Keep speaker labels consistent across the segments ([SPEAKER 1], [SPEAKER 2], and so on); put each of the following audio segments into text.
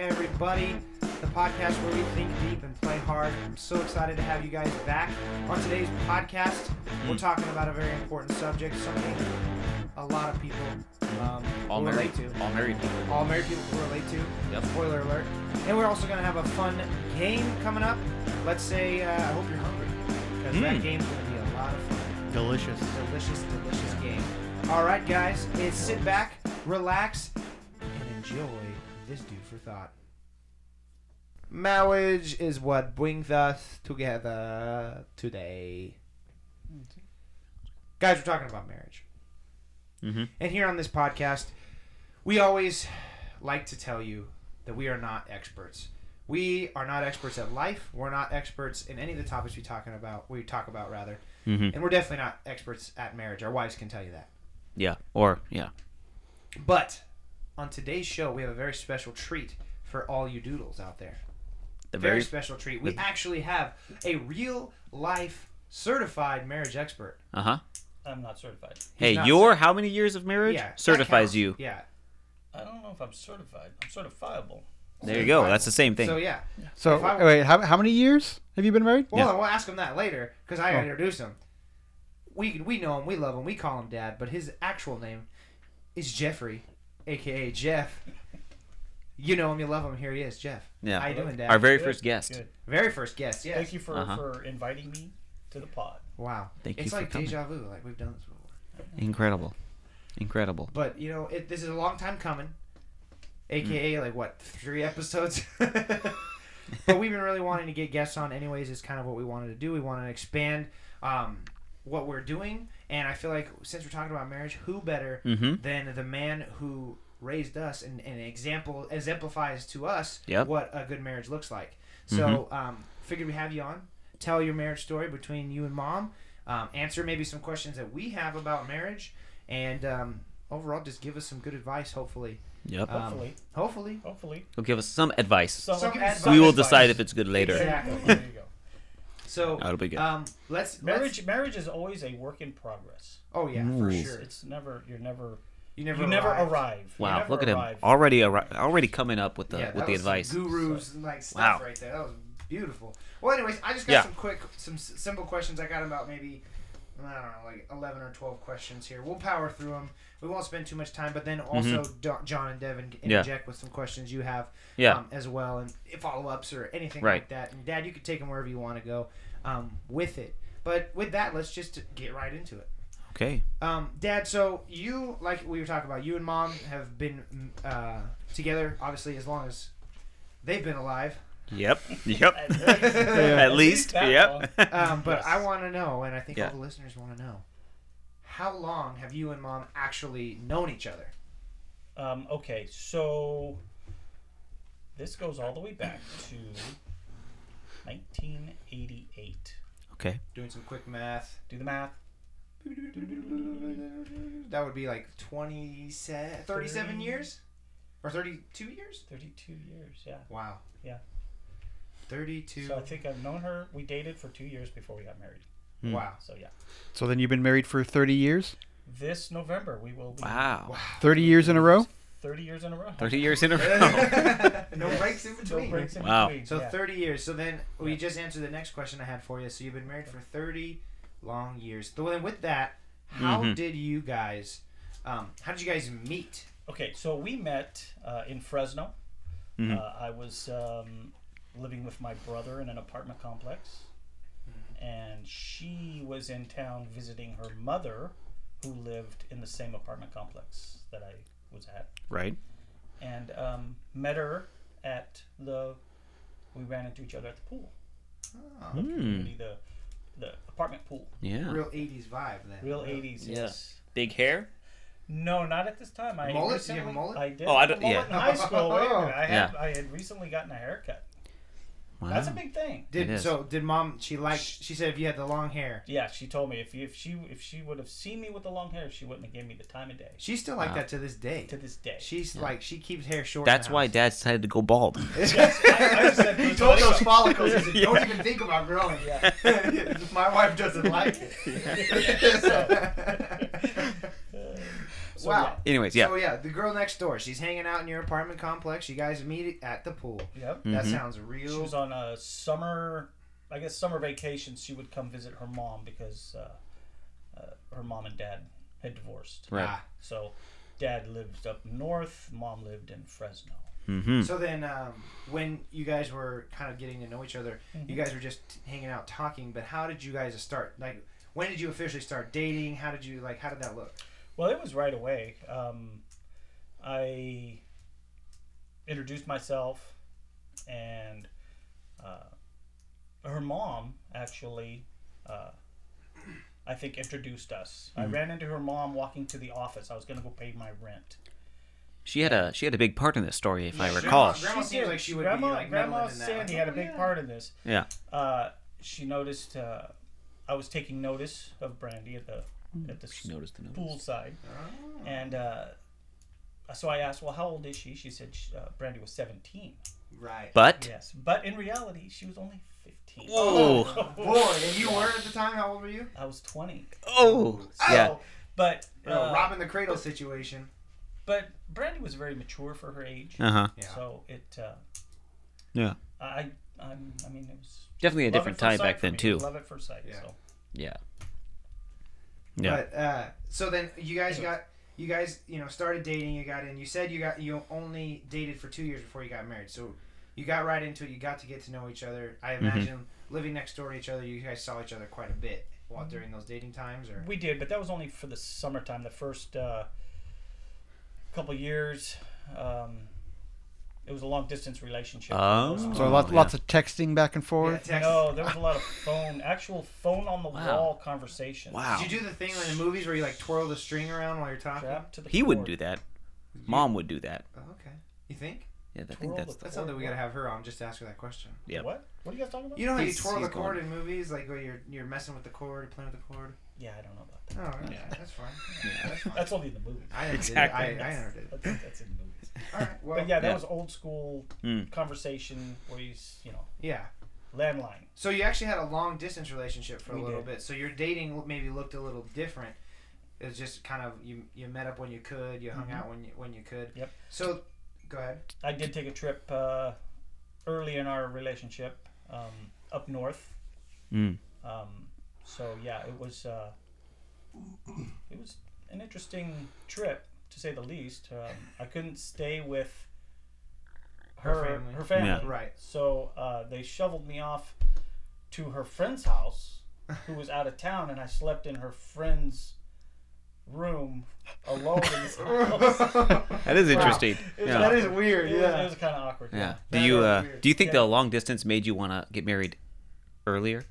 [SPEAKER 1] everybody? The podcast where we think deep and play hard. I'm so excited to have you guys back. On today's podcast,
[SPEAKER 2] Hmm.
[SPEAKER 1] we're talking about a very important subject, something a lot of people um,
[SPEAKER 2] All
[SPEAKER 1] will
[SPEAKER 2] married,
[SPEAKER 1] relate to.
[SPEAKER 2] all married people.
[SPEAKER 1] All married people will relate to.
[SPEAKER 2] Yep.
[SPEAKER 1] Spoiler alert. And we're also going to have a fun game coming up. Let's say, uh, I hope you're hungry, because that
[SPEAKER 2] Mm.
[SPEAKER 1] game's going to be a lot of fun
[SPEAKER 3] Delicious.
[SPEAKER 1] delicious, delicious game. All right, guys, it's sit back, relax, and enjoy this dude for thought. Marriage is what brings us together today. Guys, we're talking about marriage.
[SPEAKER 2] Mhm.
[SPEAKER 1] And here on this podcast, we always like to tell you that we are not experts. We are not experts at life. We're not experts in any of the topics we talking about. We talk about rather.
[SPEAKER 2] Mhm.
[SPEAKER 1] And we're definitely not experts at marriage. Our wives can tell you that.
[SPEAKER 2] Yeah, or yeah.
[SPEAKER 1] But on today's show, we have a very special treat for all you doodles out there.
[SPEAKER 2] The
[SPEAKER 1] Very,
[SPEAKER 2] very
[SPEAKER 1] special treat. We actually have a real life certified marriage expert.
[SPEAKER 2] uh huh.
[SPEAKER 4] I'm not certified.
[SPEAKER 2] Hey,
[SPEAKER 1] not
[SPEAKER 2] your how many years of marriage
[SPEAKER 1] Yeah, that
[SPEAKER 2] certifies
[SPEAKER 1] counts.
[SPEAKER 2] you?
[SPEAKER 1] Yeah.
[SPEAKER 4] I don't know if I'm certified. I'm certifiable.
[SPEAKER 2] There you go. That's the same thing.
[SPEAKER 1] So yeah.
[SPEAKER 3] So
[SPEAKER 1] If I-
[SPEAKER 3] wait, how, how many years have you been married?
[SPEAKER 1] Well,
[SPEAKER 2] Yeah.
[SPEAKER 1] and we'll ask him that later because I
[SPEAKER 3] Oh.
[SPEAKER 1] introduced him. We we know him. We love him. We call him Dad, but his actual name is Jeffrey, aka Jeff. You know him. You love him. Here he is, Jeff.
[SPEAKER 2] Yeah.
[SPEAKER 1] How you doing, Dad?
[SPEAKER 2] Our very
[SPEAKER 4] Good,
[SPEAKER 2] first guest.
[SPEAKER 4] good.
[SPEAKER 1] Very first guest. Yes.
[SPEAKER 4] Thank you for,
[SPEAKER 2] Uh-huh.
[SPEAKER 4] for inviting me to the pod.
[SPEAKER 1] Wow.
[SPEAKER 2] Thank you
[SPEAKER 1] it's
[SPEAKER 2] for
[SPEAKER 1] like deja vu. Like we've done this before.
[SPEAKER 2] Incredible, incredible.
[SPEAKER 1] But you know, it, this is a long time coming. AKA
[SPEAKER 2] Mm.
[SPEAKER 1] like what three episodes. but we've been really wanting to get guests on. Anyways, is kind of what we wanted to do. We wanted to expand um, what we're doing, and I feel like since we're talking about marriage, who better
[SPEAKER 2] Mm-hmm.
[SPEAKER 1] than the man who raised us and, and example exemplifies to us
[SPEAKER 2] Yep. Mm-hmm.
[SPEAKER 1] what a good marriage looks like. So um, figured we have you on. Tell your marriage story between you and mom. Um, answer maybe some questions that we have about marriage, and um, overall, just give us some good advice. Hopefully,
[SPEAKER 2] Yep.
[SPEAKER 1] Um,
[SPEAKER 4] Hopefully.
[SPEAKER 1] hopefully,
[SPEAKER 4] Hopefully.
[SPEAKER 2] He'll give us some advice.
[SPEAKER 4] So
[SPEAKER 1] Some advice.
[SPEAKER 2] we will
[SPEAKER 1] advice.
[SPEAKER 2] decide if it's good later.
[SPEAKER 1] Exactly.
[SPEAKER 4] There you go.
[SPEAKER 1] so
[SPEAKER 2] That'll be good.
[SPEAKER 1] um, let's
[SPEAKER 4] Marriage
[SPEAKER 1] Let's,
[SPEAKER 4] marriage is always a work in progress.
[SPEAKER 1] oh yeah, for
[SPEAKER 2] Ooh.
[SPEAKER 1] sure.
[SPEAKER 4] It's never you're never
[SPEAKER 1] You
[SPEAKER 4] you
[SPEAKER 1] never
[SPEAKER 4] never,
[SPEAKER 1] arrive.
[SPEAKER 4] arrive. You
[SPEAKER 2] wow,
[SPEAKER 4] never
[SPEAKER 2] look at
[SPEAKER 4] arrive.
[SPEAKER 2] him already arri- already coming up with the
[SPEAKER 1] yeah, that
[SPEAKER 2] with the
[SPEAKER 1] was some
[SPEAKER 2] advice.
[SPEAKER 1] Gurus and like stuff
[SPEAKER 2] Wow.
[SPEAKER 1] right there. That was beautiful. Well, anyways, I just got
[SPEAKER 2] Yeah.
[SPEAKER 1] some quick, some s- simple questions. I got about maybe I don't know, like eleven or twelve questions here. We'll power through them. We won't spend too much time, but then also Do- John and Devin can
[SPEAKER 2] Mm-hmm. Yeah.
[SPEAKER 1] interject with some questions you have,
[SPEAKER 2] Yeah.
[SPEAKER 1] um, as well, and follow ups or anything
[SPEAKER 2] Right.
[SPEAKER 1] like that. And Dad, you can take them wherever you want to go um, with it. But with that, let's just get right into it.
[SPEAKER 2] Okay.
[SPEAKER 1] Um, Dad, so you, like we were talking about, you and Mom have been mm, uh, together, obviously, as long as they've been alive.
[SPEAKER 2] Yep. Yep.
[SPEAKER 3] At
[SPEAKER 2] At least.
[SPEAKER 4] that
[SPEAKER 2] Yep.
[SPEAKER 1] Um, but
[SPEAKER 4] Yes.
[SPEAKER 1] I want to know, and I think
[SPEAKER 2] Yeah.
[SPEAKER 1] all the listeners want to know, how long have you and Mom actually known each other?
[SPEAKER 4] Um, okay, so this goes all the way back to 1988.
[SPEAKER 2] okay.
[SPEAKER 1] Doing some quick math.
[SPEAKER 4] Do the math.
[SPEAKER 1] That would be like 27, 37 years? Or 32 years?
[SPEAKER 4] 32 years, yeah.
[SPEAKER 1] Wow.
[SPEAKER 4] Yeah.
[SPEAKER 1] 32.
[SPEAKER 4] So I think I've known her. We dated for two years before we got married.
[SPEAKER 2] Hmm.
[SPEAKER 1] Wow.
[SPEAKER 4] So yeah,
[SPEAKER 3] So then you've been married for 30 years?
[SPEAKER 4] this November we will be
[SPEAKER 2] Wow.
[SPEAKER 3] 30 years in a row?
[SPEAKER 4] 30 years in a row.
[SPEAKER 2] Thirty years in a row.
[SPEAKER 1] no
[SPEAKER 4] Yes.
[SPEAKER 1] breaks in between.
[SPEAKER 4] No breaks in
[SPEAKER 2] Wow.
[SPEAKER 4] between.
[SPEAKER 1] So
[SPEAKER 4] yeah.
[SPEAKER 1] 30 years. So then we
[SPEAKER 4] Yeah.
[SPEAKER 1] just answered the next question I had for you. So you've been married for 30 long years. So then with that, how
[SPEAKER 2] Mhm.
[SPEAKER 1] did you guys, um, how did you guys meet?
[SPEAKER 4] okay, so we met uh, in Fresno.
[SPEAKER 2] Mhm.
[SPEAKER 4] Uh, I was um, living with my brother in an apartment complex,
[SPEAKER 1] Mm-hmm.
[SPEAKER 4] and she was in town visiting her mother, who lived in the same apartment complex that I was at.
[SPEAKER 2] right.
[SPEAKER 4] and um, met her at the. We ran into each other at the pool. The, community, the the apartment pool,
[SPEAKER 2] Hmm. Yeah.
[SPEAKER 1] Real 80s vibe then.
[SPEAKER 4] real eighties.
[SPEAKER 2] Yeah.
[SPEAKER 4] Yes.
[SPEAKER 2] Big hair.
[SPEAKER 4] No, not at this time. I
[SPEAKER 1] Mullet? You have a
[SPEAKER 4] recently,
[SPEAKER 1] mullet?
[SPEAKER 4] I did.
[SPEAKER 2] Oh, I
[SPEAKER 4] have a
[SPEAKER 2] don't- yeah.
[SPEAKER 4] mullet in high school. Wait a minute. I had,
[SPEAKER 2] Yeah.
[SPEAKER 4] I had recently gotten a haircut.
[SPEAKER 2] Wow.
[SPEAKER 4] That's a big thing.
[SPEAKER 2] It
[SPEAKER 1] Did,
[SPEAKER 2] is.
[SPEAKER 1] so did mom, she liked, she said if you had the long hair,
[SPEAKER 4] Yeah, she told me if you, if she if she would have seen me with the long hair, she wouldn't have given me the time of day.
[SPEAKER 1] she still like
[SPEAKER 2] Wow.
[SPEAKER 1] that to this day.
[SPEAKER 4] To this day.
[SPEAKER 1] She's like, she keeps hair short. in
[SPEAKER 2] That's
[SPEAKER 1] the
[SPEAKER 2] why
[SPEAKER 1] house.
[SPEAKER 2] Dad decided to go bald.
[SPEAKER 4] Yes, I, I said
[SPEAKER 1] He told those
[SPEAKER 4] those.
[SPEAKER 1] follicles, he said, don't even think about growing. My wife doesn't like it.
[SPEAKER 4] So- So,
[SPEAKER 1] wow.
[SPEAKER 2] Anyways, yeah.
[SPEAKER 1] So yeah, the girl next door. She's hanging out in your apartment complex. You guys meet at the pool.
[SPEAKER 4] yeah. Yep.
[SPEAKER 1] That
[SPEAKER 2] Mhm.
[SPEAKER 1] sounds
[SPEAKER 4] She
[SPEAKER 1] real.
[SPEAKER 4] was on a summer, I guess, summer vacation. She would come visit her mom because uh, uh, her mom and dad had divorced.
[SPEAKER 2] Right.
[SPEAKER 1] Ah.
[SPEAKER 4] So, dad lived up north, mom lived in Fresno.
[SPEAKER 2] Mm-hmm.
[SPEAKER 1] So then, um, when you guys were kind of getting to know each other, you guys were just hanging out, talking. But how did you guys start? Like, when did you officially start dating? How did you like? How did that look?
[SPEAKER 4] Well, it was right away. Um, I introduced myself, and uh, her mom actually, uh, I think, introduced us.
[SPEAKER 1] Mm-hmm.
[SPEAKER 4] I ran into her mom walking to the office. I was going to go pay my rent.
[SPEAKER 2] She had a she had a big part in this story, if I
[SPEAKER 1] Yeah,
[SPEAKER 2] recall.
[SPEAKER 1] sure. Grandma
[SPEAKER 4] She
[SPEAKER 1] seems
[SPEAKER 4] did.
[SPEAKER 1] like she would be,
[SPEAKER 4] Grandma,
[SPEAKER 1] like,
[SPEAKER 4] Grandma
[SPEAKER 1] meddling in that.
[SPEAKER 4] Sandy
[SPEAKER 1] Like,
[SPEAKER 4] had a
[SPEAKER 1] oh,
[SPEAKER 4] big
[SPEAKER 1] yeah.
[SPEAKER 4] part in this.
[SPEAKER 2] Yeah.
[SPEAKER 4] Uh, she noticed uh, I was taking notice of Brandy at the at the s-
[SPEAKER 2] Noticed the notice.
[SPEAKER 4] poolside,
[SPEAKER 1] Oh.
[SPEAKER 4] and uh, so I asked, "Well, how old is she?" She said she, uh, Brandy was 17.
[SPEAKER 1] Right.
[SPEAKER 2] But
[SPEAKER 4] Yes, but in reality, she was only 15.
[SPEAKER 2] oh,
[SPEAKER 1] Boy, and you were at the time. How old were you?
[SPEAKER 4] I was 20.
[SPEAKER 2] oh, yeah,
[SPEAKER 4] So, but
[SPEAKER 1] You know,
[SPEAKER 4] uh,
[SPEAKER 1] robbing the cradle situation.
[SPEAKER 4] but Brandy was very mature for her age.
[SPEAKER 2] uh huh,
[SPEAKER 1] Yeah.
[SPEAKER 4] So it, uh,
[SPEAKER 2] yeah,
[SPEAKER 4] I, I, I mean, it was
[SPEAKER 2] definitely a
[SPEAKER 4] love at
[SPEAKER 2] different
[SPEAKER 4] first
[SPEAKER 2] time
[SPEAKER 4] sight
[SPEAKER 2] back
[SPEAKER 4] for
[SPEAKER 2] then
[SPEAKER 4] me.
[SPEAKER 2] too.
[SPEAKER 4] Love at first sight.
[SPEAKER 1] Yeah.
[SPEAKER 4] So
[SPEAKER 2] Yeah, yeah,
[SPEAKER 1] But uh, so then you guys got you guys you know started dating. You got in. You said you got you only dated for two years before you got married. So you got right into it. You got to get to know each other. I
[SPEAKER 2] Mm-hmm.
[SPEAKER 1] imagine living next door to each other, you guys saw each other quite a bit while during those dating times. Or
[SPEAKER 4] we did, but that was only for the summertime. The first uh, couple years, um, it was a long distance relationship.
[SPEAKER 2] Oh.
[SPEAKER 3] So
[SPEAKER 2] Oh,
[SPEAKER 3] lots,
[SPEAKER 2] yeah.
[SPEAKER 3] lots of texting back and
[SPEAKER 1] yeah,
[SPEAKER 3] forth.
[SPEAKER 1] text.
[SPEAKER 4] No, there was a lot of phone, actual phone on the
[SPEAKER 2] Wow.
[SPEAKER 4] wall conversation.
[SPEAKER 2] wow.
[SPEAKER 1] Did you do the thing in the movies where you like twirl the string around while you're talking?
[SPEAKER 4] Strapped to the
[SPEAKER 2] He
[SPEAKER 4] floor.
[SPEAKER 2] wouldn't do that. Mom would do that.
[SPEAKER 1] Oh, okay. You think?
[SPEAKER 2] Yeah, I think
[SPEAKER 4] Twirl
[SPEAKER 2] that's
[SPEAKER 4] the
[SPEAKER 2] the.
[SPEAKER 1] That's something we gotta have her on just to ask her that question.
[SPEAKER 2] Yep.
[SPEAKER 4] What? What are you guys talking about?
[SPEAKER 1] You know how you
[SPEAKER 2] He's-
[SPEAKER 1] twirl the
[SPEAKER 2] he's
[SPEAKER 1] cord
[SPEAKER 2] gone.
[SPEAKER 1] in movies, like where you're you're messing with the cord, playing with the cord.
[SPEAKER 4] Yeah, I don't know about that.
[SPEAKER 1] Oh, that's,
[SPEAKER 2] Yeah.
[SPEAKER 1] that's fine. That's fine.
[SPEAKER 4] That's only in the movies.
[SPEAKER 1] I never
[SPEAKER 2] Exactly.
[SPEAKER 1] did it. I, I never did it.
[SPEAKER 4] That's, that's in the movies.
[SPEAKER 1] All right. Well,
[SPEAKER 4] But yeah, that
[SPEAKER 2] Yeah.
[SPEAKER 4] was old school
[SPEAKER 2] Mm.
[SPEAKER 4] conversation where you, s- you know,
[SPEAKER 1] yeah.
[SPEAKER 4] landline.
[SPEAKER 1] So you actually had a long distance relationship for a
[SPEAKER 4] We
[SPEAKER 1] little
[SPEAKER 4] did.
[SPEAKER 1] bit. So your dating l- maybe looked a little different. It was just kind of you you met up when you could, you hung out when you when you could.
[SPEAKER 4] Mm-hmm. Yep.
[SPEAKER 1] So go ahead.
[SPEAKER 4] I did take a trip uh, early in our relationship um, up north.
[SPEAKER 2] Mm.
[SPEAKER 4] Um, so yeah, it was uh, it was an interesting trip to say the least. Um, I couldn't stay with
[SPEAKER 1] Her
[SPEAKER 4] her
[SPEAKER 1] family.
[SPEAKER 4] her family.
[SPEAKER 2] Yeah.
[SPEAKER 1] Right.
[SPEAKER 4] So uh, they shoveled me off to her friend's house, who was out of town, and I slept in her friend's room alone in this house.
[SPEAKER 2] That is
[SPEAKER 1] Wow.
[SPEAKER 2] interesting.
[SPEAKER 4] It was
[SPEAKER 2] Yeah.
[SPEAKER 1] That
[SPEAKER 4] awkward.
[SPEAKER 1] is weird,
[SPEAKER 4] It was-
[SPEAKER 1] yeah.
[SPEAKER 4] it was kind of awkward.
[SPEAKER 2] Yeah. Do
[SPEAKER 1] That
[SPEAKER 2] you
[SPEAKER 1] is
[SPEAKER 2] uh,
[SPEAKER 1] weird.
[SPEAKER 2] do you think
[SPEAKER 4] Yeah.
[SPEAKER 2] the long distance made you want to get married earlier,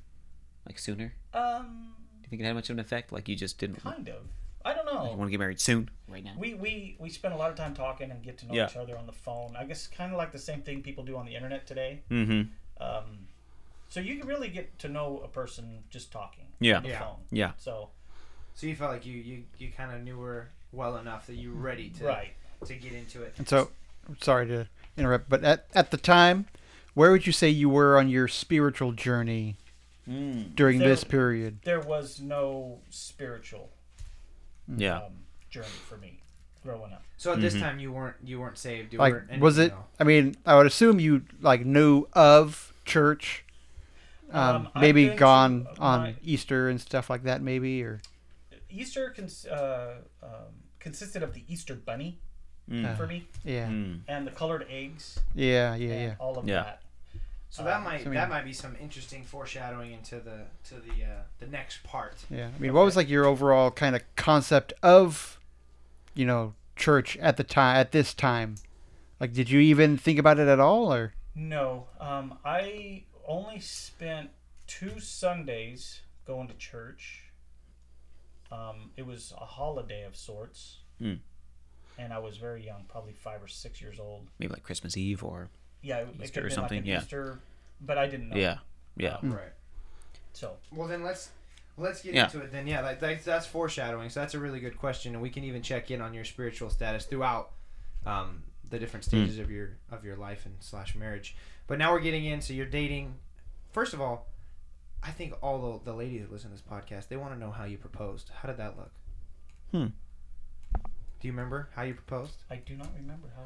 [SPEAKER 2] like sooner?
[SPEAKER 4] Um,
[SPEAKER 2] Do you think it had much of an effect? Like you just didn't
[SPEAKER 4] kind of. I don't know.
[SPEAKER 2] you want to get married soon? Right now.
[SPEAKER 4] We, we we spend a lot of time talking and get to know
[SPEAKER 2] Yeah.
[SPEAKER 4] each other on the phone. I guess kind of like the same thing people do on the internet today.
[SPEAKER 2] Mm-hmm.
[SPEAKER 4] Um, so you can really get to know a person just talking.
[SPEAKER 2] Yeah.
[SPEAKER 4] On the
[SPEAKER 1] Yeah.
[SPEAKER 4] Phone.
[SPEAKER 2] Yeah.
[SPEAKER 4] So
[SPEAKER 1] So you felt like you you, you kind of knew her well enough that you were ready to
[SPEAKER 4] right.
[SPEAKER 1] to get into it.
[SPEAKER 3] And so, sorry to interrupt, but at, at the time, where would you say you were on your spiritual journey during this
[SPEAKER 4] There-
[SPEAKER 3] period?
[SPEAKER 4] There was no spiritual
[SPEAKER 2] Yeah.
[SPEAKER 4] um, journey for me growing up.
[SPEAKER 1] So at this time you weren't you weren't saved. You
[SPEAKER 3] mm-hmm. Like,
[SPEAKER 1] weren't
[SPEAKER 3] was it?
[SPEAKER 1] anything, though.
[SPEAKER 3] I mean, I would assume you like knew of church, um,
[SPEAKER 4] Um, I've
[SPEAKER 3] maybe
[SPEAKER 4] been to,
[SPEAKER 3] gone
[SPEAKER 4] uh,
[SPEAKER 3] on
[SPEAKER 4] my-
[SPEAKER 3] Easter and stuff like that, maybe or
[SPEAKER 4] Easter cons- uh, um, consisted of the Easter bunny
[SPEAKER 2] Mm.
[SPEAKER 4] for me
[SPEAKER 3] yeah,
[SPEAKER 2] Mm.
[SPEAKER 4] and the colored eggs
[SPEAKER 3] yeah, yeah,
[SPEAKER 4] and
[SPEAKER 3] yeah.
[SPEAKER 4] all of
[SPEAKER 2] Yeah.
[SPEAKER 4] that.
[SPEAKER 1] So that
[SPEAKER 4] Um,
[SPEAKER 1] might
[SPEAKER 3] so Uh, I mean-
[SPEAKER 1] that might be some interesting foreshadowing into the to the uh, the next part.
[SPEAKER 3] Yeah, I mean, what was like your overall kind of concept of, you know, church at the time at this time? Like, did you even think about it at all, or
[SPEAKER 4] No, um, I only spent two Sundays going to church. Um, it was a holiday of sorts,
[SPEAKER 2] Hmm.
[SPEAKER 4] and I was very young, probably five or six years old.
[SPEAKER 2] Maybe like Christmas Eve or
[SPEAKER 4] Yeah, it, it
[SPEAKER 2] Easter
[SPEAKER 4] could
[SPEAKER 2] or
[SPEAKER 4] have been
[SPEAKER 2] something,
[SPEAKER 4] like an
[SPEAKER 2] yeah.
[SPEAKER 4] Easter, but I didn't know.
[SPEAKER 2] yeah, yeah.
[SPEAKER 3] Hmm.
[SPEAKER 1] Right.
[SPEAKER 4] So
[SPEAKER 1] Well, then let's let's get
[SPEAKER 2] Yeah.
[SPEAKER 1] into it. Then yeah, like that's, that's foreshadowing. So that's a really good question, and we can even check in on your spiritual status throughout um, the
[SPEAKER 2] Hmm.
[SPEAKER 1] different stages of your of your life and slash marriage. But now we're getting into your dating. First of all, I think all the, the ladies that listen to this podcast they want to know how you proposed. How did that look?
[SPEAKER 2] Hmm.
[SPEAKER 1] Do you remember how you proposed?
[SPEAKER 4] I do not remember how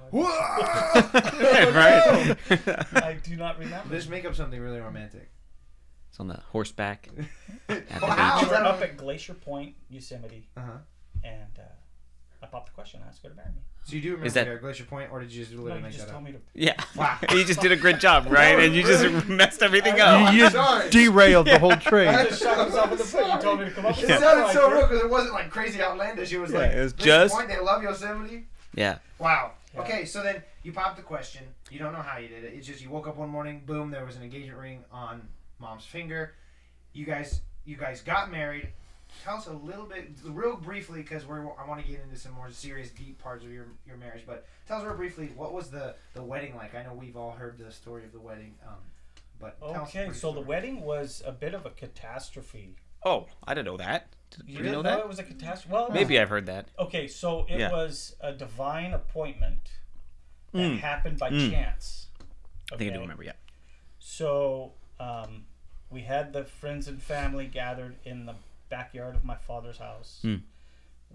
[SPEAKER 4] I.
[SPEAKER 2] right?
[SPEAKER 4] I do not remember.
[SPEAKER 1] Let's make up something really romantic.
[SPEAKER 2] it's on the horseback.
[SPEAKER 1] Wow.
[SPEAKER 4] We were up at Glacier Point, Yosemite,
[SPEAKER 1] Uh-huh.
[SPEAKER 4] and uh, I popped the question. I asked her to marry me.
[SPEAKER 1] So you do remember
[SPEAKER 2] Is that-
[SPEAKER 1] that... Glacier Point, or did you just
[SPEAKER 4] No,
[SPEAKER 1] literally
[SPEAKER 4] you
[SPEAKER 1] make
[SPEAKER 4] just
[SPEAKER 1] that up?
[SPEAKER 4] told me to.
[SPEAKER 2] Yeah.
[SPEAKER 1] Wow.
[SPEAKER 2] you just did a great job, right? and you just messed everything
[SPEAKER 1] I-
[SPEAKER 2] up.
[SPEAKER 1] I'm
[SPEAKER 3] You just
[SPEAKER 1] sorry.
[SPEAKER 3] derailed the whole
[SPEAKER 1] I
[SPEAKER 3] train.
[SPEAKER 4] just shot myself in the foot. You told me to come up with
[SPEAKER 1] It
[SPEAKER 4] something.
[SPEAKER 1] sounded so
[SPEAKER 4] I
[SPEAKER 1] real because it wasn't like crazy outlandish. It was
[SPEAKER 2] Yeah,
[SPEAKER 1] like
[SPEAKER 2] it was
[SPEAKER 1] Glacier
[SPEAKER 2] just-
[SPEAKER 1] Point. They love Yosemite.
[SPEAKER 2] Yeah.
[SPEAKER 1] Wow.
[SPEAKER 4] Yeah.
[SPEAKER 1] Okay, so then you popped the question. You don't know how you did it. It's just you woke up one morning, boom, there was an engagement ring on mom's finger. You guys, you guys got married. Tell us a little bit, real briefly, because we're I want to get into some more serious, deep parts of your your marriage. But tell us real briefly, what was the the wedding like? I know we've all heard the story of the wedding, um, but tell us
[SPEAKER 4] Okay,
[SPEAKER 1] brief
[SPEAKER 4] so the
[SPEAKER 1] story.
[SPEAKER 4] wedding was a bit of a catastrophe.
[SPEAKER 2] Oh, I didn't know that. Did
[SPEAKER 4] You
[SPEAKER 2] you know
[SPEAKER 4] didn't
[SPEAKER 2] that?
[SPEAKER 4] it was a catastrophe? Well,
[SPEAKER 2] Maybe I've heard that.
[SPEAKER 4] Okay, so it
[SPEAKER 2] Yeah.
[SPEAKER 4] was a divine appointment that
[SPEAKER 2] Mm.
[SPEAKER 4] happened by
[SPEAKER 2] Mm.
[SPEAKER 4] chance.
[SPEAKER 2] I think I do
[SPEAKER 4] okay?
[SPEAKER 2] remember. Yeah.
[SPEAKER 4] So um, we had the friends and family gathered in the backyard of my father's house.
[SPEAKER 2] Mm.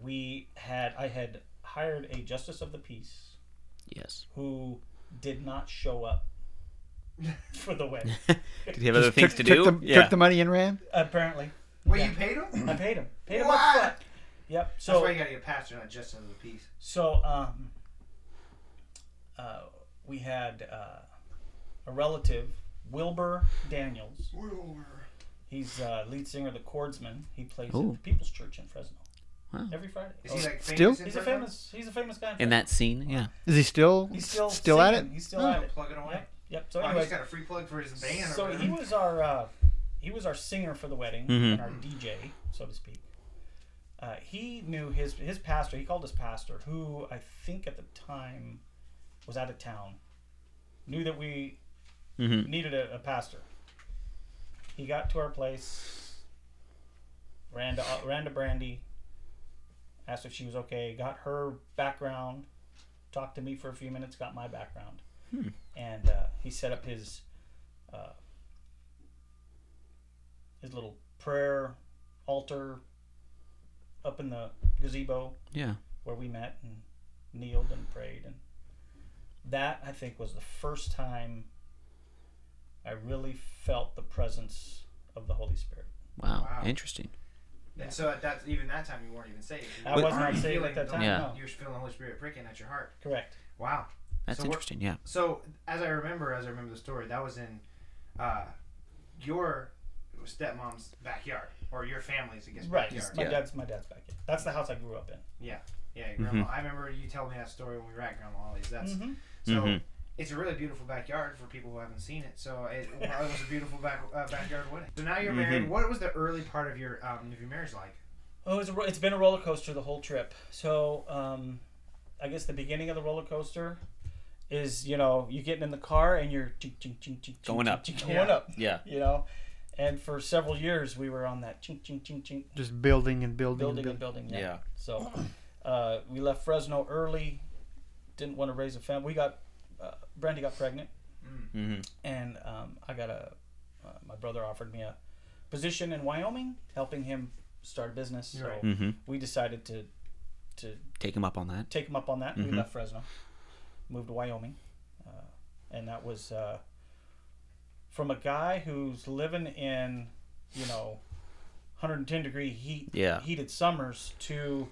[SPEAKER 4] We had I had hired a justice of the peace
[SPEAKER 2] Yes.
[SPEAKER 4] who did not show up for the wedding.
[SPEAKER 2] Did he have other things
[SPEAKER 3] took,
[SPEAKER 2] to do?
[SPEAKER 3] took the,
[SPEAKER 2] yeah.
[SPEAKER 3] took the money and ran.
[SPEAKER 4] Apparently,
[SPEAKER 1] Wait,
[SPEAKER 4] yeah.
[SPEAKER 1] you paid him?
[SPEAKER 4] I paid him. Paid him
[SPEAKER 1] What?
[SPEAKER 4] up front. Yep. So
[SPEAKER 1] That's why you gotta get pastor, not just another piece.
[SPEAKER 4] So, um, uh, we had uh, a relative, Wilbur Daniels. He's uh, lead singer of the Chordsmen. He plays
[SPEAKER 2] Ooh.
[SPEAKER 4] at the People's Church in Fresno.
[SPEAKER 2] Wow.
[SPEAKER 4] Every Friday.
[SPEAKER 1] Is he
[SPEAKER 4] Oh,
[SPEAKER 1] like famous?
[SPEAKER 3] Still?
[SPEAKER 1] in
[SPEAKER 4] he's a
[SPEAKER 1] Fresno?
[SPEAKER 4] famous. He's a famous guy.
[SPEAKER 2] in that scene, yeah.
[SPEAKER 3] Is he still
[SPEAKER 4] he's still
[SPEAKER 3] still at it?
[SPEAKER 4] singing. He's still
[SPEAKER 3] Oh.
[SPEAKER 4] at it.
[SPEAKER 1] Plug it away.
[SPEAKER 4] Yep. Yep. So
[SPEAKER 1] Oh, he's
[SPEAKER 4] anyway,
[SPEAKER 1] got a free plug for his band.
[SPEAKER 4] so
[SPEAKER 1] or
[SPEAKER 4] he
[SPEAKER 1] whatever.
[SPEAKER 4] was our uh, he was our singer for the wedding
[SPEAKER 2] Mhm.
[SPEAKER 4] and our DJ, so to speak. Uh, he knew his his pastor. He called his pastor, who I think at the time was out of town. Knew that we
[SPEAKER 2] Mm-hmm.
[SPEAKER 4] needed a, a pastor. He got to our place, ran to, uh, ran to Brandy, asked if she was okay, got her background, talked to me for a few minutes, got my background. And uh, he set up his uh, his little prayer altar up in the gazebo
[SPEAKER 2] Yeah.
[SPEAKER 4] where we met and kneeled and prayed and that I think was the first time I really felt the presence of the Holy Spirit.
[SPEAKER 2] Wow.
[SPEAKER 1] Wow.
[SPEAKER 2] Interesting.
[SPEAKER 1] And so at that, even that time, you weren't even saved.
[SPEAKER 4] I
[SPEAKER 1] You
[SPEAKER 4] was
[SPEAKER 1] weren't
[SPEAKER 4] not
[SPEAKER 1] even
[SPEAKER 4] saved
[SPEAKER 1] feeling
[SPEAKER 4] at that
[SPEAKER 1] the-
[SPEAKER 4] time.
[SPEAKER 2] Yeah.
[SPEAKER 4] No.
[SPEAKER 1] You were feeling the Holy Spirit pricking at your heart.
[SPEAKER 4] Correct.
[SPEAKER 1] Wow.
[SPEAKER 2] That's
[SPEAKER 1] So we're-
[SPEAKER 2] interesting. Yeah.
[SPEAKER 1] So as I remember, as I remember the story, that was in uh, your stepmom's backyard or your family's, I guess,
[SPEAKER 4] Right.
[SPEAKER 1] backyard.
[SPEAKER 4] My
[SPEAKER 2] Yeah.
[SPEAKER 4] dad's my dad's back. That's the house I grew up in.
[SPEAKER 1] Yeah, your grandma.
[SPEAKER 2] Mm-hmm.
[SPEAKER 1] I remember you telling me that story when we were at Grandma Ollie's. That's
[SPEAKER 4] Mhm.
[SPEAKER 1] so.
[SPEAKER 2] Mhm.
[SPEAKER 1] It's a really beautiful backyard for people who haven't seen it. So it, well, it was a beautiful back, uh, backyard wedding. So now you're married. What was the early part of your um, of your marriage like?
[SPEAKER 4] Oh, it was a, ro- it's been a roller coaster the whole trip. So, um, I guess the beginning of the roller coaster is you know you getting in the car and you're ching, ching, ching, ching, ching,
[SPEAKER 2] Going
[SPEAKER 4] ching,
[SPEAKER 2] up.
[SPEAKER 4] ching,
[SPEAKER 1] Yeah.
[SPEAKER 4] going up.
[SPEAKER 2] Yeah.
[SPEAKER 4] You know, and for several years we were on that ching ching ching ching
[SPEAKER 3] Just building and building,
[SPEAKER 4] building
[SPEAKER 3] and
[SPEAKER 4] and
[SPEAKER 3] building.
[SPEAKER 4] building. Yeah. So uh, we left Fresno early. Didn't want to raise a family. We got uh, Brandy got pregnant,
[SPEAKER 2] Mm-hmm.
[SPEAKER 4] and um, I got a uh, my brother offered me a position in Wyoming, helping him start a business. So
[SPEAKER 1] Right.
[SPEAKER 2] Mm-hmm.
[SPEAKER 4] we decided to to
[SPEAKER 2] Take him up on that.
[SPEAKER 4] take him up on that. and
[SPEAKER 2] Mhm.
[SPEAKER 4] We left Fresno, moved to Wyoming, uh, and that was uh, from a guy who's living in you know 110 degree heat
[SPEAKER 2] Yeah.
[SPEAKER 4] heated summers to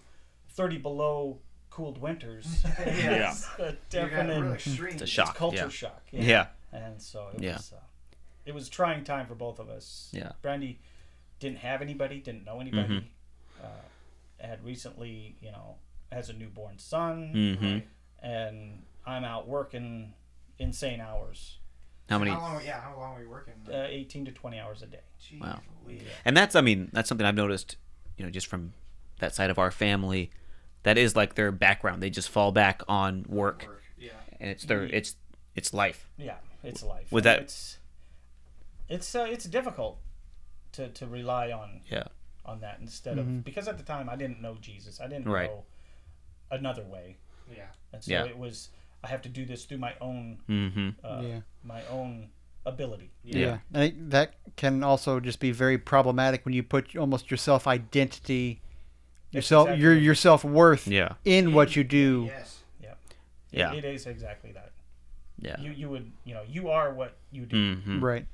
[SPEAKER 4] 30 below cooled winters.
[SPEAKER 1] Yeah.
[SPEAKER 4] It's a
[SPEAKER 1] You got
[SPEAKER 4] definite
[SPEAKER 1] real extreme.
[SPEAKER 2] It's a
[SPEAKER 4] it's
[SPEAKER 2] shock.
[SPEAKER 4] culture
[SPEAKER 2] yeah.
[SPEAKER 4] shock.
[SPEAKER 2] Yeah.
[SPEAKER 4] And so it
[SPEAKER 2] Yeah.
[SPEAKER 4] was uh, it was a trying time for both of us.
[SPEAKER 2] Yeah.
[SPEAKER 4] Brandy didn't have anybody, didn't know anybody.
[SPEAKER 2] Mm-hmm.
[SPEAKER 4] Uh, had recently, you know, has a newborn son,
[SPEAKER 2] Mm-hmm.
[SPEAKER 4] and I'm out working insane hours,
[SPEAKER 2] How many?
[SPEAKER 1] How long? Yeah, how long were you working?
[SPEAKER 4] uh, 18 to 20 hours a day.
[SPEAKER 1] Jeez
[SPEAKER 2] Wow.
[SPEAKER 1] Louise.
[SPEAKER 2] And that's, I mean, that's something I've noticed, you know, just from that side of our family. That is like their background. They just fall back on work,
[SPEAKER 1] Work, Yeah.
[SPEAKER 2] and it's their, it's, it's life.
[SPEAKER 4] Yeah, it's life.
[SPEAKER 2] Was that-
[SPEAKER 4] It's it's uh, it's difficult to to rely on
[SPEAKER 2] Yeah.
[SPEAKER 4] on that instead of because at the time I didn't know Jesus. I didn't
[SPEAKER 2] Right.
[SPEAKER 4] know another way.
[SPEAKER 1] Yeah.
[SPEAKER 4] And so
[SPEAKER 2] Yeah.
[SPEAKER 4] it was I have to do this through my own
[SPEAKER 2] Mm-hmm.
[SPEAKER 4] uh,
[SPEAKER 3] Yeah.
[SPEAKER 4] my own ability.
[SPEAKER 2] Yeah.
[SPEAKER 3] Yeah. I think that can also just be very problematic when you put almost your self identity yourself your
[SPEAKER 4] exactly-
[SPEAKER 3] your self worth
[SPEAKER 2] Yeah.
[SPEAKER 3] in what you do.
[SPEAKER 1] Yes.
[SPEAKER 4] It-
[SPEAKER 2] Yeah.
[SPEAKER 4] it is exactly that.
[SPEAKER 2] Yeah.
[SPEAKER 4] You you would you know you are what you do.
[SPEAKER 2] hmm
[SPEAKER 3] Right.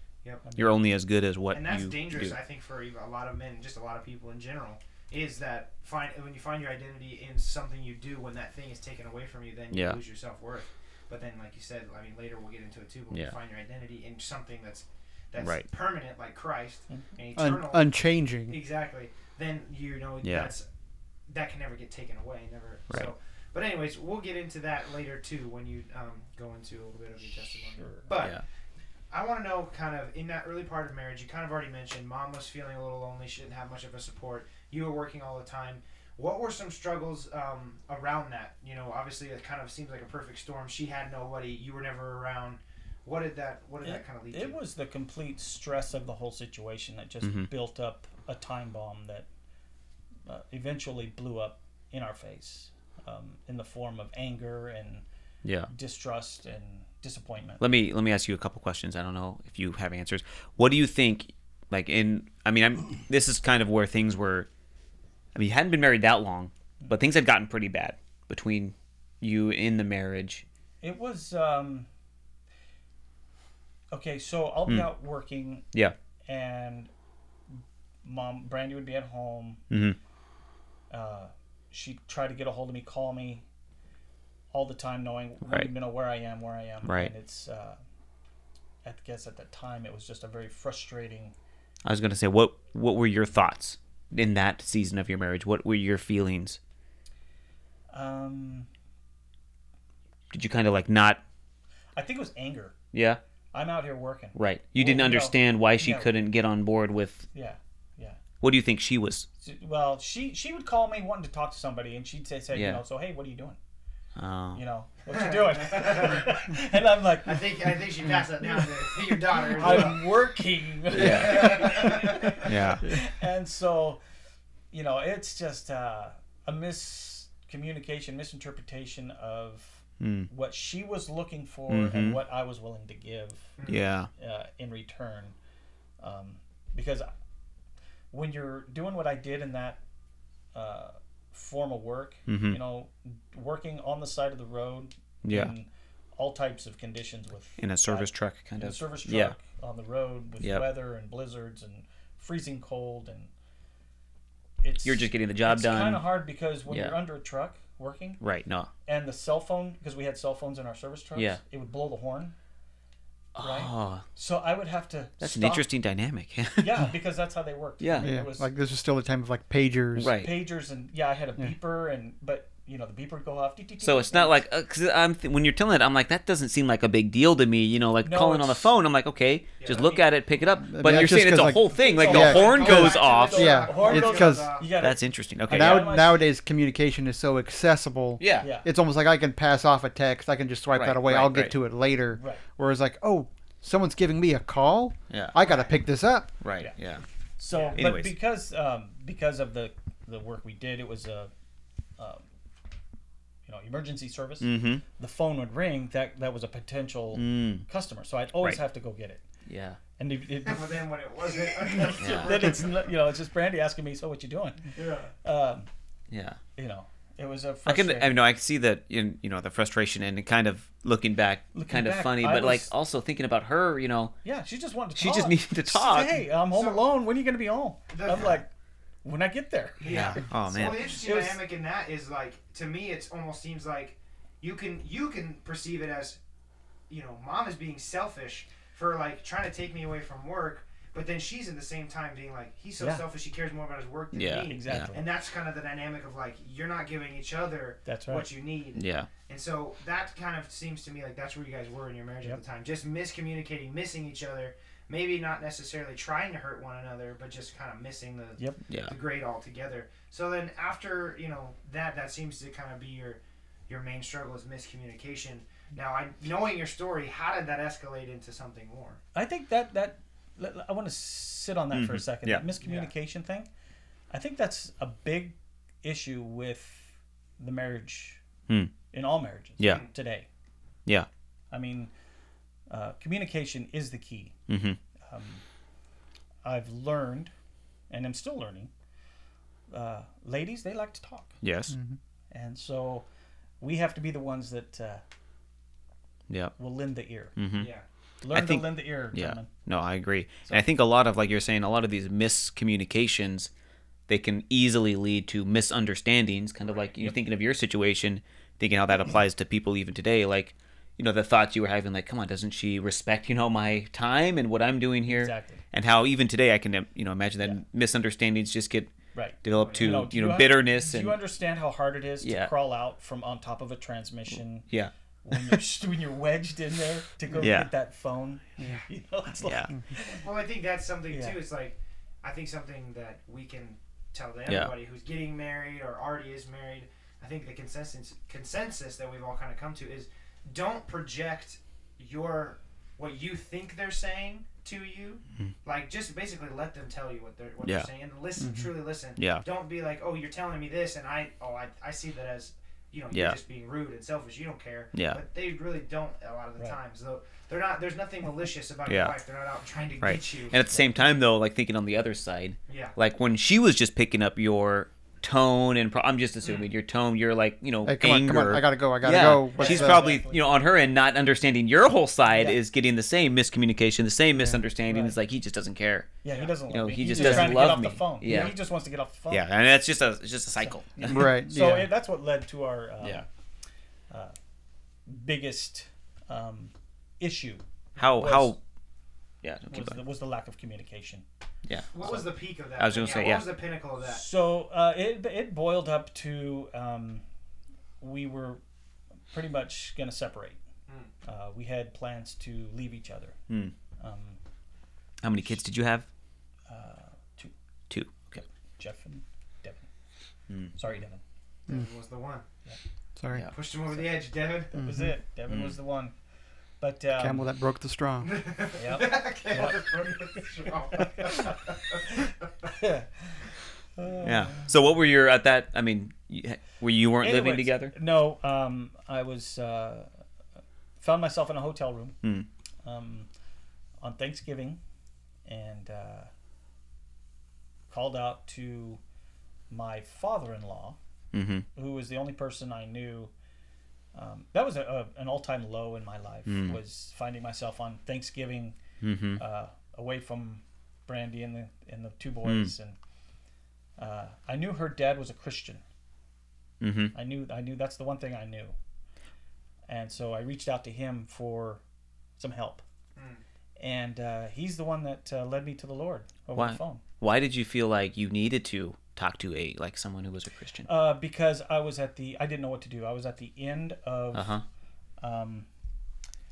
[SPEAKER 2] You're only as good as what
[SPEAKER 1] and that's
[SPEAKER 2] you
[SPEAKER 1] dangerous
[SPEAKER 2] do.
[SPEAKER 1] i think for even a lot of men just a lot of people in general is that find when you find your identity in something you do when that thing is taken away from you then you
[SPEAKER 2] Yeah.
[SPEAKER 1] lose your self-worth but then like you said i mean later we'll get into it too but when
[SPEAKER 2] Yeah.
[SPEAKER 1] you find your identity in something that's that's
[SPEAKER 2] Right.
[SPEAKER 1] permanent like christ and
[SPEAKER 3] Un-
[SPEAKER 1] eternal
[SPEAKER 3] unchanging.
[SPEAKER 1] exactly then you know
[SPEAKER 2] Yeah.
[SPEAKER 1] that's that can never get taken away never
[SPEAKER 2] Right.
[SPEAKER 1] so but anyways we'll get into that later too when you um, go into a little bit of your testimony
[SPEAKER 4] Sure.
[SPEAKER 1] but
[SPEAKER 2] Yeah.
[SPEAKER 1] I want to know kind of in that early part of marriage, you kind of already mentioned mom was feeling a little lonely. She didn't have much of a support. You were working all the time. What were some struggles um, around that? You know, obviously it kind of seems like a perfect storm. She had nobody. You were never around. What did that? What did that kind of lead to?
[SPEAKER 4] It was the complete stress of the whole situation that just
[SPEAKER 2] Mm-hmm.
[SPEAKER 4] built up a time bomb that uh, eventually blew up in our face um, in the form of anger and
[SPEAKER 2] Yeah.
[SPEAKER 4] distrust and disappointment.
[SPEAKER 2] Let me let me ask you a couple questions. I don't know if you have answers. What do you think? Like in, I mean, I'm. This is kind of where things were. I mean, you hadn't been married that long, but things had gotten pretty bad between you in the marriage.
[SPEAKER 4] It was um, okay. So I'll
[SPEAKER 2] Hmm.
[SPEAKER 4] be out working,
[SPEAKER 2] Yeah.
[SPEAKER 4] and mom Brandy would be at home.
[SPEAKER 2] Mm-hmm.
[SPEAKER 4] Uh, she'd try to get a hold of me, call me all the time, knowing
[SPEAKER 2] Right.
[SPEAKER 4] you know where I am, where I am.
[SPEAKER 2] Right.
[SPEAKER 4] And it's uh, I guess at that time it was just a very frustrating.
[SPEAKER 2] I was gonna say, what what were your thoughts in that season of your marriage? What were your feelings?
[SPEAKER 4] Um,
[SPEAKER 2] Did you kind of like not?
[SPEAKER 4] I think it was anger.
[SPEAKER 2] Yeah.
[SPEAKER 4] I'm out here working.
[SPEAKER 2] Right. You
[SPEAKER 4] Well,
[SPEAKER 2] didn't
[SPEAKER 4] no.
[SPEAKER 2] understand why she
[SPEAKER 4] No.
[SPEAKER 2] couldn't get on board with.
[SPEAKER 4] Yeah, yeah.
[SPEAKER 2] What do you think she was?
[SPEAKER 4] So- Well, she she would call me wanting to talk to somebody, and she'd say, say
[SPEAKER 2] Yeah.
[SPEAKER 4] you know, so hey, what are you doing?
[SPEAKER 2] Oh.
[SPEAKER 4] You know, what you doing? and I'm like,
[SPEAKER 1] I think I think she passed that down to your daughter. as well.
[SPEAKER 4] I'm working.
[SPEAKER 2] Yeah.
[SPEAKER 4] and so, you know, it's just uh, a miscommunication, misinterpretation of
[SPEAKER 2] Hmm.
[SPEAKER 4] what she was looking for
[SPEAKER 2] Mm-hmm.
[SPEAKER 4] and what I was willing to give
[SPEAKER 2] Yeah.
[SPEAKER 4] uh, in return. Um, because when you're doing what I did in that uh, form of work, you know, working on the side of the road
[SPEAKER 2] Mm-hmm. Yeah.
[SPEAKER 4] in all types of conditions with
[SPEAKER 2] In a service truck, kind
[SPEAKER 4] in a
[SPEAKER 2] of.
[SPEAKER 4] service truck
[SPEAKER 2] Yeah.
[SPEAKER 4] on the road with
[SPEAKER 2] Yep.
[SPEAKER 4] weather and blizzards and freezing cold and it's
[SPEAKER 2] You're just getting the job
[SPEAKER 4] it's
[SPEAKER 2] done.
[SPEAKER 4] kind of hard because when
[SPEAKER 2] Yeah.
[SPEAKER 4] you're under a truck working
[SPEAKER 2] Right. No.
[SPEAKER 4] and the cell phone because we had cell phones in our service trucks,
[SPEAKER 2] Yeah.
[SPEAKER 4] it would blow the horn. Right.
[SPEAKER 2] Oh,
[SPEAKER 4] So I would have to.
[SPEAKER 2] that's an
[SPEAKER 4] stop-
[SPEAKER 2] interesting dynamic.
[SPEAKER 4] Yeah, because that's how they worked.
[SPEAKER 2] Yeah.
[SPEAKER 4] It
[SPEAKER 3] Yeah.
[SPEAKER 4] was
[SPEAKER 3] Like this was still the time of like pagers.
[SPEAKER 2] right.
[SPEAKER 4] pagers and yeah, I had a beeper and but you know the beeper would go off. dee, dee, dee,
[SPEAKER 2] So it's not
[SPEAKER 4] and-
[SPEAKER 2] like uh, cause I'm th- when you're telling it, I'm like that doesn't seem like a big deal to me. You know, like
[SPEAKER 4] No,
[SPEAKER 2] calling on the
[SPEAKER 4] it's-
[SPEAKER 2] phone, I'm like okay, just look at it, pick it up. But
[SPEAKER 3] that's
[SPEAKER 2] you're
[SPEAKER 3] just
[SPEAKER 2] saying it's
[SPEAKER 3] 'cause,
[SPEAKER 2] a
[SPEAKER 3] like-
[SPEAKER 2] whole thing. Like
[SPEAKER 4] Yeah.
[SPEAKER 2] the horn
[SPEAKER 1] Go back
[SPEAKER 2] goes
[SPEAKER 1] to the
[SPEAKER 2] off.
[SPEAKER 1] door.
[SPEAKER 3] Yeah,
[SPEAKER 1] Horn
[SPEAKER 4] it's
[SPEAKER 1] goes
[SPEAKER 4] 'cause-
[SPEAKER 1] off.
[SPEAKER 4] You got
[SPEAKER 2] That's interesting. Okay.
[SPEAKER 4] Yeah,
[SPEAKER 3] Now
[SPEAKER 4] I'm like-
[SPEAKER 3] nowadays communication is so accessible.
[SPEAKER 2] yeah.
[SPEAKER 4] Yeah.
[SPEAKER 3] It's almost like I can pass off a text. I can just swipe
[SPEAKER 2] Right,
[SPEAKER 3] that away.
[SPEAKER 2] right,
[SPEAKER 3] I'll get
[SPEAKER 2] right.
[SPEAKER 3] to it later.
[SPEAKER 4] Right.
[SPEAKER 3] Whereas like, oh, someone's giving me a call.
[SPEAKER 2] Yeah.
[SPEAKER 3] I gotta pick this up.
[SPEAKER 2] Right.
[SPEAKER 4] Yeah.
[SPEAKER 2] Yeah.
[SPEAKER 4] So, but
[SPEAKER 2] Anyways.
[SPEAKER 4] because um, because of the the work we did, it was a um, you know emergency service.
[SPEAKER 2] Mm-hmm.
[SPEAKER 4] The phone would ring. That that was a potential customer. So I'd always
[SPEAKER 2] Mm. Right.
[SPEAKER 4] have to go get it.
[SPEAKER 2] Yeah.
[SPEAKER 4] And it, it,
[SPEAKER 1] But then when it wasn't,
[SPEAKER 4] then it's n- you know it's just Brandy asking me, so what you doing?
[SPEAKER 1] yeah.
[SPEAKER 4] Um,
[SPEAKER 2] Yeah.
[SPEAKER 4] you know, it was a
[SPEAKER 2] I can.
[SPEAKER 4] frustrating.
[SPEAKER 2] I know. I can see that. In you know the frustration and it kind of looking back,
[SPEAKER 4] Looking
[SPEAKER 2] kind of
[SPEAKER 4] back,
[SPEAKER 2] funny,
[SPEAKER 4] I
[SPEAKER 2] but like
[SPEAKER 4] was-
[SPEAKER 2] also thinking about her. You know.
[SPEAKER 4] yeah, she just wanted to.
[SPEAKER 2] She
[SPEAKER 4] talk.
[SPEAKER 2] just needed to
[SPEAKER 4] She said,
[SPEAKER 2] talk.
[SPEAKER 4] Hey, I'm home
[SPEAKER 1] So-
[SPEAKER 4] alone. When are you going to be home?
[SPEAKER 1] The-
[SPEAKER 4] I'm like, when I get there.
[SPEAKER 1] Yeah.
[SPEAKER 2] Oh
[SPEAKER 1] Well, the
[SPEAKER 2] man.
[SPEAKER 1] interesting
[SPEAKER 4] It was-
[SPEAKER 1] dynamic in that is like to me, it almost seems like you can you can perceive it as, you know, mom is being selfish for like trying to take me away from work, but then she's in the same time being like he's so
[SPEAKER 4] Yeah.
[SPEAKER 1] selfish he cares more about his work than
[SPEAKER 2] Yeah,
[SPEAKER 1] me.
[SPEAKER 4] exactly.
[SPEAKER 1] And that's kind of the dynamic of like you're not giving each other
[SPEAKER 4] That's right.
[SPEAKER 1] what you need.
[SPEAKER 2] Yeah.
[SPEAKER 1] And so that kind of seems to me like that's where you guys were in your marriage at the time. Just miscommunicating, missing each other, maybe not necessarily trying to hurt one another, but just kind of missing the
[SPEAKER 4] Yep.
[SPEAKER 2] Yeah.
[SPEAKER 1] the grade altogether. So then after, you know, that that seems to kind of be your your main struggle is miscommunication. Now, I knowing your story, how did that escalate into something more?
[SPEAKER 4] I think that that let- let- I want to sit on that for a second.
[SPEAKER 2] Mm-hmm. Yeah.
[SPEAKER 4] That miscommunication thing. I think that's a big issue with the marriage
[SPEAKER 2] Hmm.
[SPEAKER 4] in all marriages.
[SPEAKER 2] Yeah.
[SPEAKER 4] Today.
[SPEAKER 2] Yeah.
[SPEAKER 4] I mean, uh, communication is the key. Um,
[SPEAKER 2] Mm-hmm.
[SPEAKER 4] I've learned, and I'm still learning, uh, ladies, they like to talk,
[SPEAKER 2] Yes.
[SPEAKER 4] Mm-hmm. and so we have to be the ones that uh,
[SPEAKER 2] Yeah.
[SPEAKER 4] will lend the ear.
[SPEAKER 1] Yeah.
[SPEAKER 4] Learn
[SPEAKER 2] Mm. think-
[SPEAKER 4] to lend the ear,
[SPEAKER 2] Yeah.
[SPEAKER 4] gentlemen.
[SPEAKER 2] No, I agree. and I think a lot of like you're saying, a lot of these miscommunications, they can easily lead to misunderstandings. Kind of like you're thinking of your situation, thinking how that applies to people even today. Like, you know, the thoughts you were having, like, come on, doesn't she respect you know my time and what I'm doing here?
[SPEAKER 4] Exactly.
[SPEAKER 2] And how even today I can you know imagine that misunderstandings just get
[SPEAKER 4] Right.
[SPEAKER 2] developed to you know,
[SPEAKER 4] do un-
[SPEAKER 2] bitterness
[SPEAKER 4] Do
[SPEAKER 2] and
[SPEAKER 4] you understand how hard it is to
[SPEAKER 2] Yeah.
[SPEAKER 4] crawl out from on top of a transmission
[SPEAKER 2] yeah.
[SPEAKER 4] when you're when you're wedged in there to go
[SPEAKER 2] Yeah.
[SPEAKER 4] get that phone? Yeah. You know, it's like,
[SPEAKER 2] Yeah.
[SPEAKER 1] Well, I think that's something
[SPEAKER 4] Yeah.
[SPEAKER 1] too. It's like I think something that we can tell to
[SPEAKER 2] Yeah.
[SPEAKER 1] everybody who's getting married or already is married. I think the consensus consensus that we've all kind of come to is don't project your what you think they're saying to you. Like just basically let them tell you what they're what
[SPEAKER 2] Mm-hmm. Yeah.
[SPEAKER 1] they're saying and listen
[SPEAKER 4] Mm-hmm.
[SPEAKER 1] truly listen.
[SPEAKER 2] Yeah.
[SPEAKER 1] Don't be like, "Oh, you're telling me this and I oh, I, I see that as you know,
[SPEAKER 2] Yeah.
[SPEAKER 1] you're just being rude and selfish. You don't care.
[SPEAKER 2] Yeah.
[SPEAKER 1] But they really don't a lot of the
[SPEAKER 4] Right.
[SPEAKER 1] times. Though they're not. There's nothing malicious about
[SPEAKER 2] Yeah.
[SPEAKER 1] your wife. They're not out trying to
[SPEAKER 2] Right.
[SPEAKER 1] get you.
[SPEAKER 2] And at the same time though, like thinking on the other side,
[SPEAKER 1] yeah.
[SPEAKER 2] like when she was just picking up your tone and pro- I'm just assuming your tone, you're like, you know,
[SPEAKER 3] Hey, come on,
[SPEAKER 2] anger.
[SPEAKER 3] come on. I gotta go. I gotta
[SPEAKER 2] yeah.
[SPEAKER 3] go.
[SPEAKER 2] She's
[SPEAKER 3] the-
[SPEAKER 2] probably,
[SPEAKER 4] Exactly.
[SPEAKER 2] you know, on her end, not understanding your whole side
[SPEAKER 4] Yeah.
[SPEAKER 2] is getting the same miscommunication, the same misunderstanding.
[SPEAKER 4] Right.
[SPEAKER 2] It's like he just doesn't care.
[SPEAKER 4] yeah, he doesn't. Love
[SPEAKER 2] You know,
[SPEAKER 4] me.
[SPEAKER 2] he
[SPEAKER 4] He's
[SPEAKER 2] just doesn't
[SPEAKER 4] trying to
[SPEAKER 2] love
[SPEAKER 4] get off
[SPEAKER 2] me.
[SPEAKER 4] the phone.
[SPEAKER 2] Yeah.
[SPEAKER 4] he just wants to get off the phone.
[SPEAKER 2] Yeah, and that's just a it's just a cycle.
[SPEAKER 3] right.
[SPEAKER 4] So
[SPEAKER 3] yeah.
[SPEAKER 4] it, that's what led to our uh,
[SPEAKER 2] Yeah.
[SPEAKER 4] biggest um, issue
[SPEAKER 2] How
[SPEAKER 4] Was-
[SPEAKER 2] how yeah,
[SPEAKER 4] was
[SPEAKER 2] keep
[SPEAKER 4] the,
[SPEAKER 2] going.
[SPEAKER 4] was the lack of communication.
[SPEAKER 2] yeah.
[SPEAKER 1] What was the peak of that?
[SPEAKER 2] I was gonna
[SPEAKER 1] yeah,
[SPEAKER 2] say,
[SPEAKER 1] What
[SPEAKER 2] yeah.
[SPEAKER 1] was the pinnacle of that?
[SPEAKER 4] So uh, it it boiled up to um, we were pretty much going to separate. Uh, we had plans to leave each other. Um,
[SPEAKER 2] How many kids did you have?
[SPEAKER 3] Uh,
[SPEAKER 4] two.
[SPEAKER 2] Two. Okay.
[SPEAKER 4] Jeff and Devin. Sorry, Devin.
[SPEAKER 1] Devin
[SPEAKER 4] Hmm.
[SPEAKER 1] was the one.
[SPEAKER 3] Sorry,
[SPEAKER 2] Yeah.
[SPEAKER 1] Pushed him over the edge, Devin.
[SPEAKER 4] That was it. Devin was the one. But um,
[SPEAKER 3] camel that broke the straw.
[SPEAKER 4] Yep.
[SPEAKER 2] Yeah. So what were your at that? I mean, you, were you weren't living
[SPEAKER 4] Anyways,
[SPEAKER 2] together?
[SPEAKER 4] No, um, I was uh, found myself in a hotel room
[SPEAKER 2] Hmm.
[SPEAKER 4] um, on Thanksgiving, and uh, called out to my father-in-law,
[SPEAKER 2] Mm-hmm.
[SPEAKER 4] who was the only person I knew. Um, that was a, a, an all-time low in my life
[SPEAKER 2] Hmm.
[SPEAKER 4] was finding myself on Thanksgiving
[SPEAKER 2] Mm-hmm.
[SPEAKER 4] uh, away from Brandy and the and the two boys,
[SPEAKER 2] Hmm.
[SPEAKER 4] and uh, I knew her dad was a Christian.
[SPEAKER 2] Mm-hmm.
[SPEAKER 4] I knew I knew that's the one thing I knew. And so I reached out to him for some help. And uh, he's the one that uh, led me to the Lord over
[SPEAKER 2] Why?
[SPEAKER 4] the phone.
[SPEAKER 2] Why did you feel like you needed to talk to a like someone who was a Christian?
[SPEAKER 4] Uh, because I was at the I didn't know what to do. I was at the end of
[SPEAKER 2] Uh huh.
[SPEAKER 4] um,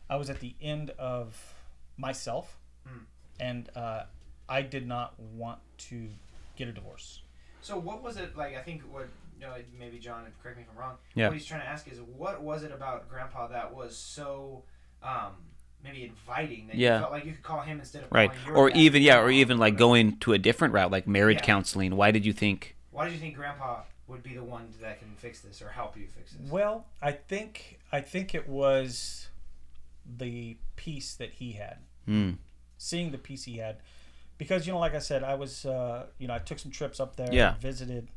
[SPEAKER 4] I was at the end of myself and uh, I did not want to get a divorce.
[SPEAKER 1] so what was it like? I think what you know, maybe John, correct me if I'm wrong.
[SPEAKER 2] Yeah.
[SPEAKER 1] What he's trying to ask is, what was it about Grandpa that was so um, maybe inviting that
[SPEAKER 2] Yeah.
[SPEAKER 1] you felt like you could call him instead of
[SPEAKER 2] Right.
[SPEAKER 1] calling your
[SPEAKER 2] Or
[SPEAKER 1] dad?
[SPEAKER 2] even yeah, or even like going to a different route, like marriage
[SPEAKER 1] Yeah.
[SPEAKER 2] counseling. Why did you think?
[SPEAKER 1] Why did you think Grandpa would be the one that can fix this or help you fix this?
[SPEAKER 4] Well, I think I think it was the peace that he had.
[SPEAKER 2] Mm.
[SPEAKER 4] seeing the piece he had because you know like i said i was uh, you know i took some trips up there
[SPEAKER 2] Yeah.
[SPEAKER 4] visited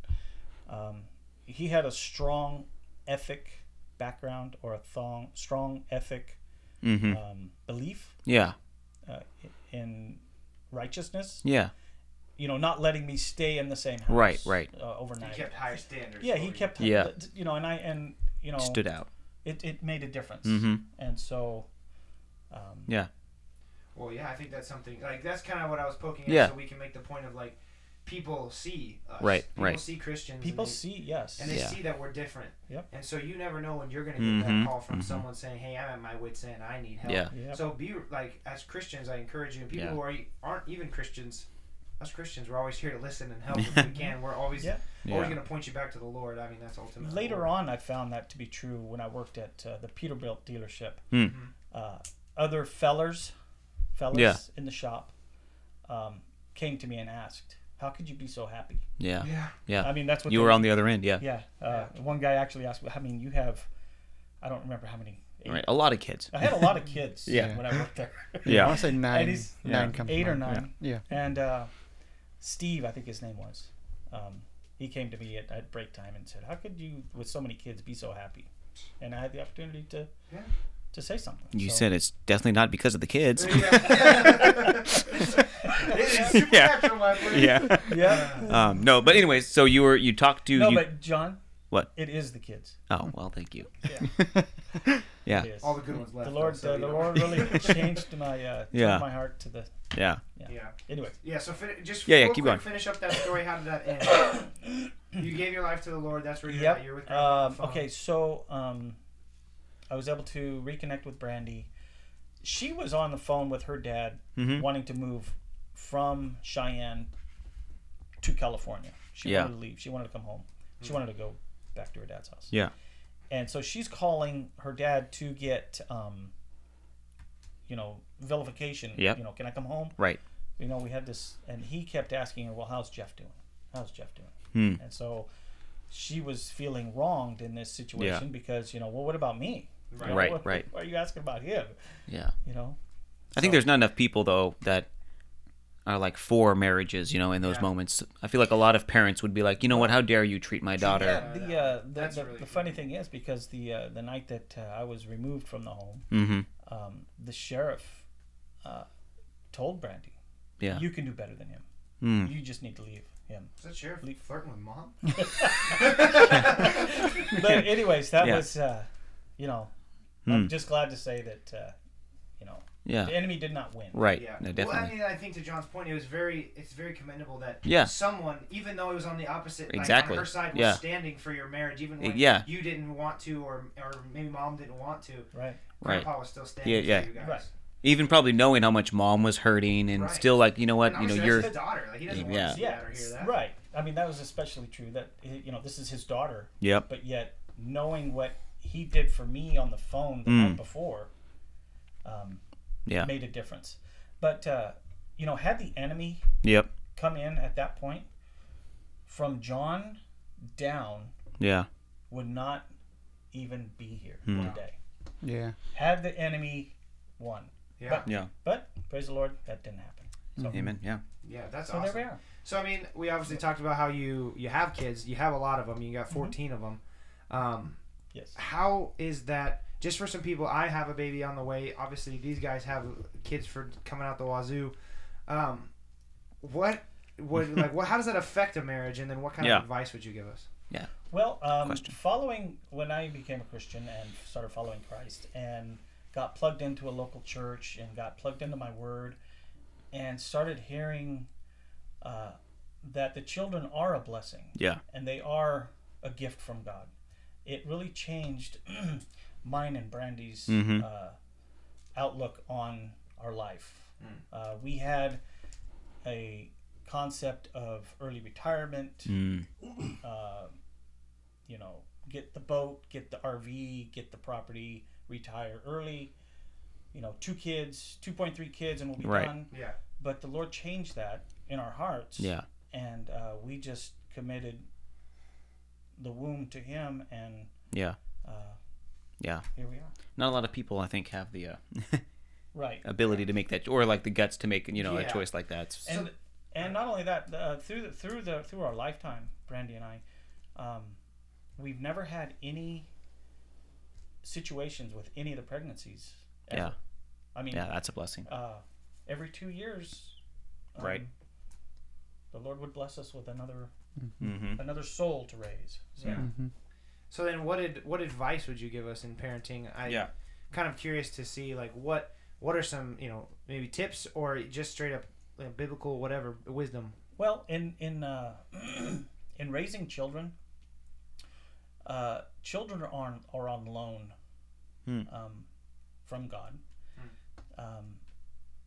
[SPEAKER 4] um, he had a strong ethic background or a thong, strong ethic
[SPEAKER 2] Mm-hmm.
[SPEAKER 4] um, belief
[SPEAKER 2] Yeah.
[SPEAKER 4] uh, in righteousness
[SPEAKER 2] Yeah.
[SPEAKER 4] you know not letting me stay in the same house
[SPEAKER 2] Right, right.
[SPEAKER 4] uh,
[SPEAKER 1] He
[SPEAKER 4] overnight
[SPEAKER 1] kept higher standards.
[SPEAKER 4] yeah
[SPEAKER 1] for
[SPEAKER 4] he
[SPEAKER 1] you.
[SPEAKER 4] kept
[SPEAKER 2] Yeah.
[SPEAKER 4] you know and i and you know
[SPEAKER 2] Stood out.
[SPEAKER 4] it, it made a difference
[SPEAKER 2] Mhm.
[SPEAKER 4] and so um,
[SPEAKER 2] Yeah.
[SPEAKER 1] Well, yeah, I think that's something like that's kind of what I was poking at,
[SPEAKER 2] Yeah.
[SPEAKER 1] so we can make the point of like people see us,
[SPEAKER 2] Right,
[SPEAKER 1] People
[SPEAKER 2] right.
[SPEAKER 1] see Christians,
[SPEAKER 4] people
[SPEAKER 1] and they,
[SPEAKER 4] see yes
[SPEAKER 1] and they
[SPEAKER 2] Yeah.
[SPEAKER 1] see that we're different.
[SPEAKER 4] Yep.
[SPEAKER 1] And so you never know when you're going to get
[SPEAKER 2] Mhm,
[SPEAKER 1] that call from someone saying, "Hey, I'm at my wits' end. I need help."
[SPEAKER 2] Yeah.
[SPEAKER 4] Yep.
[SPEAKER 1] So be like, as Christians, I encourage you, and people
[SPEAKER 2] Yeah.
[SPEAKER 1] who are, e, aren't even Christians, us Christians, we're always here to listen and help if we can. We're always
[SPEAKER 4] Yeah.
[SPEAKER 1] always
[SPEAKER 2] Yeah.
[SPEAKER 1] going to point you back to the Lord. I mean, that's ultimately
[SPEAKER 4] Later on, I found that to be true when I worked at uh, the Peterbilt dealership.
[SPEAKER 2] Hmm.
[SPEAKER 4] Uh, other fellers, fellas
[SPEAKER 2] Yeah.
[SPEAKER 4] in the shop, um, came to me and asked, "How could you be so happy?"
[SPEAKER 2] Yeah.
[SPEAKER 1] Yeah.
[SPEAKER 2] Yeah.
[SPEAKER 4] I mean, that's what
[SPEAKER 2] You
[SPEAKER 4] they-
[SPEAKER 2] were on the other end. Yeah.
[SPEAKER 4] Yeah, uh, one guy actually asked, "I mean, you have, I don't remember how many. eight-
[SPEAKER 2] Right. A lot of kids.
[SPEAKER 4] I had a lot of kids.
[SPEAKER 2] Yeah.
[SPEAKER 4] when I worked there.
[SPEAKER 3] I
[SPEAKER 2] Yeah.
[SPEAKER 3] want to say nine.
[SPEAKER 4] he's-
[SPEAKER 2] yeah,
[SPEAKER 3] Nine comes to
[SPEAKER 4] eight or
[SPEAKER 3] mind.
[SPEAKER 4] nine.
[SPEAKER 3] Yeah.
[SPEAKER 4] And uh, Steve, I think his name was, um, he he came to me at, at break time and said, "How could you, with so many kids, be so happy?" And I had the opportunity to
[SPEAKER 1] Yeah.
[SPEAKER 4] to say something.
[SPEAKER 2] You
[SPEAKER 4] So-
[SPEAKER 2] said it's definitely not because of the kids.
[SPEAKER 1] It's
[SPEAKER 2] Yeah.
[SPEAKER 1] supernatural, my friend.
[SPEAKER 2] yeah.
[SPEAKER 4] "Yeah."
[SPEAKER 2] Um, no, but anyways, so you were you talked to
[SPEAKER 4] no,
[SPEAKER 2] you.
[SPEAKER 4] but John,
[SPEAKER 2] What?
[SPEAKER 4] It is the kids.
[SPEAKER 2] Oh well, thank you.
[SPEAKER 4] It
[SPEAKER 2] Yeah,
[SPEAKER 4] is.
[SPEAKER 1] All the good ones left.
[SPEAKER 4] the Lord,
[SPEAKER 1] though, so
[SPEAKER 4] uh,
[SPEAKER 1] you
[SPEAKER 4] the
[SPEAKER 1] don't-
[SPEAKER 4] Lord really changed my uh, turned
[SPEAKER 2] Yeah.
[SPEAKER 4] my heart to the.
[SPEAKER 2] yeah.
[SPEAKER 1] Yeah.
[SPEAKER 4] Anyway,
[SPEAKER 1] Yeah. So fin- just
[SPEAKER 2] Yeah, yeah,
[SPEAKER 1] real
[SPEAKER 2] keep
[SPEAKER 1] quick,
[SPEAKER 2] going.
[SPEAKER 1] Finish up that story. How did that end? you gave your life to the Lord. That's where you're
[SPEAKER 4] Yep.
[SPEAKER 1] at. You're with Grandma on
[SPEAKER 4] Um,
[SPEAKER 1] the phone.
[SPEAKER 4] okay, so um, I was able to reconnect with Brandy. She was on the phone with her dad,
[SPEAKER 2] Mhm.
[SPEAKER 4] wanting to move from Cheyenne to California. She
[SPEAKER 2] Yeah.
[SPEAKER 4] wanted to leave. She wanted to come home. She wanted to go back to her dad's house.
[SPEAKER 2] Yeah.
[SPEAKER 4] And so she's calling her dad to get, um, you know, vilification.
[SPEAKER 2] Yep.
[SPEAKER 4] You know, can I come home?
[SPEAKER 2] Right.
[SPEAKER 4] you know, we had this, and he kept asking her, well, how's Jeff doing? How's Jeff doing?
[SPEAKER 2] Hmm.
[SPEAKER 4] And so she was feeling wronged in this situation because, you know, well, what about me? You know,
[SPEAKER 2] Right,
[SPEAKER 4] what-
[SPEAKER 2] right.
[SPEAKER 4] Why are you asking about him?
[SPEAKER 2] Yeah.
[SPEAKER 4] You know?
[SPEAKER 2] I think there's not enough people though that are like for marriages. You know, in those
[SPEAKER 1] Yeah.
[SPEAKER 2] moments, I feel like a lot of parents would be like, you know what? How dare you treat my daughter?
[SPEAKER 4] Yeah,
[SPEAKER 1] Yeah,
[SPEAKER 4] the, uh, the,
[SPEAKER 1] that's
[SPEAKER 4] the,
[SPEAKER 1] really
[SPEAKER 4] the funny thing is because the, uh, the night that uh, I was removed from the home,
[SPEAKER 2] Mm-hmm.
[SPEAKER 4] um, the sheriff uh, told Brandy,
[SPEAKER 2] Yeah.
[SPEAKER 4] you can do better than him.
[SPEAKER 2] Mm.
[SPEAKER 4] You just need to leave him.
[SPEAKER 1] Is that sheriff
[SPEAKER 4] Leap.
[SPEAKER 1] flirting with mom?
[SPEAKER 4] But anyways, that
[SPEAKER 2] Yeah.
[SPEAKER 4] was, uh, you know,
[SPEAKER 2] Hmm.
[SPEAKER 4] I'm just glad to say that, uh, you know,
[SPEAKER 2] Yeah.
[SPEAKER 4] the enemy did not win.
[SPEAKER 2] Right.
[SPEAKER 1] Yeah. well,
[SPEAKER 2] No,
[SPEAKER 1] I
[SPEAKER 2] definitely.
[SPEAKER 1] mean, I think to John's point, it was very, it's very commendable that
[SPEAKER 2] Yeah.
[SPEAKER 1] someone, even though it was on the opposite, like,
[SPEAKER 2] Exactly.
[SPEAKER 1] on her side, was
[SPEAKER 2] Yeah.
[SPEAKER 1] standing for your marriage, even
[SPEAKER 2] Eh,
[SPEAKER 1] when
[SPEAKER 2] yeah.
[SPEAKER 1] you didn't want to, or or maybe mom didn't want to.
[SPEAKER 4] Right.
[SPEAKER 2] Right.
[SPEAKER 1] Grandpa was still standing
[SPEAKER 2] Yeah, yeah.
[SPEAKER 1] for you guys.
[SPEAKER 4] Right.
[SPEAKER 2] Even probably knowing how much mom was hurting, and
[SPEAKER 1] Right.
[SPEAKER 2] still like, you know what?
[SPEAKER 1] And
[SPEAKER 2] You know,
[SPEAKER 1] obviously that's
[SPEAKER 2] you're.
[SPEAKER 1] his daughter. Like, he doesn't want
[SPEAKER 2] Yeah.
[SPEAKER 1] to see
[SPEAKER 4] Yeah.
[SPEAKER 1] that or hear that.
[SPEAKER 4] Right. I mean, that was especially true that eh, you know this is his daughter,
[SPEAKER 2] Yep.
[SPEAKER 4] but yet knowing what he did for me on the phone the
[SPEAKER 2] Mm.
[SPEAKER 4] night before um,
[SPEAKER 2] Yeah.
[SPEAKER 4] made a difference. But uh, you know, had the enemy
[SPEAKER 2] Yep.
[SPEAKER 4] come in at that point, from John down
[SPEAKER 2] Yeah.
[SPEAKER 4] would not even be here
[SPEAKER 2] Hmm.
[SPEAKER 4] today.
[SPEAKER 3] Yeah.
[SPEAKER 4] Had the enemy won,
[SPEAKER 1] Yeah.
[SPEAKER 4] But-
[SPEAKER 2] Yeah.
[SPEAKER 4] but praise the Lord, that didn't happen. So,
[SPEAKER 2] Amen. Yeah.
[SPEAKER 1] Yeah. That's
[SPEAKER 4] so
[SPEAKER 1] awesome.
[SPEAKER 4] there we are.
[SPEAKER 1] So I mean, we obviously talked about how you you have kids. You have a lot of them. You got
[SPEAKER 4] Mm-hmm.
[SPEAKER 1] 14 of them. Um,
[SPEAKER 4] Yes.
[SPEAKER 1] how is that? Just for some people, I have a baby on the way. Obviously, these guys have kids for coming out the wazoo. Um, what would like? What? How does that affect a marriage? And then what kind
[SPEAKER 2] Yeah.
[SPEAKER 1] of advice would you give us?
[SPEAKER 4] Well, um,
[SPEAKER 2] Question.
[SPEAKER 4] following when I became a Christian and started following Christ and got plugged into a local church and got plugged into my word and started hearing uh, that the children are a blessing
[SPEAKER 2] Yeah.
[SPEAKER 4] and they are a gift from God. It really changed mine and Brandy's
[SPEAKER 2] Mhm.
[SPEAKER 4] uh, outlook on our life. Uh, we had a concept of early retirement
[SPEAKER 2] Mm.
[SPEAKER 4] uh, you know, get the boat, get the RV, get the property, retire early. You know, two kids, two point three kids, and we'll be
[SPEAKER 2] Right.
[SPEAKER 4] done.
[SPEAKER 1] Yeah.
[SPEAKER 4] But the Lord changed that in our hearts,
[SPEAKER 2] Yeah.
[SPEAKER 4] and uh, we just committed the womb to Him, and
[SPEAKER 2] Yeah.
[SPEAKER 4] uh,
[SPEAKER 2] Yeah.
[SPEAKER 4] here we are.
[SPEAKER 2] Not a lot of people, I think, have the uh,
[SPEAKER 4] Right,
[SPEAKER 2] ability to make that, or like the guts to make, you know,
[SPEAKER 1] Yeah.
[SPEAKER 2] a choice like that. It's-
[SPEAKER 4] and and not only that, the- uh, through the, through the through our lifetime, Brandy and I, um, we've never had any situations with any of the pregnancies. ever.
[SPEAKER 2] Yeah.
[SPEAKER 4] I mean,
[SPEAKER 2] yeah, that's a blessing.
[SPEAKER 4] uh, every two years, um,
[SPEAKER 2] Right.
[SPEAKER 4] The Lord would bless us with another
[SPEAKER 2] Mm-hmm.
[SPEAKER 4] another soul to raise. So,
[SPEAKER 1] Yeah.
[SPEAKER 3] Mhm.
[SPEAKER 1] So then, what did what advice would you give us in parenting? I
[SPEAKER 2] Yeah.
[SPEAKER 1] kind of curious to see like what what are some you know maybe tips or just straight up you know, biblical whatever wisdom.
[SPEAKER 4] Well, in in uh, in raising children, uh, children are on are on loan
[SPEAKER 2] Hmm.
[SPEAKER 4] um, from God, um,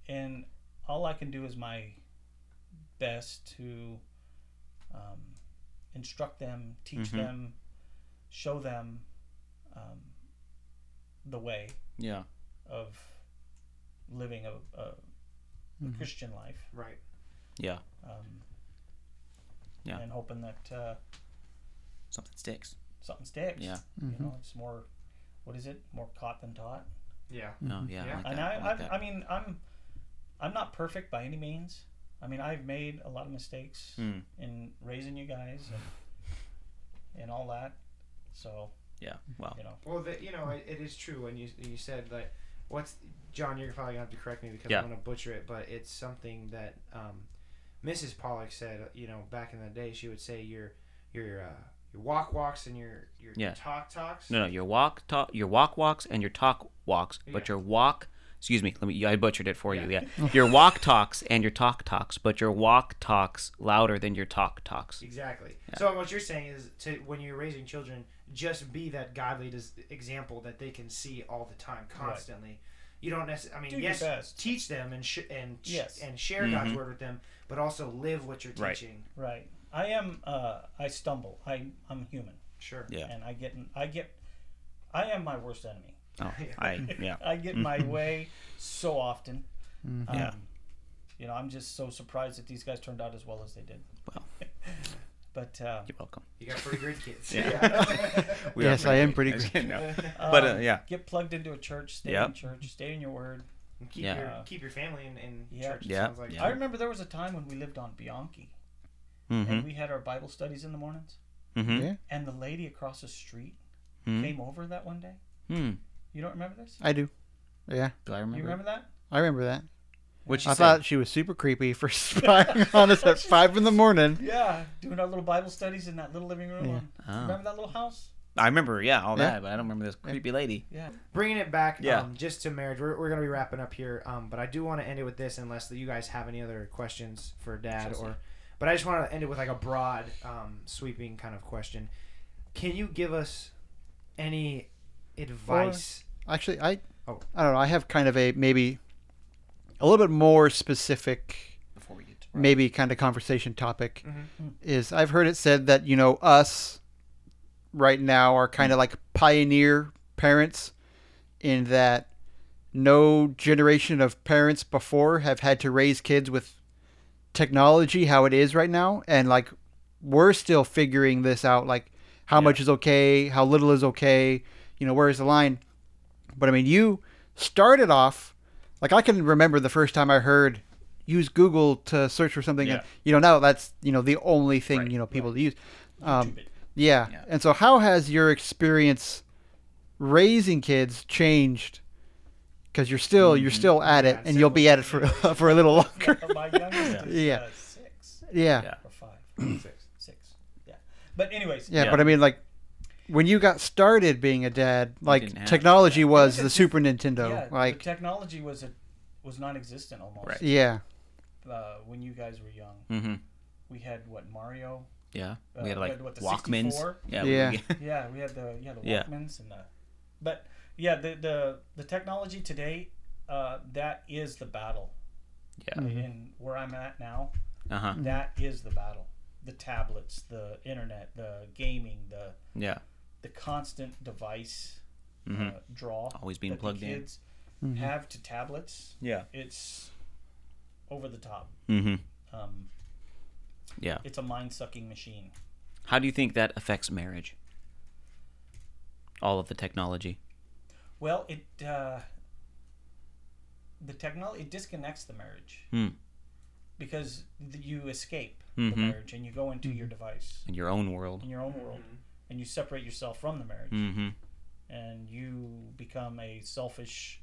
[SPEAKER 4] and all I can do is my best to um, instruct them, teach
[SPEAKER 2] Mhm.
[SPEAKER 4] them, show them um, the way
[SPEAKER 2] Yeah.
[SPEAKER 4] of living a, a, a Christian life.
[SPEAKER 1] Right.
[SPEAKER 2] Yeah.
[SPEAKER 4] Um,
[SPEAKER 2] Yeah.
[SPEAKER 4] And hoping that uh,
[SPEAKER 2] Something sticks.
[SPEAKER 4] something sticks.
[SPEAKER 2] Yeah.
[SPEAKER 4] You
[SPEAKER 3] Mm-hmm.
[SPEAKER 4] know, it's more, what is it? More caught than taught.
[SPEAKER 1] Yeah.
[SPEAKER 2] No, Oh, yeah.
[SPEAKER 1] Yeah.
[SPEAKER 2] I like
[SPEAKER 4] and
[SPEAKER 2] that.
[SPEAKER 4] I,
[SPEAKER 2] I, like
[SPEAKER 4] I've,
[SPEAKER 2] that.
[SPEAKER 4] I mean, I'm, I'm not perfect by any means. I mean, I've made a lot of mistakes
[SPEAKER 2] Mm.
[SPEAKER 4] in raising you guys, and and all that. So
[SPEAKER 2] Yeah. Well.
[SPEAKER 4] you know,
[SPEAKER 1] Well, the, you know, it, it is true when you you said like, what's John? You're probably gonna have to correct me because
[SPEAKER 2] Yeah.
[SPEAKER 1] I'm gonna butcher it, but it's something that um, Mrs. Pollock said. You know, back in the day, she would say your your uh, your walk walks and your your
[SPEAKER 2] Yeah.
[SPEAKER 1] talk talks.
[SPEAKER 2] No, no. Your walk, talk, your walk walks, and your talk walks, but
[SPEAKER 1] Yeah.
[SPEAKER 2] your walk. Excuse me. Let me. I butchered it for you.
[SPEAKER 1] Yeah.
[SPEAKER 2] Yeah. Your walk talks and your talk talks, but your walk talks louder than your talk talks.
[SPEAKER 1] Exactly. So what you're saying is, to when you're raising children, just be that godly dis- example that they can see all the time, constantly. You don't necessarily. I mean,
[SPEAKER 4] Do your
[SPEAKER 1] yes,
[SPEAKER 4] best.
[SPEAKER 1] teach them and sh- and sh-
[SPEAKER 4] Yes.
[SPEAKER 1] and share God's word with them, but also live what you're
[SPEAKER 2] Right.
[SPEAKER 1] teaching.
[SPEAKER 4] right. I am. Uh, I stumble. I I'm human,
[SPEAKER 1] Sure.
[SPEAKER 2] Yeah.
[SPEAKER 4] and I get. in- I get. I am my worst enemy.
[SPEAKER 2] Oh, I. Yeah.
[SPEAKER 4] I get my way so often.
[SPEAKER 2] Mm-hmm. Yeah.
[SPEAKER 4] Um, you know, I'm just so surprised that these guys turned out as well as they did.
[SPEAKER 2] Well.
[SPEAKER 4] but uh,
[SPEAKER 2] You're welcome.
[SPEAKER 1] You got pretty great kids.
[SPEAKER 2] We are
[SPEAKER 3] yes, I am pretty.
[SPEAKER 2] pretty-
[SPEAKER 3] Great.
[SPEAKER 2] no. But uh,
[SPEAKER 4] um,
[SPEAKER 2] yeah.
[SPEAKER 4] get plugged into a church. Stay
[SPEAKER 2] Yep.
[SPEAKER 4] in church. Stay in your word.
[SPEAKER 1] And keep
[SPEAKER 2] Yeah.
[SPEAKER 1] your keep your family in, in
[SPEAKER 4] Yeah.
[SPEAKER 1] church. it
[SPEAKER 2] Yeah.
[SPEAKER 1] sounds like.
[SPEAKER 2] Yeah.
[SPEAKER 4] I remember there was a time when we lived on Bianchi,
[SPEAKER 2] Mm-hmm.
[SPEAKER 4] and we had our Bible studies in the mornings.
[SPEAKER 2] Mm-hmm.
[SPEAKER 3] Yeah,
[SPEAKER 4] And the lady across the street
[SPEAKER 2] Mhm.
[SPEAKER 4] came over that one day.
[SPEAKER 2] Hmm.
[SPEAKER 4] You don't remember this?
[SPEAKER 3] I do. Yeah,
[SPEAKER 2] Do I remember?
[SPEAKER 4] You remember that?
[SPEAKER 3] I remember that.
[SPEAKER 2] What she
[SPEAKER 3] I
[SPEAKER 2] said?
[SPEAKER 3] thought she was super creepy for spying on us at five in the morning.
[SPEAKER 4] Yeah, doing our little Bible studies in that little living room.
[SPEAKER 3] Yeah.
[SPEAKER 4] on-
[SPEAKER 2] Oh.
[SPEAKER 4] Remember that little house?
[SPEAKER 2] I remember. Yeah, all
[SPEAKER 3] Yeah.
[SPEAKER 2] that, but I don't remember this creepy lady.
[SPEAKER 4] Yeah.
[SPEAKER 1] Bringing it back
[SPEAKER 2] Yeah.
[SPEAKER 1] um, just to marriage. We're, we're going to be wrapping up here, um, but I do want to end it with this unless you guys have any other questions for dad
[SPEAKER 2] Chelsea.
[SPEAKER 1] or but I just want to end it with like a broad um, sweeping kind of question. Can you give us any advice?
[SPEAKER 3] Actually, I
[SPEAKER 1] Oh.
[SPEAKER 3] I don't know. I have kind of a maybe a little bit more specific,
[SPEAKER 2] Before we get to
[SPEAKER 3] maybe kind of conversation topic
[SPEAKER 1] Mhm.
[SPEAKER 3] is I've heard it said that you know us right now are kind of like pioneer parents in that no generation of parents before have had to raise kids with technology how it is right now and like we're still figuring this out like how much is okay how little is okay you know where is the line but i mean you started off like i can remember the first time i heard use google to search for something and
[SPEAKER 2] Yeah.
[SPEAKER 3] you know now that's you know the only thing
[SPEAKER 2] Right,
[SPEAKER 3] you know people use um,
[SPEAKER 4] it.
[SPEAKER 3] yeah.
[SPEAKER 2] Yeah.
[SPEAKER 3] and so how has your experience raising kids changed because you're still you're still at it
[SPEAKER 1] Yeah,
[SPEAKER 3] and you'll be at it for
[SPEAKER 1] several
[SPEAKER 3] for a little longer
[SPEAKER 4] My youngest is
[SPEAKER 3] Yeah.
[SPEAKER 4] uh, six
[SPEAKER 3] yeah
[SPEAKER 2] Yeah.
[SPEAKER 3] yeah,
[SPEAKER 4] or five,
[SPEAKER 1] Six.
[SPEAKER 4] six. Yeah. But anyways,
[SPEAKER 2] Yeah.
[SPEAKER 3] but i mean like when you got started being a dad like
[SPEAKER 2] didn't have-
[SPEAKER 3] technology was
[SPEAKER 4] It
[SPEAKER 3] the
[SPEAKER 4] was a
[SPEAKER 3] super nintendo
[SPEAKER 4] yeah,
[SPEAKER 3] like
[SPEAKER 4] the technology was a, was non-existent almost.
[SPEAKER 2] Right.
[SPEAKER 3] yeah
[SPEAKER 4] Uh, when you guys were young,
[SPEAKER 2] Mm-hmm.
[SPEAKER 4] we had what Mario.
[SPEAKER 2] Yeah,
[SPEAKER 4] Uh,
[SPEAKER 2] we had
[SPEAKER 4] we
[SPEAKER 2] like
[SPEAKER 4] had, what, the
[SPEAKER 2] Walkmans.
[SPEAKER 4] 64?
[SPEAKER 2] Yeah, we-
[SPEAKER 3] Yeah.
[SPEAKER 4] Yeah, we had the yeah the
[SPEAKER 2] Yeah.
[SPEAKER 4] Walkmans and the, but yeah the the the technology today, uh, that is the battle.
[SPEAKER 2] Yeah.
[SPEAKER 4] And where I'm at now,
[SPEAKER 2] uh huh.
[SPEAKER 4] that is the battle. The tablets, the internet, the gaming, the
[SPEAKER 2] Yeah,
[SPEAKER 4] the constant device
[SPEAKER 2] Mhm.
[SPEAKER 4] uh, draw.
[SPEAKER 2] Always being
[SPEAKER 4] that the
[SPEAKER 2] plugged in.
[SPEAKER 4] kids Have to tablets.
[SPEAKER 2] yeah.
[SPEAKER 4] It's over the top.
[SPEAKER 2] Mm-hmm.
[SPEAKER 4] Um,
[SPEAKER 2] Yeah.
[SPEAKER 4] It's a mind sucking machine.
[SPEAKER 2] How do you think that affects marriage? All of the technology.
[SPEAKER 4] Well, it uh, the technology it disconnects the marriage
[SPEAKER 2] Hmm.
[SPEAKER 4] because th- you escape
[SPEAKER 2] Mhm.
[SPEAKER 4] the marriage and you go into your device
[SPEAKER 2] In your own world.
[SPEAKER 4] in your own world and you separate yourself from the marriage
[SPEAKER 2] Mm-hmm.
[SPEAKER 4] and you become a selfish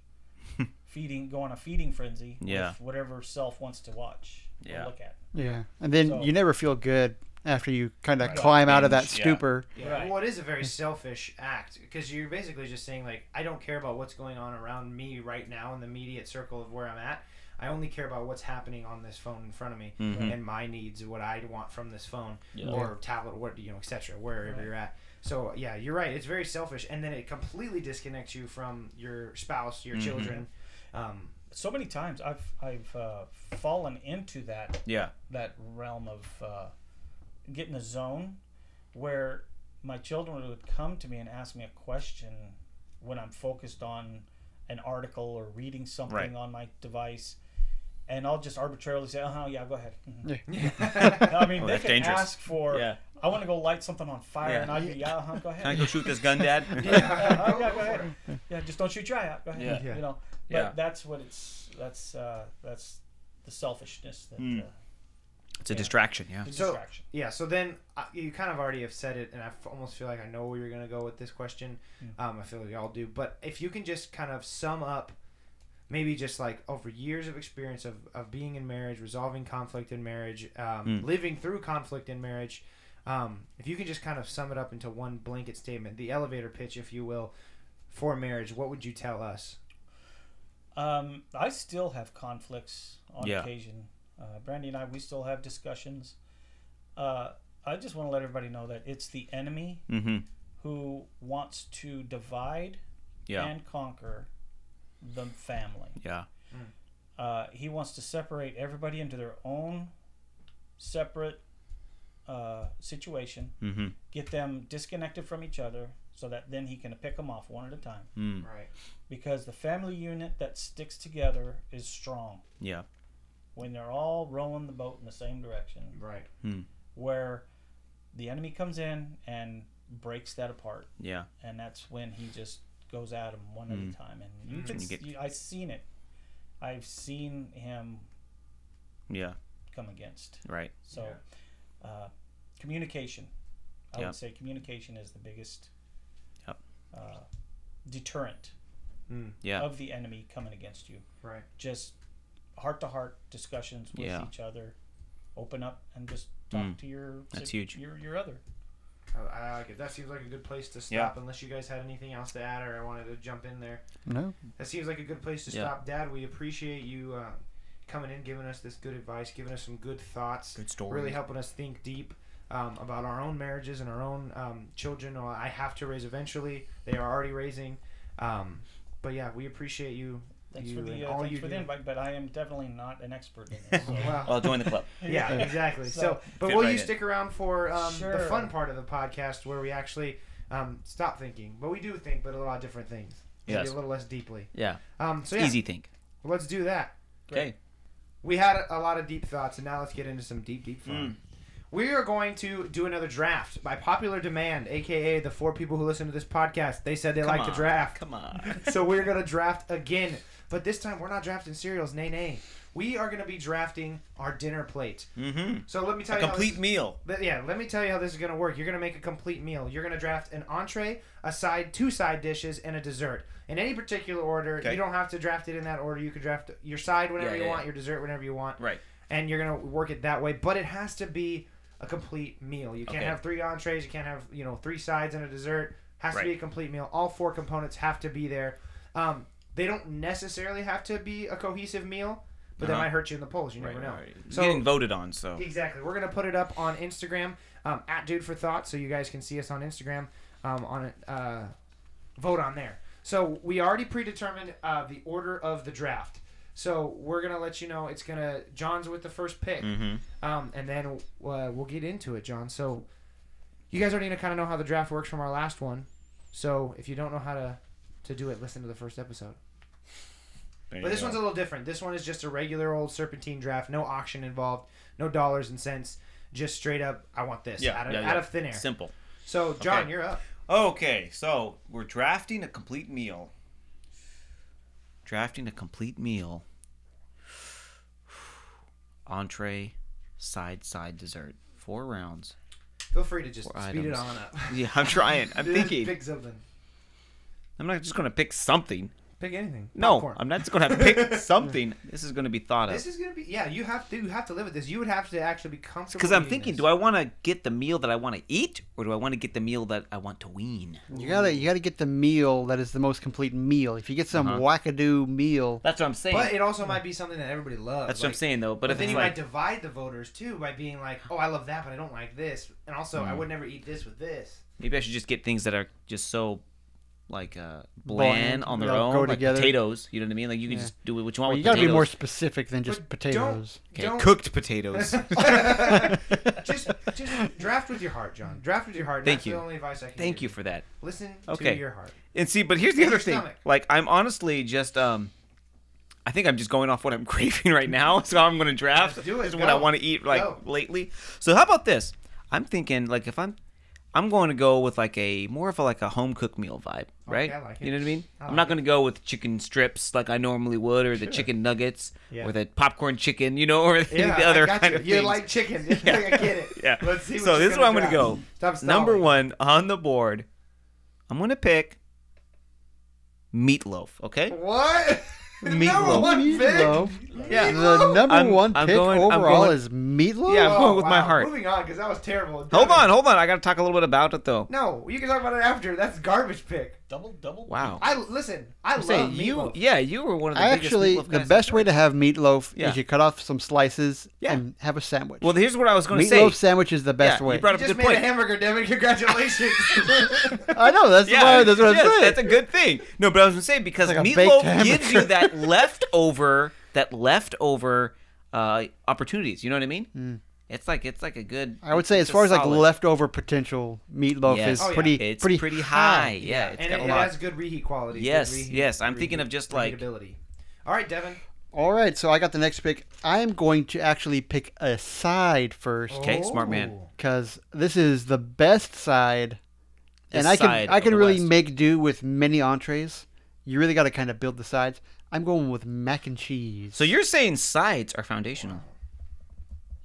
[SPEAKER 4] feeding go on a feeding frenzy
[SPEAKER 2] Yeah.
[SPEAKER 4] with whatever self wants to watch
[SPEAKER 2] Yeah.
[SPEAKER 4] or look at.
[SPEAKER 3] yeah and then
[SPEAKER 4] So-
[SPEAKER 3] you never feel good after you kind of climb out of that
[SPEAKER 2] Binge, yeah.
[SPEAKER 3] stupor
[SPEAKER 1] Yeah.
[SPEAKER 4] Right.
[SPEAKER 1] Well, it is a very selfish act because you're basically just saying like, I don't care about what's going on around me right now in the immediate circle of where I'm at. I only care about what's happening on this phone in front of me
[SPEAKER 2] Mhm.
[SPEAKER 1] and my needs, what I want from this phone
[SPEAKER 2] Yeah.
[SPEAKER 1] or tablet, what you know, etc. Wherever
[SPEAKER 4] Right.
[SPEAKER 1] you're at. So yeah, you're right. It's very selfish, and then it completely disconnects you from your spouse, your children. Um,
[SPEAKER 4] So many times I've I've uh, fallen into that
[SPEAKER 2] Yeah.
[SPEAKER 4] that realm of uh, get in a zone where my children would come to me and ask me a question when I'm focused on an article or reading something
[SPEAKER 2] Right.
[SPEAKER 4] on my device, and I'll just arbitrarily say, "Oh huh, yeah, go ahead." Mhm. I mean,
[SPEAKER 2] Oh,
[SPEAKER 4] they
[SPEAKER 2] that's
[SPEAKER 4] can
[SPEAKER 2] dangerous.
[SPEAKER 4] ask for,
[SPEAKER 2] Yeah.
[SPEAKER 4] "I want to go light something on fire,"
[SPEAKER 2] Yeah.
[SPEAKER 4] and I'd be, "Yeah, uh-huh, go ahead."
[SPEAKER 2] Can I go shoot this gun, Dad?
[SPEAKER 4] yeah,
[SPEAKER 1] yeah,
[SPEAKER 4] Oh, yeah, go ahead. yeah, just don't shoot your eye out. Go ahead.
[SPEAKER 3] Yeah.
[SPEAKER 4] You know, but
[SPEAKER 2] Yeah.
[SPEAKER 4] that's what it's. That's uh, that's the selfishness that
[SPEAKER 2] Mm.
[SPEAKER 4] uh,
[SPEAKER 2] It's a
[SPEAKER 4] Yeah.
[SPEAKER 2] distraction, yeah.
[SPEAKER 4] The
[SPEAKER 1] So-
[SPEAKER 4] distraction.
[SPEAKER 1] Yeah, so then uh, you kind of already have said it, and I f- almost feel like I know where you're going to go with this question. Um, I feel like y'all do. But if you can just kind of sum up maybe just like over years of experience of, of being in marriage, resolving conflict in marriage, um, living through conflict in marriage, um, if you can just kind of sum it up into one blanket statement, the elevator pitch, if you will, for marriage, what would you tell us?
[SPEAKER 4] Um, I still have conflicts on
[SPEAKER 2] Yeah.
[SPEAKER 4] occasion. Uh, Brandy and I, we still have discussions. Uh, I just want to let everybody know that it's the enemy
[SPEAKER 2] Mm-hmm.
[SPEAKER 4] who wants to divide
[SPEAKER 2] Yeah.
[SPEAKER 4] and conquer the family.
[SPEAKER 2] yeah.
[SPEAKER 4] Uh, he wants to separate everybody into their own separate uh, situation,
[SPEAKER 2] Mm-hmm.
[SPEAKER 4] get them disconnected from each other, so that then he can pick them off one at a time.
[SPEAKER 2] Mm.
[SPEAKER 1] Right.
[SPEAKER 4] Because the family unit that sticks together is strong.
[SPEAKER 2] Yeah.
[SPEAKER 4] when they're all rowing the boat in the same direction,
[SPEAKER 1] Right.
[SPEAKER 4] where the enemy comes in and breaks that apart,
[SPEAKER 2] Yeah.
[SPEAKER 4] and that's when he just goes at them one at a time. And you can,
[SPEAKER 2] And you
[SPEAKER 4] s
[SPEAKER 2] get-
[SPEAKER 4] you- I've seen it. I've seen him
[SPEAKER 2] Yeah.
[SPEAKER 4] come against.
[SPEAKER 2] Right.
[SPEAKER 4] So, uh, communication. I
[SPEAKER 2] Yeah.
[SPEAKER 4] would say communication is the biggest
[SPEAKER 2] Yep.
[SPEAKER 4] uh, deterrent
[SPEAKER 1] Mm,
[SPEAKER 2] Yeah.
[SPEAKER 4] of the enemy coming against you.
[SPEAKER 1] right.
[SPEAKER 4] just heart to heart discussions with
[SPEAKER 2] Yeah.
[SPEAKER 4] each other. Open up and just talk
[SPEAKER 2] Mm.
[SPEAKER 4] to your
[SPEAKER 2] That's
[SPEAKER 4] si-
[SPEAKER 2] huge.
[SPEAKER 4] Your your other.
[SPEAKER 1] I, I like it. That seems like a good place to stop,
[SPEAKER 2] Yeah.
[SPEAKER 1] unless you guys had anything else to add or I wanted to jump in there.
[SPEAKER 3] No,
[SPEAKER 1] That seems like a good place to
[SPEAKER 2] Yeah.
[SPEAKER 1] stop, Dad. We appreciate you uh, coming in, giving us this good advice, giving us some good thoughts,
[SPEAKER 2] Good story.
[SPEAKER 1] really helping us think deep um, about our own marriages and our own um, children. Or I have to raise eventually; they are already raising. Um, but yeah, we appreciate you.
[SPEAKER 4] Thanks
[SPEAKER 1] you
[SPEAKER 4] for
[SPEAKER 1] and
[SPEAKER 4] the uh,
[SPEAKER 1] all
[SPEAKER 4] thanks
[SPEAKER 1] you
[SPEAKER 4] for the
[SPEAKER 1] do.
[SPEAKER 4] invite, but I am definitely not an expert in this. So.
[SPEAKER 1] Wow.
[SPEAKER 2] Well, Oh, join the club.
[SPEAKER 1] yeah,
[SPEAKER 4] Yeah.
[SPEAKER 1] exactly.
[SPEAKER 4] So-
[SPEAKER 1] So, but
[SPEAKER 2] Fit
[SPEAKER 1] will
[SPEAKER 2] right
[SPEAKER 1] you
[SPEAKER 2] in.
[SPEAKER 1] stick around for um, the
[SPEAKER 4] Sure.
[SPEAKER 1] fun part of the podcast where we actually um, stop thinking? But we do think, but a lot of different things. Maybe
[SPEAKER 2] Yes.
[SPEAKER 1] a little less deeply.
[SPEAKER 2] Yeah.
[SPEAKER 1] Um, so yeah,
[SPEAKER 2] Easy think.
[SPEAKER 1] let's do that.
[SPEAKER 2] Okay.
[SPEAKER 1] We had a, a lot of deep thoughts, and now let's get into some deep, deep
[SPEAKER 2] Mm.
[SPEAKER 1] fun. We are going to do another draft by popular demand, aka the four people who listen to this podcast. They said they like
[SPEAKER 2] on.
[SPEAKER 1] to draft.
[SPEAKER 2] Come on.
[SPEAKER 1] so we're going to draft again. But this time, we're not drafting cereals, nay, nay. We are going to be drafting our dinner plate.
[SPEAKER 2] mm-hmm.
[SPEAKER 1] So let me tell
[SPEAKER 2] A
[SPEAKER 1] you. how this-
[SPEAKER 2] complete meal.
[SPEAKER 1] but yeah, let me tell you how this is going to work. You're going to make a complete meal. You're going to draft an entree, a side, two side dishes, and a dessert in any particular order.
[SPEAKER 2] Okay.
[SPEAKER 1] You don't have to draft it in that order. You could draft your side whenever
[SPEAKER 2] Yeah,
[SPEAKER 1] you
[SPEAKER 2] yeah,
[SPEAKER 1] want,
[SPEAKER 2] yeah.
[SPEAKER 1] your dessert whenever you want.
[SPEAKER 2] Right.
[SPEAKER 1] And you're going to work it that way, but it has to be a complete meal. You can't
[SPEAKER 2] Okay.
[SPEAKER 1] have three entrees, you can't have, you know, three sides and a dessert. Has to be
[SPEAKER 2] Right.
[SPEAKER 1] a complete meal. All four components have to be there. Um, they don't necessarily have to be a cohesive meal, but that
[SPEAKER 2] Uh-huh.
[SPEAKER 1] might hurt you in the polls. You never
[SPEAKER 2] Right,
[SPEAKER 1] know.
[SPEAKER 2] right.
[SPEAKER 1] So
[SPEAKER 2] Getting voted on, so
[SPEAKER 1] Exactly. We're gonna put it up on Instagram um, at Dude for Thought, so you guys can see us on Instagram um, on uh, vote on there. So we already predetermined uh, the order of the draft. So we're gonna let you know it's gonna John's with the first pick,
[SPEAKER 2] Mm-hmm.
[SPEAKER 1] um, and then uh, we'll get into it, John. So you guys already kind of know how the draft works from our last one. So if you don't know how to to do it, listen to the first episode.
[SPEAKER 2] there
[SPEAKER 1] But
[SPEAKER 2] you
[SPEAKER 1] this
[SPEAKER 2] go.
[SPEAKER 1] one's a little different. This one is just a regular old serpentine draft, no auction involved, no dollars and cents, just straight up. I want this
[SPEAKER 2] yeah,
[SPEAKER 1] out of
[SPEAKER 2] yeah,
[SPEAKER 1] out
[SPEAKER 2] yeah.
[SPEAKER 1] of thin air.
[SPEAKER 2] Simple.
[SPEAKER 1] so John,
[SPEAKER 2] Okay.
[SPEAKER 1] you're up.
[SPEAKER 2] Okay, so we're drafting a complete meal. Drafting a complete meal. Entree, side, side, dessert. Four rounds.
[SPEAKER 1] Feel free to just
[SPEAKER 2] Four
[SPEAKER 1] speed it
[SPEAKER 2] items.
[SPEAKER 1] on up.
[SPEAKER 2] Yeah, I'm trying. I'm
[SPEAKER 1] Just
[SPEAKER 2] thinking.
[SPEAKER 1] Pick something.
[SPEAKER 2] I'm not just gonna pick something.
[SPEAKER 1] Pick anything.
[SPEAKER 2] No,
[SPEAKER 1] Popcorn.
[SPEAKER 2] I'm not just gonna pick something. This is gonna be thought of.
[SPEAKER 1] This is gonna be yeah. You have to you have to live with this. You would have to actually be comfortable.
[SPEAKER 2] Because I'm thinking, do I want to get the meal that I want to eat, or do I want to get the meal that I want to wean?
[SPEAKER 3] you gotta you gotta get the meal that is the most complete meal. If you get
[SPEAKER 2] Uh-huh.
[SPEAKER 3] some wackadoo meal,
[SPEAKER 2] That's what I'm saying.
[SPEAKER 1] But it also might be something that everybody loves.
[SPEAKER 2] That's what I'm
[SPEAKER 1] Like,
[SPEAKER 2] saying, though. But,
[SPEAKER 1] But,
[SPEAKER 2] if
[SPEAKER 1] then
[SPEAKER 2] it's
[SPEAKER 1] you might
[SPEAKER 2] like,
[SPEAKER 1] divide the voters too by being like, oh, I love that, but I don't like this, and also
[SPEAKER 2] Mm.
[SPEAKER 1] I would never eat this with this.
[SPEAKER 2] maybe I should just get things that are just so like uh, bland
[SPEAKER 3] Bland,
[SPEAKER 2] on their
[SPEAKER 3] they'll
[SPEAKER 2] own,
[SPEAKER 3] go
[SPEAKER 2] like
[SPEAKER 3] together.
[SPEAKER 2] potatoes. You know what I mean? Like you can
[SPEAKER 3] Yeah.
[SPEAKER 2] just do what you want
[SPEAKER 3] well, you
[SPEAKER 2] with
[SPEAKER 3] gotta
[SPEAKER 2] potatoes.
[SPEAKER 3] be more specific than just
[SPEAKER 1] But
[SPEAKER 3] potatoes.
[SPEAKER 2] Okay,
[SPEAKER 1] Don't, don't
[SPEAKER 2] cooked potatoes.
[SPEAKER 1] just just draft with your heart, John. Draft with your heart.
[SPEAKER 2] Thank
[SPEAKER 1] That's
[SPEAKER 2] you.
[SPEAKER 1] the only advice I can
[SPEAKER 2] Thank
[SPEAKER 1] give
[SPEAKER 2] you for that.
[SPEAKER 1] Listen
[SPEAKER 2] Okay.
[SPEAKER 1] to your heart.
[SPEAKER 2] And see, but here's the
[SPEAKER 1] Your
[SPEAKER 2] other thing.
[SPEAKER 1] stomach.
[SPEAKER 2] Like I'm honestly just um I think I'm just going off what I'm craving right now, so I'm going to draft
[SPEAKER 1] Let's do it.
[SPEAKER 2] just what I
[SPEAKER 1] Go.
[SPEAKER 2] want to eat like
[SPEAKER 1] Go.
[SPEAKER 2] lately. So how about this? I'm thinking like if I'm I'm going to go with like a more of a, like a home cooked meal vibe, right?
[SPEAKER 1] I like
[SPEAKER 2] You know
[SPEAKER 1] it.
[SPEAKER 2] what I mean?
[SPEAKER 1] I
[SPEAKER 2] I'm
[SPEAKER 1] like
[SPEAKER 2] not
[SPEAKER 1] it.
[SPEAKER 2] going to go with chicken strips like I normally would, or the chicken nuggets,
[SPEAKER 1] Yeah.
[SPEAKER 2] or the popcorn chicken, you know, or the,
[SPEAKER 1] Yeah,
[SPEAKER 2] the other
[SPEAKER 1] I got
[SPEAKER 2] kind
[SPEAKER 1] you.
[SPEAKER 2] of
[SPEAKER 1] you
[SPEAKER 2] things.
[SPEAKER 1] like chicken.
[SPEAKER 2] Yeah.
[SPEAKER 1] I get it.
[SPEAKER 2] Yeah.
[SPEAKER 1] Let's see. What
[SPEAKER 2] So
[SPEAKER 1] you're
[SPEAKER 2] this is where I'm gonna
[SPEAKER 1] drop. Stop stalling.
[SPEAKER 2] Number one on the board, I'm going to pick meatloaf. Okay.
[SPEAKER 1] What? Number
[SPEAKER 2] Meatloaf.
[SPEAKER 1] one pick?
[SPEAKER 3] Meatloaf.
[SPEAKER 1] Yeah.
[SPEAKER 3] The number
[SPEAKER 2] I'm-
[SPEAKER 3] one
[SPEAKER 2] I'm
[SPEAKER 3] pick
[SPEAKER 2] going- I'm
[SPEAKER 3] overall
[SPEAKER 2] going-
[SPEAKER 3] is meatloaf.
[SPEAKER 2] Yeah, I'm
[SPEAKER 1] Oh,
[SPEAKER 2] going with my
[SPEAKER 1] wow.
[SPEAKER 2] heart.
[SPEAKER 1] Moving on, because that was terrible.
[SPEAKER 2] Hold on, hold on. I got to talk a little bit about it though.
[SPEAKER 1] No, you can talk about it after. That's garbage pick.
[SPEAKER 4] Double, double.
[SPEAKER 2] Wow.
[SPEAKER 1] I listen. I
[SPEAKER 2] I'm
[SPEAKER 1] love
[SPEAKER 2] saying you,
[SPEAKER 1] meatloaf.
[SPEAKER 2] yeah, you were one of the biggest
[SPEAKER 3] Actually,
[SPEAKER 2] meatloaf
[SPEAKER 3] the
[SPEAKER 2] guys
[SPEAKER 3] best
[SPEAKER 2] I've
[SPEAKER 3] way
[SPEAKER 2] heard.
[SPEAKER 3] to have meatloaf
[SPEAKER 2] Yeah.
[SPEAKER 3] is you cut off some slices
[SPEAKER 2] Yeah.
[SPEAKER 3] and have a sandwich.
[SPEAKER 2] Well, here's what I was going to
[SPEAKER 3] meatloaf
[SPEAKER 2] say.
[SPEAKER 3] sandwich is the best
[SPEAKER 2] Yeah, you
[SPEAKER 3] way.
[SPEAKER 2] brought
[SPEAKER 1] You
[SPEAKER 2] up a
[SPEAKER 1] just
[SPEAKER 2] good
[SPEAKER 1] made a
[SPEAKER 2] point.
[SPEAKER 1] hamburger, Devin. Congratulations.
[SPEAKER 3] I know that's why that's what I'm
[SPEAKER 2] yes,
[SPEAKER 3] saying.
[SPEAKER 2] That's a good thing. No, but I was gonna say because
[SPEAKER 3] It's like a baked
[SPEAKER 2] meatloaf
[SPEAKER 3] hamburger.
[SPEAKER 2] gives you that leftover, that leftover uh, opportunities. You know what I mean? It's like it's like a good.
[SPEAKER 3] Hmm. I would say, as
[SPEAKER 2] it's a
[SPEAKER 3] far as like
[SPEAKER 2] solid-
[SPEAKER 3] leftover potential, meatloaf
[SPEAKER 2] Yes.
[SPEAKER 3] is
[SPEAKER 1] Oh, yeah.
[SPEAKER 3] pretty,
[SPEAKER 2] it's
[SPEAKER 3] pretty,
[SPEAKER 2] high. Yeah, it's
[SPEAKER 1] and
[SPEAKER 2] got
[SPEAKER 1] it,
[SPEAKER 2] a
[SPEAKER 1] it
[SPEAKER 2] lot.
[SPEAKER 1] has good reheat quality. good
[SPEAKER 2] Yes,
[SPEAKER 1] reheat-
[SPEAKER 2] yes, I'm thinking of just, like-
[SPEAKER 1] reheatability. All right, Devin.
[SPEAKER 3] All right, so I got the next pick. I am going to actually pick a side first
[SPEAKER 2] Okay, smart man.
[SPEAKER 1] Oh.
[SPEAKER 3] because this is the best side, and
[SPEAKER 2] This
[SPEAKER 3] I can
[SPEAKER 2] side
[SPEAKER 3] I
[SPEAKER 2] of
[SPEAKER 3] can
[SPEAKER 2] the
[SPEAKER 3] really
[SPEAKER 2] West.
[SPEAKER 3] make do with many entrees. You really got to kind of build the sides. I'm going with mac and cheese.
[SPEAKER 2] So you're saying sides are foundational?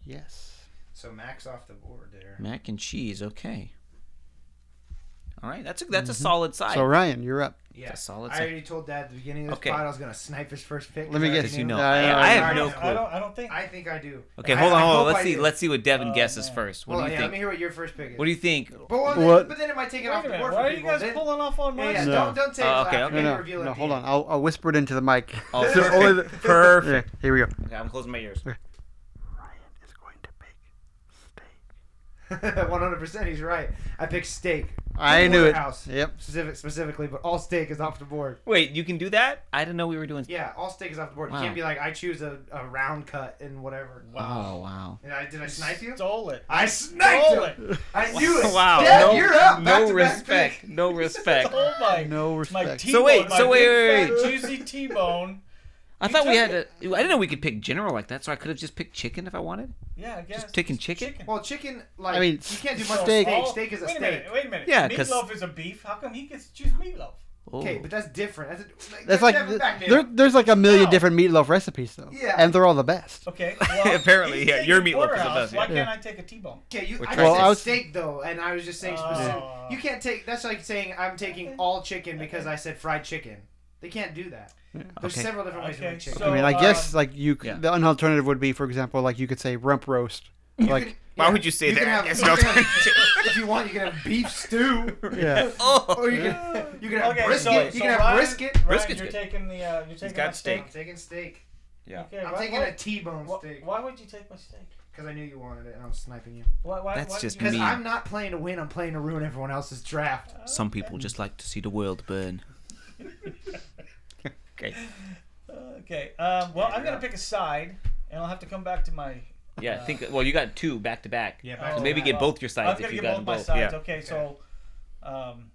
[SPEAKER 3] yes,
[SPEAKER 1] So Max off the board there.
[SPEAKER 2] Mac and cheese, okay. All right, that's a that's a solid side.
[SPEAKER 3] Mm-hmm. so Ryan, you're up.
[SPEAKER 1] Yeah,
[SPEAKER 2] That's solid
[SPEAKER 1] I
[SPEAKER 2] sec-
[SPEAKER 1] already told Dad at the beginning of this
[SPEAKER 2] Okay.
[SPEAKER 1] pod I was gonna snipe his first pick.
[SPEAKER 3] Let me
[SPEAKER 1] 'cause I
[SPEAKER 3] guess.
[SPEAKER 1] already
[SPEAKER 2] You
[SPEAKER 1] knew.
[SPEAKER 2] know,
[SPEAKER 3] No,
[SPEAKER 2] I,
[SPEAKER 3] I-
[SPEAKER 2] I
[SPEAKER 1] I
[SPEAKER 2] have no
[SPEAKER 1] don't-
[SPEAKER 4] I
[SPEAKER 2] clue.
[SPEAKER 4] don't. I don't think.
[SPEAKER 1] I think I do.
[SPEAKER 2] Okay,
[SPEAKER 1] I-
[SPEAKER 2] hold
[SPEAKER 1] I
[SPEAKER 2] on, hold
[SPEAKER 1] hope
[SPEAKER 2] on. Let's
[SPEAKER 1] I
[SPEAKER 2] see.
[SPEAKER 1] do.
[SPEAKER 2] Let's see what Devin
[SPEAKER 4] Oh,
[SPEAKER 2] guesses
[SPEAKER 4] man.
[SPEAKER 2] first. What
[SPEAKER 1] Well,
[SPEAKER 2] do you
[SPEAKER 1] yeah, let me
[SPEAKER 2] think?
[SPEAKER 1] hear what your first pick is.
[SPEAKER 2] What do you think? Oh,
[SPEAKER 1] but, well, then-
[SPEAKER 3] What-
[SPEAKER 1] but then it might take it
[SPEAKER 4] Wait
[SPEAKER 1] off
[SPEAKER 4] a
[SPEAKER 1] the
[SPEAKER 4] minute.
[SPEAKER 1] board
[SPEAKER 4] Why
[SPEAKER 1] for
[SPEAKER 4] are you
[SPEAKER 1] people.
[SPEAKER 4] guys
[SPEAKER 1] Then-
[SPEAKER 4] pulling off on
[SPEAKER 1] Yeah,
[SPEAKER 4] my
[SPEAKER 1] yeah,
[SPEAKER 3] No.
[SPEAKER 1] Don't
[SPEAKER 4] stuff?
[SPEAKER 1] don't take
[SPEAKER 2] Oh,
[SPEAKER 1] it.
[SPEAKER 2] okay,
[SPEAKER 1] I'm
[SPEAKER 2] okay.
[SPEAKER 3] No,
[SPEAKER 1] gonna
[SPEAKER 3] no,
[SPEAKER 1] reveal it
[SPEAKER 3] no
[SPEAKER 1] at the
[SPEAKER 3] hold
[SPEAKER 1] end.
[SPEAKER 3] on. I'll, I'll whisper it into the mic.
[SPEAKER 2] Oh,
[SPEAKER 3] So only the-
[SPEAKER 2] perfect. perfect.
[SPEAKER 3] Yeah, here we go.
[SPEAKER 2] Okay, I'm closing my ears.
[SPEAKER 3] Ryan is going to pick steak.
[SPEAKER 1] 100%. He's right. I picked steak.
[SPEAKER 3] I
[SPEAKER 1] From
[SPEAKER 3] knew it.
[SPEAKER 1] Warehouse.
[SPEAKER 3] Yep.
[SPEAKER 1] Specific, specifically, but all steak is off the board.
[SPEAKER 2] Wait, you can do that? I didn't know we were doing.
[SPEAKER 1] Yeah, all steak is off the board.
[SPEAKER 2] Wow.
[SPEAKER 1] You can't be like, I choose a, a round cut and whatever.
[SPEAKER 2] Oh wow.
[SPEAKER 1] And I, did I snipe you?
[SPEAKER 4] Stole it.
[SPEAKER 1] I sniped
[SPEAKER 4] Stole
[SPEAKER 1] you. I knew it.
[SPEAKER 2] Wow.
[SPEAKER 1] Dad,
[SPEAKER 2] no
[SPEAKER 1] you're up. Back to
[SPEAKER 2] no
[SPEAKER 1] back
[SPEAKER 2] respect. No respect.
[SPEAKER 4] Oh my.
[SPEAKER 3] No
[SPEAKER 4] My
[SPEAKER 3] respect.
[SPEAKER 4] T-bone,
[SPEAKER 2] So wait,
[SPEAKER 4] my
[SPEAKER 2] so wait,
[SPEAKER 4] big
[SPEAKER 2] wait,
[SPEAKER 4] fat juicy T-bone.
[SPEAKER 2] I thought we
[SPEAKER 4] took
[SPEAKER 2] had. A, I didn't know we could pick general like that, so I could have just picked chicken if I wanted.
[SPEAKER 4] Yeah, I guess.
[SPEAKER 2] taking
[SPEAKER 4] It's
[SPEAKER 2] chicken?
[SPEAKER 1] Well, chicken, like,
[SPEAKER 3] I mean,
[SPEAKER 1] you can't do
[SPEAKER 3] s-
[SPEAKER 1] much
[SPEAKER 3] steak.
[SPEAKER 1] steak. Steak, is a
[SPEAKER 4] wait
[SPEAKER 1] steak.
[SPEAKER 4] A minute, wait a minute.
[SPEAKER 2] Yeah, 'cause-
[SPEAKER 4] meatloaf is a beef. How come he gets to choose meatloaf?
[SPEAKER 2] Oh.
[SPEAKER 1] Okay, but that's different. That's, a, like,
[SPEAKER 3] That's like
[SPEAKER 1] never back
[SPEAKER 3] there,
[SPEAKER 1] there.
[SPEAKER 3] there's like a million
[SPEAKER 4] No.
[SPEAKER 3] different meatloaf recipes though,
[SPEAKER 1] Yeah.
[SPEAKER 3] and they're all the best.
[SPEAKER 4] Okay. Well,
[SPEAKER 2] Apparently,
[SPEAKER 4] he's
[SPEAKER 2] yeah, your
[SPEAKER 4] taking
[SPEAKER 2] meatloaf is the
[SPEAKER 4] porterhouse.
[SPEAKER 2] best,
[SPEAKER 4] Why
[SPEAKER 3] yeah.
[SPEAKER 4] can't I take a T-bone?
[SPEAKER 1] Okay, you,
[SPEAKER 2] We're
[SPEAKER 1] I just
[SPEAKER 2] trying
[SPEAKER 3] to-
[SPEAKER 1] said
[SPEAKER 3] Well, I was-
[SPEAKER 1] steak though, and I was just saying specific.
[SPEAKER 4] Oh.
[SPEAKER 1] you can't take. That's like saying I'm taking all chicken because I said fried chicken. They can't do that. There's
[SPEAKER 2] Okay.
[SPEAKER 1] several different ways to
[SPEAKER 4] Okay,
[SPEAKER 1] make chicken.
[SPEAKER 3] I
[SPEAKER 4] so-
[SPEAKER 3] mean, I
[SPEAKER 4] um,
[SPEAKER 3] guess like you, c
[SPEAKER 2] Yeah.
[SPEAKER 3] the an alternative would be, for example, like you could say rump roast, like
[SPEAKER 2] Why would you say
[SPEAKER 1] can
[SPEAKER 2] that?
[SPEAKER 1] have-
[SPEAKER 2] It's
[SPEAKER 1] you
[SPEAKER 2] no
[SPEAKER 1] can have- if you want, you can have beef stew.
[SPEAKER 3] yeah.
[SPEAKER 2] Oh.
[SPEAKER 1] Or you can, you can have
[SPEAKER 4] Okay,
[SPEAKER 1] brisket.
[SPEAKER 4] so,
[SPEAKER 1] you
[SPEAKER 4] so
[SPEAKER 1] can have
[SPEAKER 4] Ryan,
[SPEAKER 1] brisket.
[SPEAKER 4] Ryan,
[SPEAKER 2] Brisket's
[SPEAKER 4] you're
[SPEAKER 2] good.
[SPEAKER 4] taking the. Uh, you're taking
[SPEAKER 2] got
[SPEAKER 4] that steak.
[SPEAKER 1] I'm taking steak.
[SPEAKER 2] Yeah.
[SPEAKER 4] Okay,
[SPEAKER 1] I'm
[SPEAKER 4] why,
[SPEAKER 1] taking
[SPEAKER 4] why,
[SPEAKER 1] a T-bone
[SPEAKER 4] why-
[SPEAKER 1] steak
[SPEAKER 4] Why would you take my steak?
[SPEAKER 1] because I knew you wanted it, and I was sniping you.
[SPEAKER 4] Why, why,
[SPEAKER 2] That's
[SPEAKER 4] why
[SPEAKER 2] just
[SPEAKER 1] Because
[SPEAKER 4] would you-
[SPEAKER 2] mean.
[SPEAKER 1] I'm not playing to win. I'm playing to ruin everyone else's draft.
[SPEAKER 2] Some people just like to see the world burn. okay.
[SPEAKER 4] Okay. Um, well, I'm gonna pick a side, and I'll have to come back to my.
[SPEAKER 2] Yeah. I think. Well, you got two back to back.
[SPEAKER 1] Yeah, back
[SPEAKER 4] Oh,
[SPEAKER 2] So maybe
[SPEAKER 4] yeah.
[SPEAKER 2] get both your
[SPEAKER 4] I've
[SPEAKER 2] sides if
[SPEAKER 4] got to
[SPEAKER 2] you
[SPEAKER 4] get
[SPEAKER 2] got them
[SPEAKER 4] both my
[SPEAKER 2] both.
[SPEAKER 4] sides.
[SPEAKER 2] Yeah.
[SPEAKER 4] Okay, so um,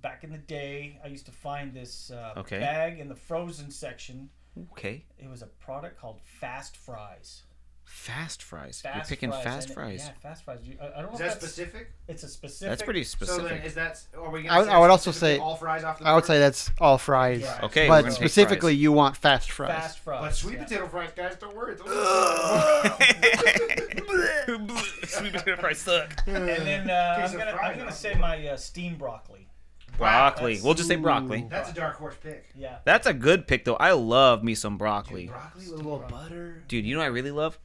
[SPEAKER 4] back in the day, I used to find this uh,
[SPEAKER 2] Okay.
[SPEAKER 4] bag in the frozen section.
[SPEAKER 2] Okay.
[SPEAKER 4] It was a product called Fast Fries.
[SPEAKER 2] Fast fries.
[SPEAKER 4] Fast
[SPEAKER 2] You're picking
[SPEAKER 4] fries,
[SPEAKER 2] fast
[SPEAKER 4] and it-
[SPEAKER 2] fries.
[SPEAKER 4] Yeah, fast fries. You- I, I don't know
[SPEAKER 1] Is
[SPEAKER 4] if
[SPEAKER 1] that
[SPEAKER 4] that's
[SPEAKER 1] specific?
[SPEAKER 4] It's a specific.
[SPEAKER 2] That's pretty
[SPEAKER 1] So then,
[SPEAKER 2] specific.
[SPEAKER 1] is that? Are we gonna?
[SPEAKER 3] I would-
[SPEAKER 1] say
[SPEAKER 3] I would also
[SPEAKER 1] specifically
[SPEAKER 3] say-
[SPEAKER 1] all fries off the.
[SPEAKER 3] I would
[SPEAKER 1] board?
[SPEAKER 3] say that's all fries,
[SPEAKER 1] Yeah.
[SPEAKER 2] okay. we're gonna take
[SPEAKER 3] but
[SPEAKER 2] fries.
[SPEAKER 3] specifically you want fast fries.
[SPEAKER 4] Fast Fries.
[SPEAKER 1] But sweet
[SPEAKER 4] yeah.
[SPEAKER 1] potato fries, guys, don't worry. Don't
[SPEAKER 2] Sweet potato fries suck.
[SPEAKER 4] And then uh,
[SPEAKER 1] Case
[SPEAKER 4] I'm
[SPEAKER 1] of
[SPEAKER 4] gonna
[SPEAKER 1] fries
[SPEAKER 4] I'm gonna
[SPEAKER 1] off
[SPEAKER 4] say
[SPEAKER 1] the board.
[SPEAKER 4] my uh, steamed broccoli.
[SPEAKER 2] Broccoli.
[SPEAKER 4] that's-
[SPEAKER 2] We'll just say broccoli.
[SPEAKER 1] That's a dark horse pick.
[SPEAKER 4] Yeah.
[SPEAKER 2] That's a good pick though. I love me some broccoli.
[SPEAKER 1] Broccoli with a little butter.
[SPEAKER 2] Dude, you know what I really love?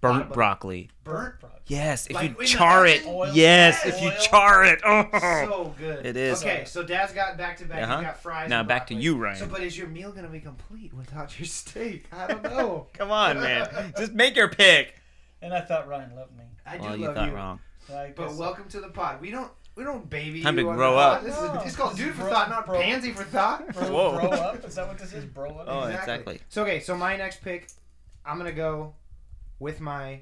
[SPEAKER 2] Burnt
[SPEAKER 1] Bottom-
[SPEAKER 2] broccoli.
[SPEAKER 1] Burnt.
[SPEAKER 4] Fries.
[SPEAKER 2] Yes, if
[SPEAKER 1] Like in
[SPEAKER 2] you
[SPEAKER 1] the
[SPEAKER 2] char it.
[SPEAKER 1] oven?
[SPEAKER 4] Oil.
[SPEAKER 2] Yes, if you
[SPEAKER 4] Oil.
[SPEAKER 2] char it. Oh.
[SPEAKER 1] So good.
[SPEAKER 2] It is.
[SPEAKER 1] Okay, so Dad's got back to back.
[SPEAKER 2] Uh-huh.
[SPEAKER 1] He's got fries.
[SPEAKER 2] Now
[SPEAKER 1] and
[SPEAKER 2] back to
[SPEAKER 1] broccoli.
[SPEAKER 2] you, Ryan.
[SPEAKER 1] So, but is your meal gonna be complete without your steak? I don't know.
[SPEAKER 2] Come on, man. Just make your pick.
[SPEAKER 4] And I thought Ryan loved me.
[SPEAKER 1] I do
[SPEAKER 2] Well, you
[SPEAKER 1] love
[SPEAKER 2] thought
[SPEAKER 1] you.
[SPEAKER 2] wrong.
[SPEAKER 4] And I
[SPEAKER 1] But
[SPEAKER 4] guess-
[SPEAKER 1] welcome to the pod. We don't. We don't baby
[SPEAKER 2] Time
[SPEAKER 1] you
[SPEAKER 2] to
[SPEAKER 1] on
[SPEAKER 2] grow
[SPEAKER 1] the pod.
[SPEAKER 2] up.
[SPEAKER 1] This
[SPEAKER 4] No,
[SPEAKER 1] is, it's called
[SPEAKER 4] this
[SPEAKER 1] dude
[SPEAKER 4] is
[SPEAKER 1] for
[SPEAKER 4] bro-
[SPEAKER 1] thought, not
[SPEAKER 4] bro-
[SPEAKER 1] pansy for thought.
[SPEAKER 4] Bro,
[SPEAKER 2] Whoa.
[SPEAKER 4] bro up? Is that what this is? Bro up?
[SPEAKER 2] Oh, exactly.
[SPEAKER 1] So okay, so my next pick, I'm gonna go with my,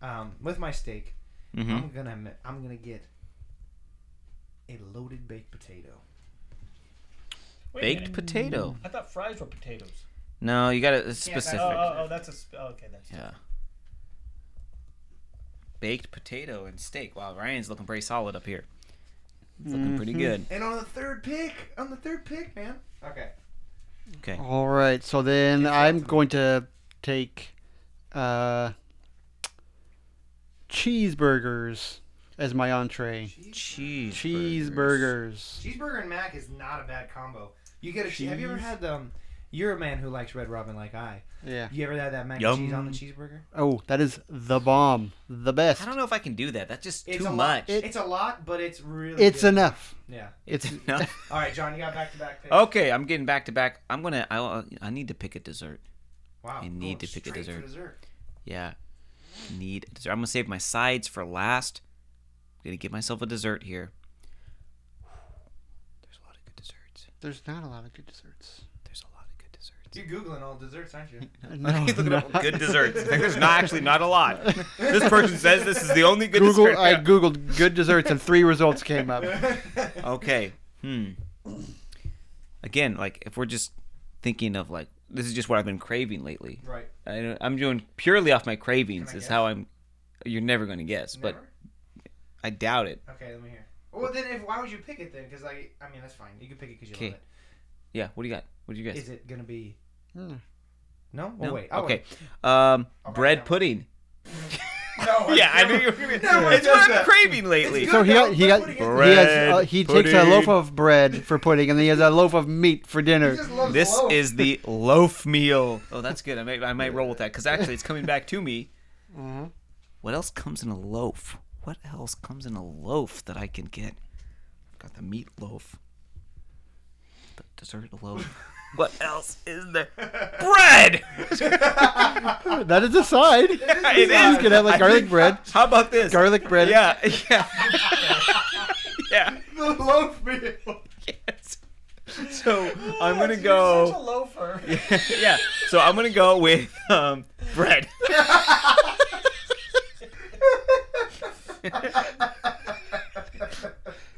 [SPEAKER 1] um, with my steak.
[SPEAKER 2] hmm
[SPEAKER 1] I'm gonna ma- I'm gonna get a loaded baked potato.
[SPEAKER 4] Wait a
[SPEAKER 2] Baked
[SPEAKER 4] minute.
[SPEAKER 2] potato.
[SPEAKER 4] I thought fries were potatoes.
[SPEAKER 2] No, you got to
[SPEAKER 4] Oh,
[SPEAKER 2] specific.
[SPEAKER 4] oh, oh, that's a. sp- oh, okay, that's.
[SPEAKER 2] Yeah. Baked potato and steak. Wow, Ryan's looking pretty solid up here. It's looking pretty
[SPEAKER 4] Mm-hmm.
[SPEAKER 2] good.
[SPEAKER 1] And on the third pick, on the third pick, man. Okay.
[SPEAKER 2] Okay.
[SPEAKER 3] All right. So then I'm going to take uh, cheeseburgers as my entree.
[SPEAKER 2] Cheeseburgers.
[SPEAKER 3] Cheeseburgers.
[SPEAKER 1] Cheeseburger and mac is not a bad combo. You get a. che- Have you ever had um? You're a man who likes Red Robin like I.
[SPEAKER 3] Yeah.
[SPEAKER 1] You ever had that mac and cheese on the cheeseburger?
[SPEAKER 3] Oh, that is the bomb. The best.
[SPEAKER 2] I don't know if I can do that. That's just
[SPEAKER 1] It's
[SPEAKER 2] too
[SPEAKER 1] a
[SPEAKER 2] much.
[SPEAKER 1] Lot, it's a lot, but it's really.
[SPEAKER 3] It's
[SPEAKER 1] good.
[SPEAKER 3] enough.
[SPEAKER 1] Yeah.
[SPEAKER 3] It's
[SPEAKER 2] No.
[SPEAKER 1] All right, John, you got back to back picks.
[SPEAKER 2] Okay, I'm getting back to back. I'm gonna. I I need to pick a dessert.
[SPEAKER 1] Wow.
[SPEAKER 2] You
[SPEAKER 1] going
[SPEAKER 2] need to pick a
[SPEAKER 1] straight for
[SPEAKER 2] dessert.
[SPEAKER 1] dessert.
[SPEAKER 2] Yeah, need a dessert. I'm gonna save my sides for last. I'm gonna get myself a dessert here. There's a lot of good desserts.
[SPEAKER 3] there's not a lot of good desserts.
[SPEAKER 2] There's a lot of good desserts.
[SPEAKER 1] You're googling all desserts, aren't you?
[SPEAKER 3] No,
[SPEAKER 2] He's looking up
[SPEAKER 3] not-
[SPEAKER 2] good desserts. There's not actually not a lot. This person says this is the only good
[SPEAKER 3] Google.
[SPEAKER 2] dessert.
[SPEAKER 3] I googled good desserts and three results came up.
[SPEAKER 2] okay. Hmm. Again, like if we're just thinking of like this is just what I've been craving lately.
[SPEAKER 1] right.
[SPEAKER 2] I don't, I'm doing purely off my cravings.
[SPEAKER 1] Can I
[SPEAKER 2] Is
[SPEAKER 1] guess?
[SPEAKER 2] how I'm. You're never gonna guess, but
[SPEAKER 1] Never?
[SPEAKER 2] I doubt it.
[SPEAKER 1] Okay, let me hear. Well, then, if why would you pick it then? Because like, I mean, that's fine. You can pick it because you
[SPEAKER 2] Okay.
[SPEAKER 1] love
[SPEAKER 2] Yeah. What do you got? What do you
[SPEAKER 1] it.
[SPEAKER 2] guess?
[SPEAKER 1] Is it gonna be?
[SPEAKER 3] Hmm.
[SPEAKER 1] No. Oh,
[SPEAKER 2] No?
[SPEAKER 1] wait. I'll
[SPEAKER 2] okay.
[SPEAKER 1] wait.
[SPEAKER 2] Um,
[SPEAKER 1] I'll Oh, write
[SPEAKER 2] bread
[SPEAKER 1] down.
[SPEAKER 2] pudding.
[SPEAKER 1] No.
[SPEAKER 2] Yeah, I
[SPEAKER 1] never-
[SPEAKER 2] knew you were gonna.
[SPEAKER 1] No one
[SPEAKER 2] it's what
[SPEAKER 1] does
[SPEAKER 2] I'm
[SPEAKER 1] that.
[SPEAKER 2] craving lately.
[SPEAKER 1] It's
[SPEAKER 3] So he got, he got
[SPEAKER 1] Bread
[SPEAKER 3] he has uh, he takes a
[SPEAKER 2] pudding.
[SPEAKER 3] loaf of bread for pudding and then he has a loaf of meat for
[SPEAKER 1] He
[SPEAKER 3] dinner.
[SPEAKER 1] just loves
[SPEAKER 2] This
[SPEAKER 1] loaf.
[SPEAKER 2] is the loaf meal. Oh, that's good. I might, I might roll with that because actually, it's coming back to me.
[SPEAKER 3] Mm-hmm.
[SPEAKER 2] What else comes in a loaf? What else comes in a loaf that I can get? I've got the meat loaf, the dessert loaf. what else is there? Bread.
[SPEAKER 3] That is a side. He's
[SPEAKER 2] it is.
[SPEAKER 3] gonna have like
[SPEAKER 2] I
[SPEAKER 3] garlic
[SPEAKER 2] think-
[SPEAKER 3] bread,
[SPEAKER 2] How about this?
[SPEAKER 3] garlic bread.
[SPEAKER 2] Yeah, yeah, yeah.
[SPEAKER 1] the loaf meal.
[SPEAKER 2] Yes. So I'm gonna
[SPEAKER 4] You're
[SPEAKER 2] go.
[SPEAKER 4] such a loafer.
[SPEAKER 2] yeah. So I'm gonna go with um, bread.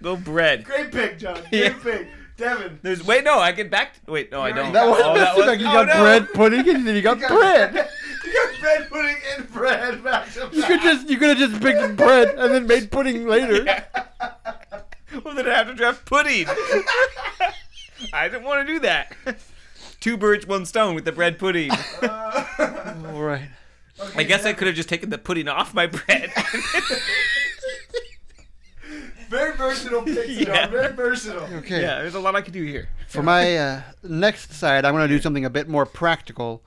[SPEAKER 2] go bread.
[SPEAKER 1] Great pick, John. Great
[SPEAKER 2] Yeah.
[SPEAKER 1] pick, Devin.
[SPEAKER 2] There's wait no I get back. wait no I don't.
[SPEAKER 3] That was,
[SPEAKER 2] Oh, that was-
[SPEAKER 3] like you
[SPEAKER 2] oh,
[SPEAKER 3] got
[SPEAKER 2] no.
[SPEAKER 3] bread pudding and then you got
[SPEAKER 1] You got
[SPEAKER 3] bread.
[SPEAKER 1] you got bread pudding and bread back to
[SPEAKER 3] You could
[SPEAKER 1] back.
[SPEAKER 3] just you could have just picked bread and then made pudding later.
[SPEAKER 2] Well then I have to draft pudding. I didn't want to do that. Two birds, one stone with the bread pudding.
[SPEAKER 1] Uh,
[SPEAKER 3] All right.
[SPEAKER 2] I guess I could have just taken the pudding off my bread.
[SPEAKER 1] very versatile picks, John.
[SPEAKER 2] Yeah.
[SPEAKER 1] Very versatile.
[SPEAKER 3] Okay.
[SPEAKER 2] yeah, there's a lot I could do here.
[SPEAKER 3] For my uh, next side, I'm going to do something a bit more practical,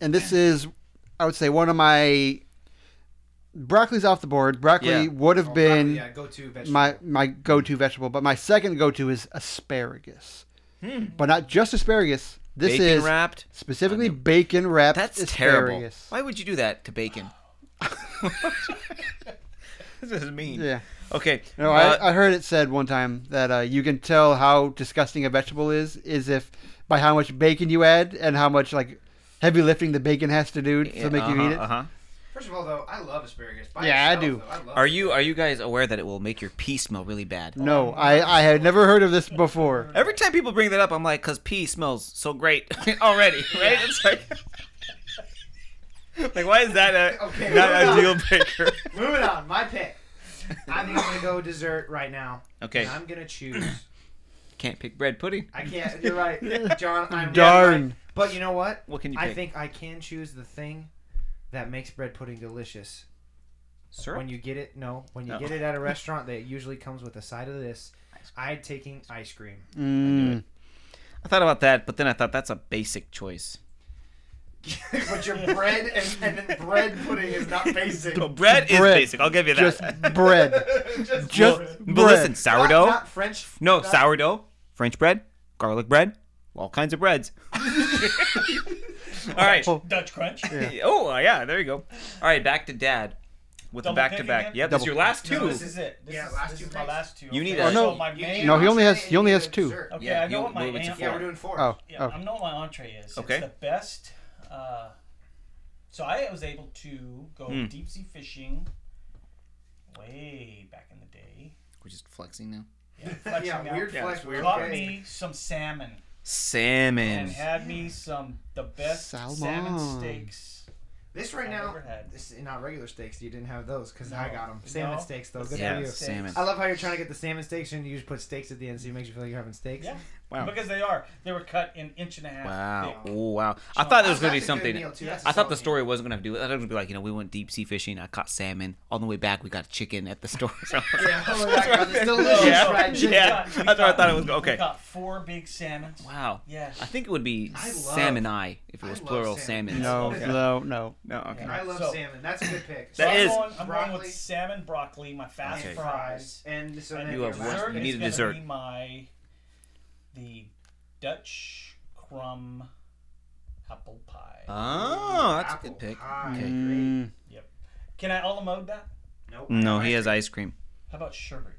[SPEAKER 3] and this is, I would say, one of my. Broccoli's off the board. Broccoli
[SPEAKER 2] Yeah.
[SPEAKER 3] would have been
[SPEAKER 1] Oh, yeah, go to vegetable.
[SPEAKER 3] my my go-to vegetable, but my second go-to is asparagus. But not just asparagus. This
[SPEAKER 2] Hmm. Bacon
[SPEAKER 3] is
[SPEAKER 2] wrapped.
[SPEAKER 3] specifically bacon wrapped
[SPEAKER 2] That's terrible.
[SPEAKER 3] asparagus.
[SPEAKER 2] Why would you do that to bacon? this is mean.
[SPEAKER 3] Yeah.
[SPEAKER 2] Okay.
[SPEAKER 3] No,
[SPEAKER 2] uh,
[SPEAKER 3] I, I heard it said one time that uh, you can tell how disgusting a vegetable is is if by how much bacon you add and how much like heavy lifting the bacon has to do to make you
[SPEAKER 2] uh-huh,
[SPEAKER 3] eat it.
[SPEAKER 2] Uh-huh.
[SPEAKER 1] First of all, though, I love asparagus. By
[SPEAKER 3] Yeah, I
[SPEAKER 1] itself,
[SPEAKER 3] do.
[SPEAKER 1] though, I love
[SPEAKER 2] Are you are you guys aware that it will make your pee smell really bad?
[SPEAKER 3] No, I I had never heard of this before.
[SPEAKER 2] Every time people bring that up, I'm like, because pee smells so great already, right? It's like, like why is that a
[SPEAKER 1] Okay,
[SPEAKER 2] not a
[SPEAKER 1] moving
[SPEAKER 2] deal
[SPEAKER 1] on.
[SPEAKER 2] breaker?
[SPEAKER 1] Moving on, my pick. I think I'm gonna go dessert right now.
[SPEAKER 2] Okay.
[SPEAKER 1] And I'm gonna choose.
[SPEAKER 2] Can't pick bread pudding.
[SPEAKER 1] I can't. You're right, John. I'm
[SPEAKER 3] Darn.
[SPEAKER 1] right. But you know what?
[SPEAKER 2] What can you pick?
[SPEAKER 1] I think I can choose the thing that makes bread pudding delicious.
[SPEAKER 2] syrup.
[SPEAKER 1] When you get it, no, when you
[SPEAKER 2] No.
[SPEAKER 1] get it at a restaurant, that usually comes with a side of this. I'm taking ice cream.
[SPEAKER 3] Mm.
[SPEAKER 2] I thought about that, but then I thought that's a basic choice.
[SPEAKER 1] but your bread and, and then bread pudding is not basic.
[SPEAKER 2] Well, bread, is
[SPEAKER 3] Bread.
[SPEAKER 2] basic. I'll give you that.
[SPEAKER 3] Just bread.
[SPEAKER 1] Just,
[SPEAKER 3] Just
[SPEAKER 1] bread.
[SPEAKER 2] but
[SPEAKER 3] bread.
[SPEAKER 2] listen, sourdough.
[SPEAKER 1] Not, not French.
[SPEAKER 2] no,
[SPEAKER 1] not-
[SPEAKER 2] sourdough, French bread, garlic bread, all kinds of breads. all right.
[SPEAKER 3] Oh.
[SPEAKER 4] Dutch crunch.
[SPEAKER 2] Oh uh, yeah, there you go. All right, back to dad with
[SPEAKER 4] Double
[SPEAKER 2] the back to back.
[SPEAKER 4] picking it?
[SPEAKER 2] Yep, this is
[SPEAKER 3] Double-
[SPEAKER 2] your last two.
[SPEAKER 4] No, this is it. This
[SPEAKER 1] Yeah,
[SPEAKER 4] is,
[SPEAKER 1] last
[SPEAKER 4] this
[SPEAKER 1] two
[SPEAKER 4] is my
[SPEAKER 1] picks.
[SPEAKER 4] last two.
[SPEAKER 2] You need
[SPEAKER 4] okay?
[SPEAKER 2] a- Oh,
[SPEAKER 3] no.
[SPEAKER 4] So my
[SPEAKER 1] You
[SPEAKER 4] main-
[SPEAKER 1] need
[SPEAKER 3] No, he
[SPEAKER 1] an
[SPEAKER 3] only has-
[SPEAKER 1] entree
[SPEAKER 3] he only
[SPEAKER 1] and
[SPEAKER 3] has
[SPEAKER 1] a
[SPEAKER 3] two.
[SPEAKER 1] dessert.
[SPEAKER 4] Okay,
[SPEAKER 2] Yeah,
[SPEAKER 4] I know
[SPEAKER 2] you
[SPEAKER 4] what my
[SPEAKER 2] move it to
[SPEAKER 4] main.
[SPEAKER 2] four.
[SPEAKER 1] Yeah, we're doing four.
[SPEAKER 3] Oh,
[SPEAKER 4] Yeah,
[SPEAKER 3] oh.
[SPEAKER 4] I know what my entree is.
[SPEAKER 2] Okay.
[SPEAKER 4] It's the best. Uh, so I was able to go
[SPEAKER 2] Hmm.
[SPEAKER 4] deep sea fishing way back in the day.
[SPEAKER 2] We're just flexing now.
[SPEAKER 4] Yeah, flexing
[SPEAKER 1] Yeah,
[SPEAKER 4] now.
[SPEAKER 1] weird
[SPEAKER 2] Yeah,
[SPEAKER 1] flex.
[SPEAKER 2] it's
[SPEAKER 1] Weird
[SPEAKER 4] Caught
[SPEAKER 1] flex.
[SPEAKER 4] me some salmon and
[SPEAKER 2] Salmon.
[SPEAKER 4] had me some the best salmon
[SPEAKER 3] Salmon.
[SPEAKER 4] steaks.
[SPEAKER 1] This right
[SPEAKER 4] I've
[SPEAKER 1] now,
[SPEAKER 4] ever had.
[SPEAKER 1] this is not regular steaks. You didn't have those because I
[SPEAKER 4] No.
[SPEAKER 1] got them. Salmon
[SPEAKER 4] No.
[SPEAKER 1] steaks, though.
[SPEAKER 4] The
[SPEAKER 1] Good
[SPEAKER 2] yeah,
[SPEAKER 1] for you.
[SPEAKER 4] steaks.
[SPEAKER 2] salmon.
[SPEAKER 1] I love how you're trying to get the salmon steaks and you just put steaks at the end so it makes you feel like you're having steaks.
[SPEAKER 4] Yeah.
[SPEAKER 2] Wow.
[SPEAKER 4] Because they are. They were cut in inch and a half.
[SPEAKER 2] Wow.
[SPEAKER 4] Thick.
[SPEAKER 2] Oh, wow. I thought it was going to be
[SPEAKER 1] That's a good
[SPEAKER 2] something.
[SPEAKER 1] meal, too.
[SPEAKER 4] Yeah.
[SPEAKER 1] That's a
[SPEAKER 2] I thought the
[SPEAKER 1] solid
[SPEAKER 2] story wasn't going to have to do it. I thought it was going to be like, you know, we went deep sea fishing. I caught salmon. On the way back, we got chicken at the store. So-
[SPEAKER 1] meal. Yeah, oh my God, it's delicious
[SPEAKER 2] Yeah.
[SPEAKER 1] fried
[SPEAKER 4] We
[SPEAKER 1] chicken.
[SPEAKER 2] Yeah.
[SPEAKER 4] got- we
[SPEAKER 2] That's what I
[SPEAKER 4] got-
[SPEAKER 2] thought it was-
[SPEAKER 4] We
[SPEAKER 2] okay.
[SPEAKER 4] got four big salmons.
[SPEAKER 2] Wow.
[SPEAKER 4] Yeah.
[SPEAKER 2] I think it would be
[SPEAKER 1] I love-
[SPEAKER 2] salmon eye if it
[SPEAKER 1] I
[SPEAKER 2] was
[SPEAKER 1] love
[SPEAKER 2] plural
[SPEAKER 1] salmon.
[SPEAKER 2] salmon.
[SPEAKER 3] No,
[SPEAKER 1] Okay.
[SPEAKER 3] no, no.
[SPEAKER 2] No, okay.
[SPEAKER 1] I love
[SPEAKER 4] So-
[SPEAKER 1] salmon. That's a good pick.
[SPEAKER 4] So
[SPEAKER 2] That
[SPEAKER 4] I'm
[SPEAKER 2] is-
[SPEAKER 4] going, I'm going
[SPEAKER 1] Broccoli.
[SPEAKER 4] with salmon broccoli, my fast
[SPEAKER 2] Okay.
[SPEAKER 4] fries.
[SPEAKER 1] And so
[SPEAKER 4] And
[SPEAKER 1] then
[SPEAKER 2] You
[SPEAKER 1] your
[SPEAKER 2] have
[SPEAKER 1] last
[SPEAKER 2] one-
[SPEAKER 4] dessert
[SPEAKER 2] you
[SPEAKER 1] pick.
[SPEAKER 2] need
[SPEAKER 4] is
[SPEAKER 2] a
[SPEAKER 4] gonna
[SPEAKER 2] dessert.
[SPEAKER 4] Be my the Dutch crumb apple pie.
[SPEAKER 2] Oh, that's a
[SPEAKER 1] Apple
[SPEAKER 2] good pick.
[SPEAKER 1] pie.
[SPEAKER 2] Okay.
[SPEAKER 3] Mm,
[SPEAKER 4] Can I a la mode that?
[SPEAKER 1] Nope, I have
[SPEAKER 2] No,
[SPEAKER 1] ice
[SPEAKER 2] he has
[SPEAKER 1] cream.
[SPEAKER 2] ice cream.
[SPEAKER 4] How about sherbet?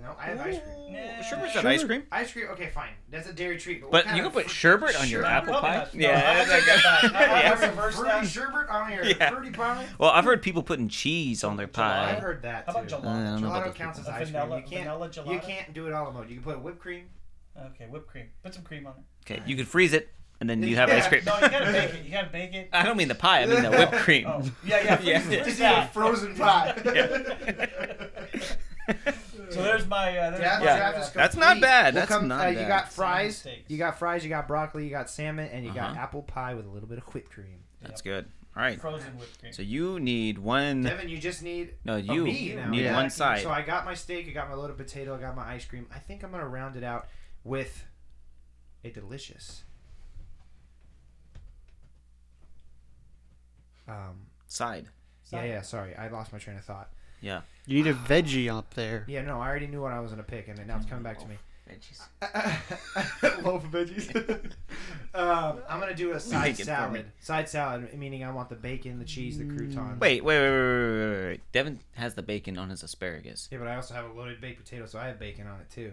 [SPEAKER 1] No, I have ice cream.
[SPEAKER 4] Nah.
[SPEAKER 2] Sherbet's not ice
[SPEAKER 3] Sherbet.
[SPEAKER 2] cream.
[SPEAKER 1] Ice cream, okay, fine. That's a dairy treat. But, what
[SPEAKER 2] But
[SPEAKER 1] kind
[SPEAKER 2] you can
[SPEAKER 1] of
[SPEAKER 2] put
[SPEAKER 1] fr-
[SPEAKER 2] sherbet on your
[SPEAKER 1] Sherbet.
[SPEAKER 2] apple
[SPEAKER 4] No,
[SPEAKER 2] pie.
[SPEAKER 4] that's- no,
[SPEAKER 2] Yeah.
[SPEAKER 4] I
[SPEAKER 2] that's
[SPEAKER 4] take that
[SPEAKER 2] like-
[SPEAKER 4] back. I- I
[SPEAKER 2] Yeah.
[SPEAKER 1] Put some
[SPEAKER 4] Reverse
[SPEAKER 1] fruity
[SPEAKER 4] that.
[SPEAKER 1] sherbet on your
[SPEAKER 2] Yeah.
[SPEAKER 1] fruity pie. Oh,
[SPEAKER 2] Well, I've heard people putting cheese on their
[SPEAKER 4] July.
[SPEAKER 1] I've
[SPEAKER 2] pie.
[SPEAKER 1] heard that
[SPEAKER 4] How about
[SPEAKER 1] too.
[SPEAKER 4] gelato?
[SPEAKER 2] I don't know about
[SPEAKER 1] Gelato
[SPEAKER 2] those
[SPEAKER 1] counts as
[SPEAKER 2] people.
[SPEAKER 4] A
[SPEAKER 1] ice
[SPEAKER 4] vanilla-
[SPEAKER 1] cream. You
[SPEAKER 4] vanilla
[SPEAKER 1] can't, you
[SPEAKER 4] gelato?
[SPEAKER 1] can't do it all in mode. You can put whipped cream.
[SPEAKER 4] Okay, whipped cream. Put some cream on it.
[SPEAKER 2] Okay, you could freeze it and then you have
[SPEAKER 1] Yeah.
[SPEAKER 2] ice cream.
[SPEAKER 4] No, you gotta bake it. You gotta bake it.
[SPEAKER 2] I don't mean the pie. I mean the whipped cream.
[SPEAKER 4] Oh, yeah, yeah,
[SPEAKER 2] Yeah.
[SPEAKER 4] freeze- freeze
[SPEAKER 1] Just eat a
[SPEAKER 4] that.
[SPEAKER 1] frozen pie.
[SPEAKER 4] So there's my. Uh, there's
[SPEAKER 1] Yeah,
[SPEAKER 4] my
[SPEAKER 2] Yeah.
[SPEAKER 1] draft is
[SPEAKER 2] That's
[SPEAKER 1] complete.
[SPEAKER 2] not bad.
[SPEAKER 1] We'll
[SPEAKER 2] That's
[SPEAKER 1] come-
[SPEAKER 2] not
[SPEAKER 1] uh, You
[SPEAKER 2] bad.
[SPEAKER 1] got fries,
[SPEAKER 4] Salmon steaks.
[SPEAKER 1] you got fries, you got broccoli, you got salmon, and you got
[SPEAKER 2] Uh-huh.
[SPEAKER 1] apple pie with a little bit of whipped cream.
[SPEAKER 2] That's good. All right.
[SPEAKER 4] frozen whipped cream.
[SPEAKER 2] So you need one.
[SPEAKER 1] Devin, you just need
[SPEAKER 2] No,
[SPEAKER 1] a
[SPEAKER 2] you
[SPEAKER 1] me now.
[SPEAKER 2] need
[SPEAKER 3] Yeah.
[SPEAKER 2] one side.
[SPEAKER 1] So I got my steak, I got my loaded potato, I got my ice cream. I think I'm gonna round it out with a delicious um
[SPEAKER 2] Side.
[SPEAKER 1] yeah, yeah, sorry. I lost my train of thought.
[SPEAKER 2] Yeah.
[SPEAKER 3] you need a veggie up there.
[SPEAKER 1] Yeah, no, I already knew what I was gonna pick and now it's coming back to me. Loaf of veggies. um, I'm gonna do a side
[SPEAKER 2] Make it for me.
[SPEAKER 1] salad. Side salad, meaning I want the bacon, the cheese, the crouton.
[SPEAKER 2] Wait, wait, wait, wait, wait, wait, wait. Devin has the bacon on his asparagus.
[SPEAKER 1] Yeah, but I also have a loaded baked potato, so I have bacon on it too.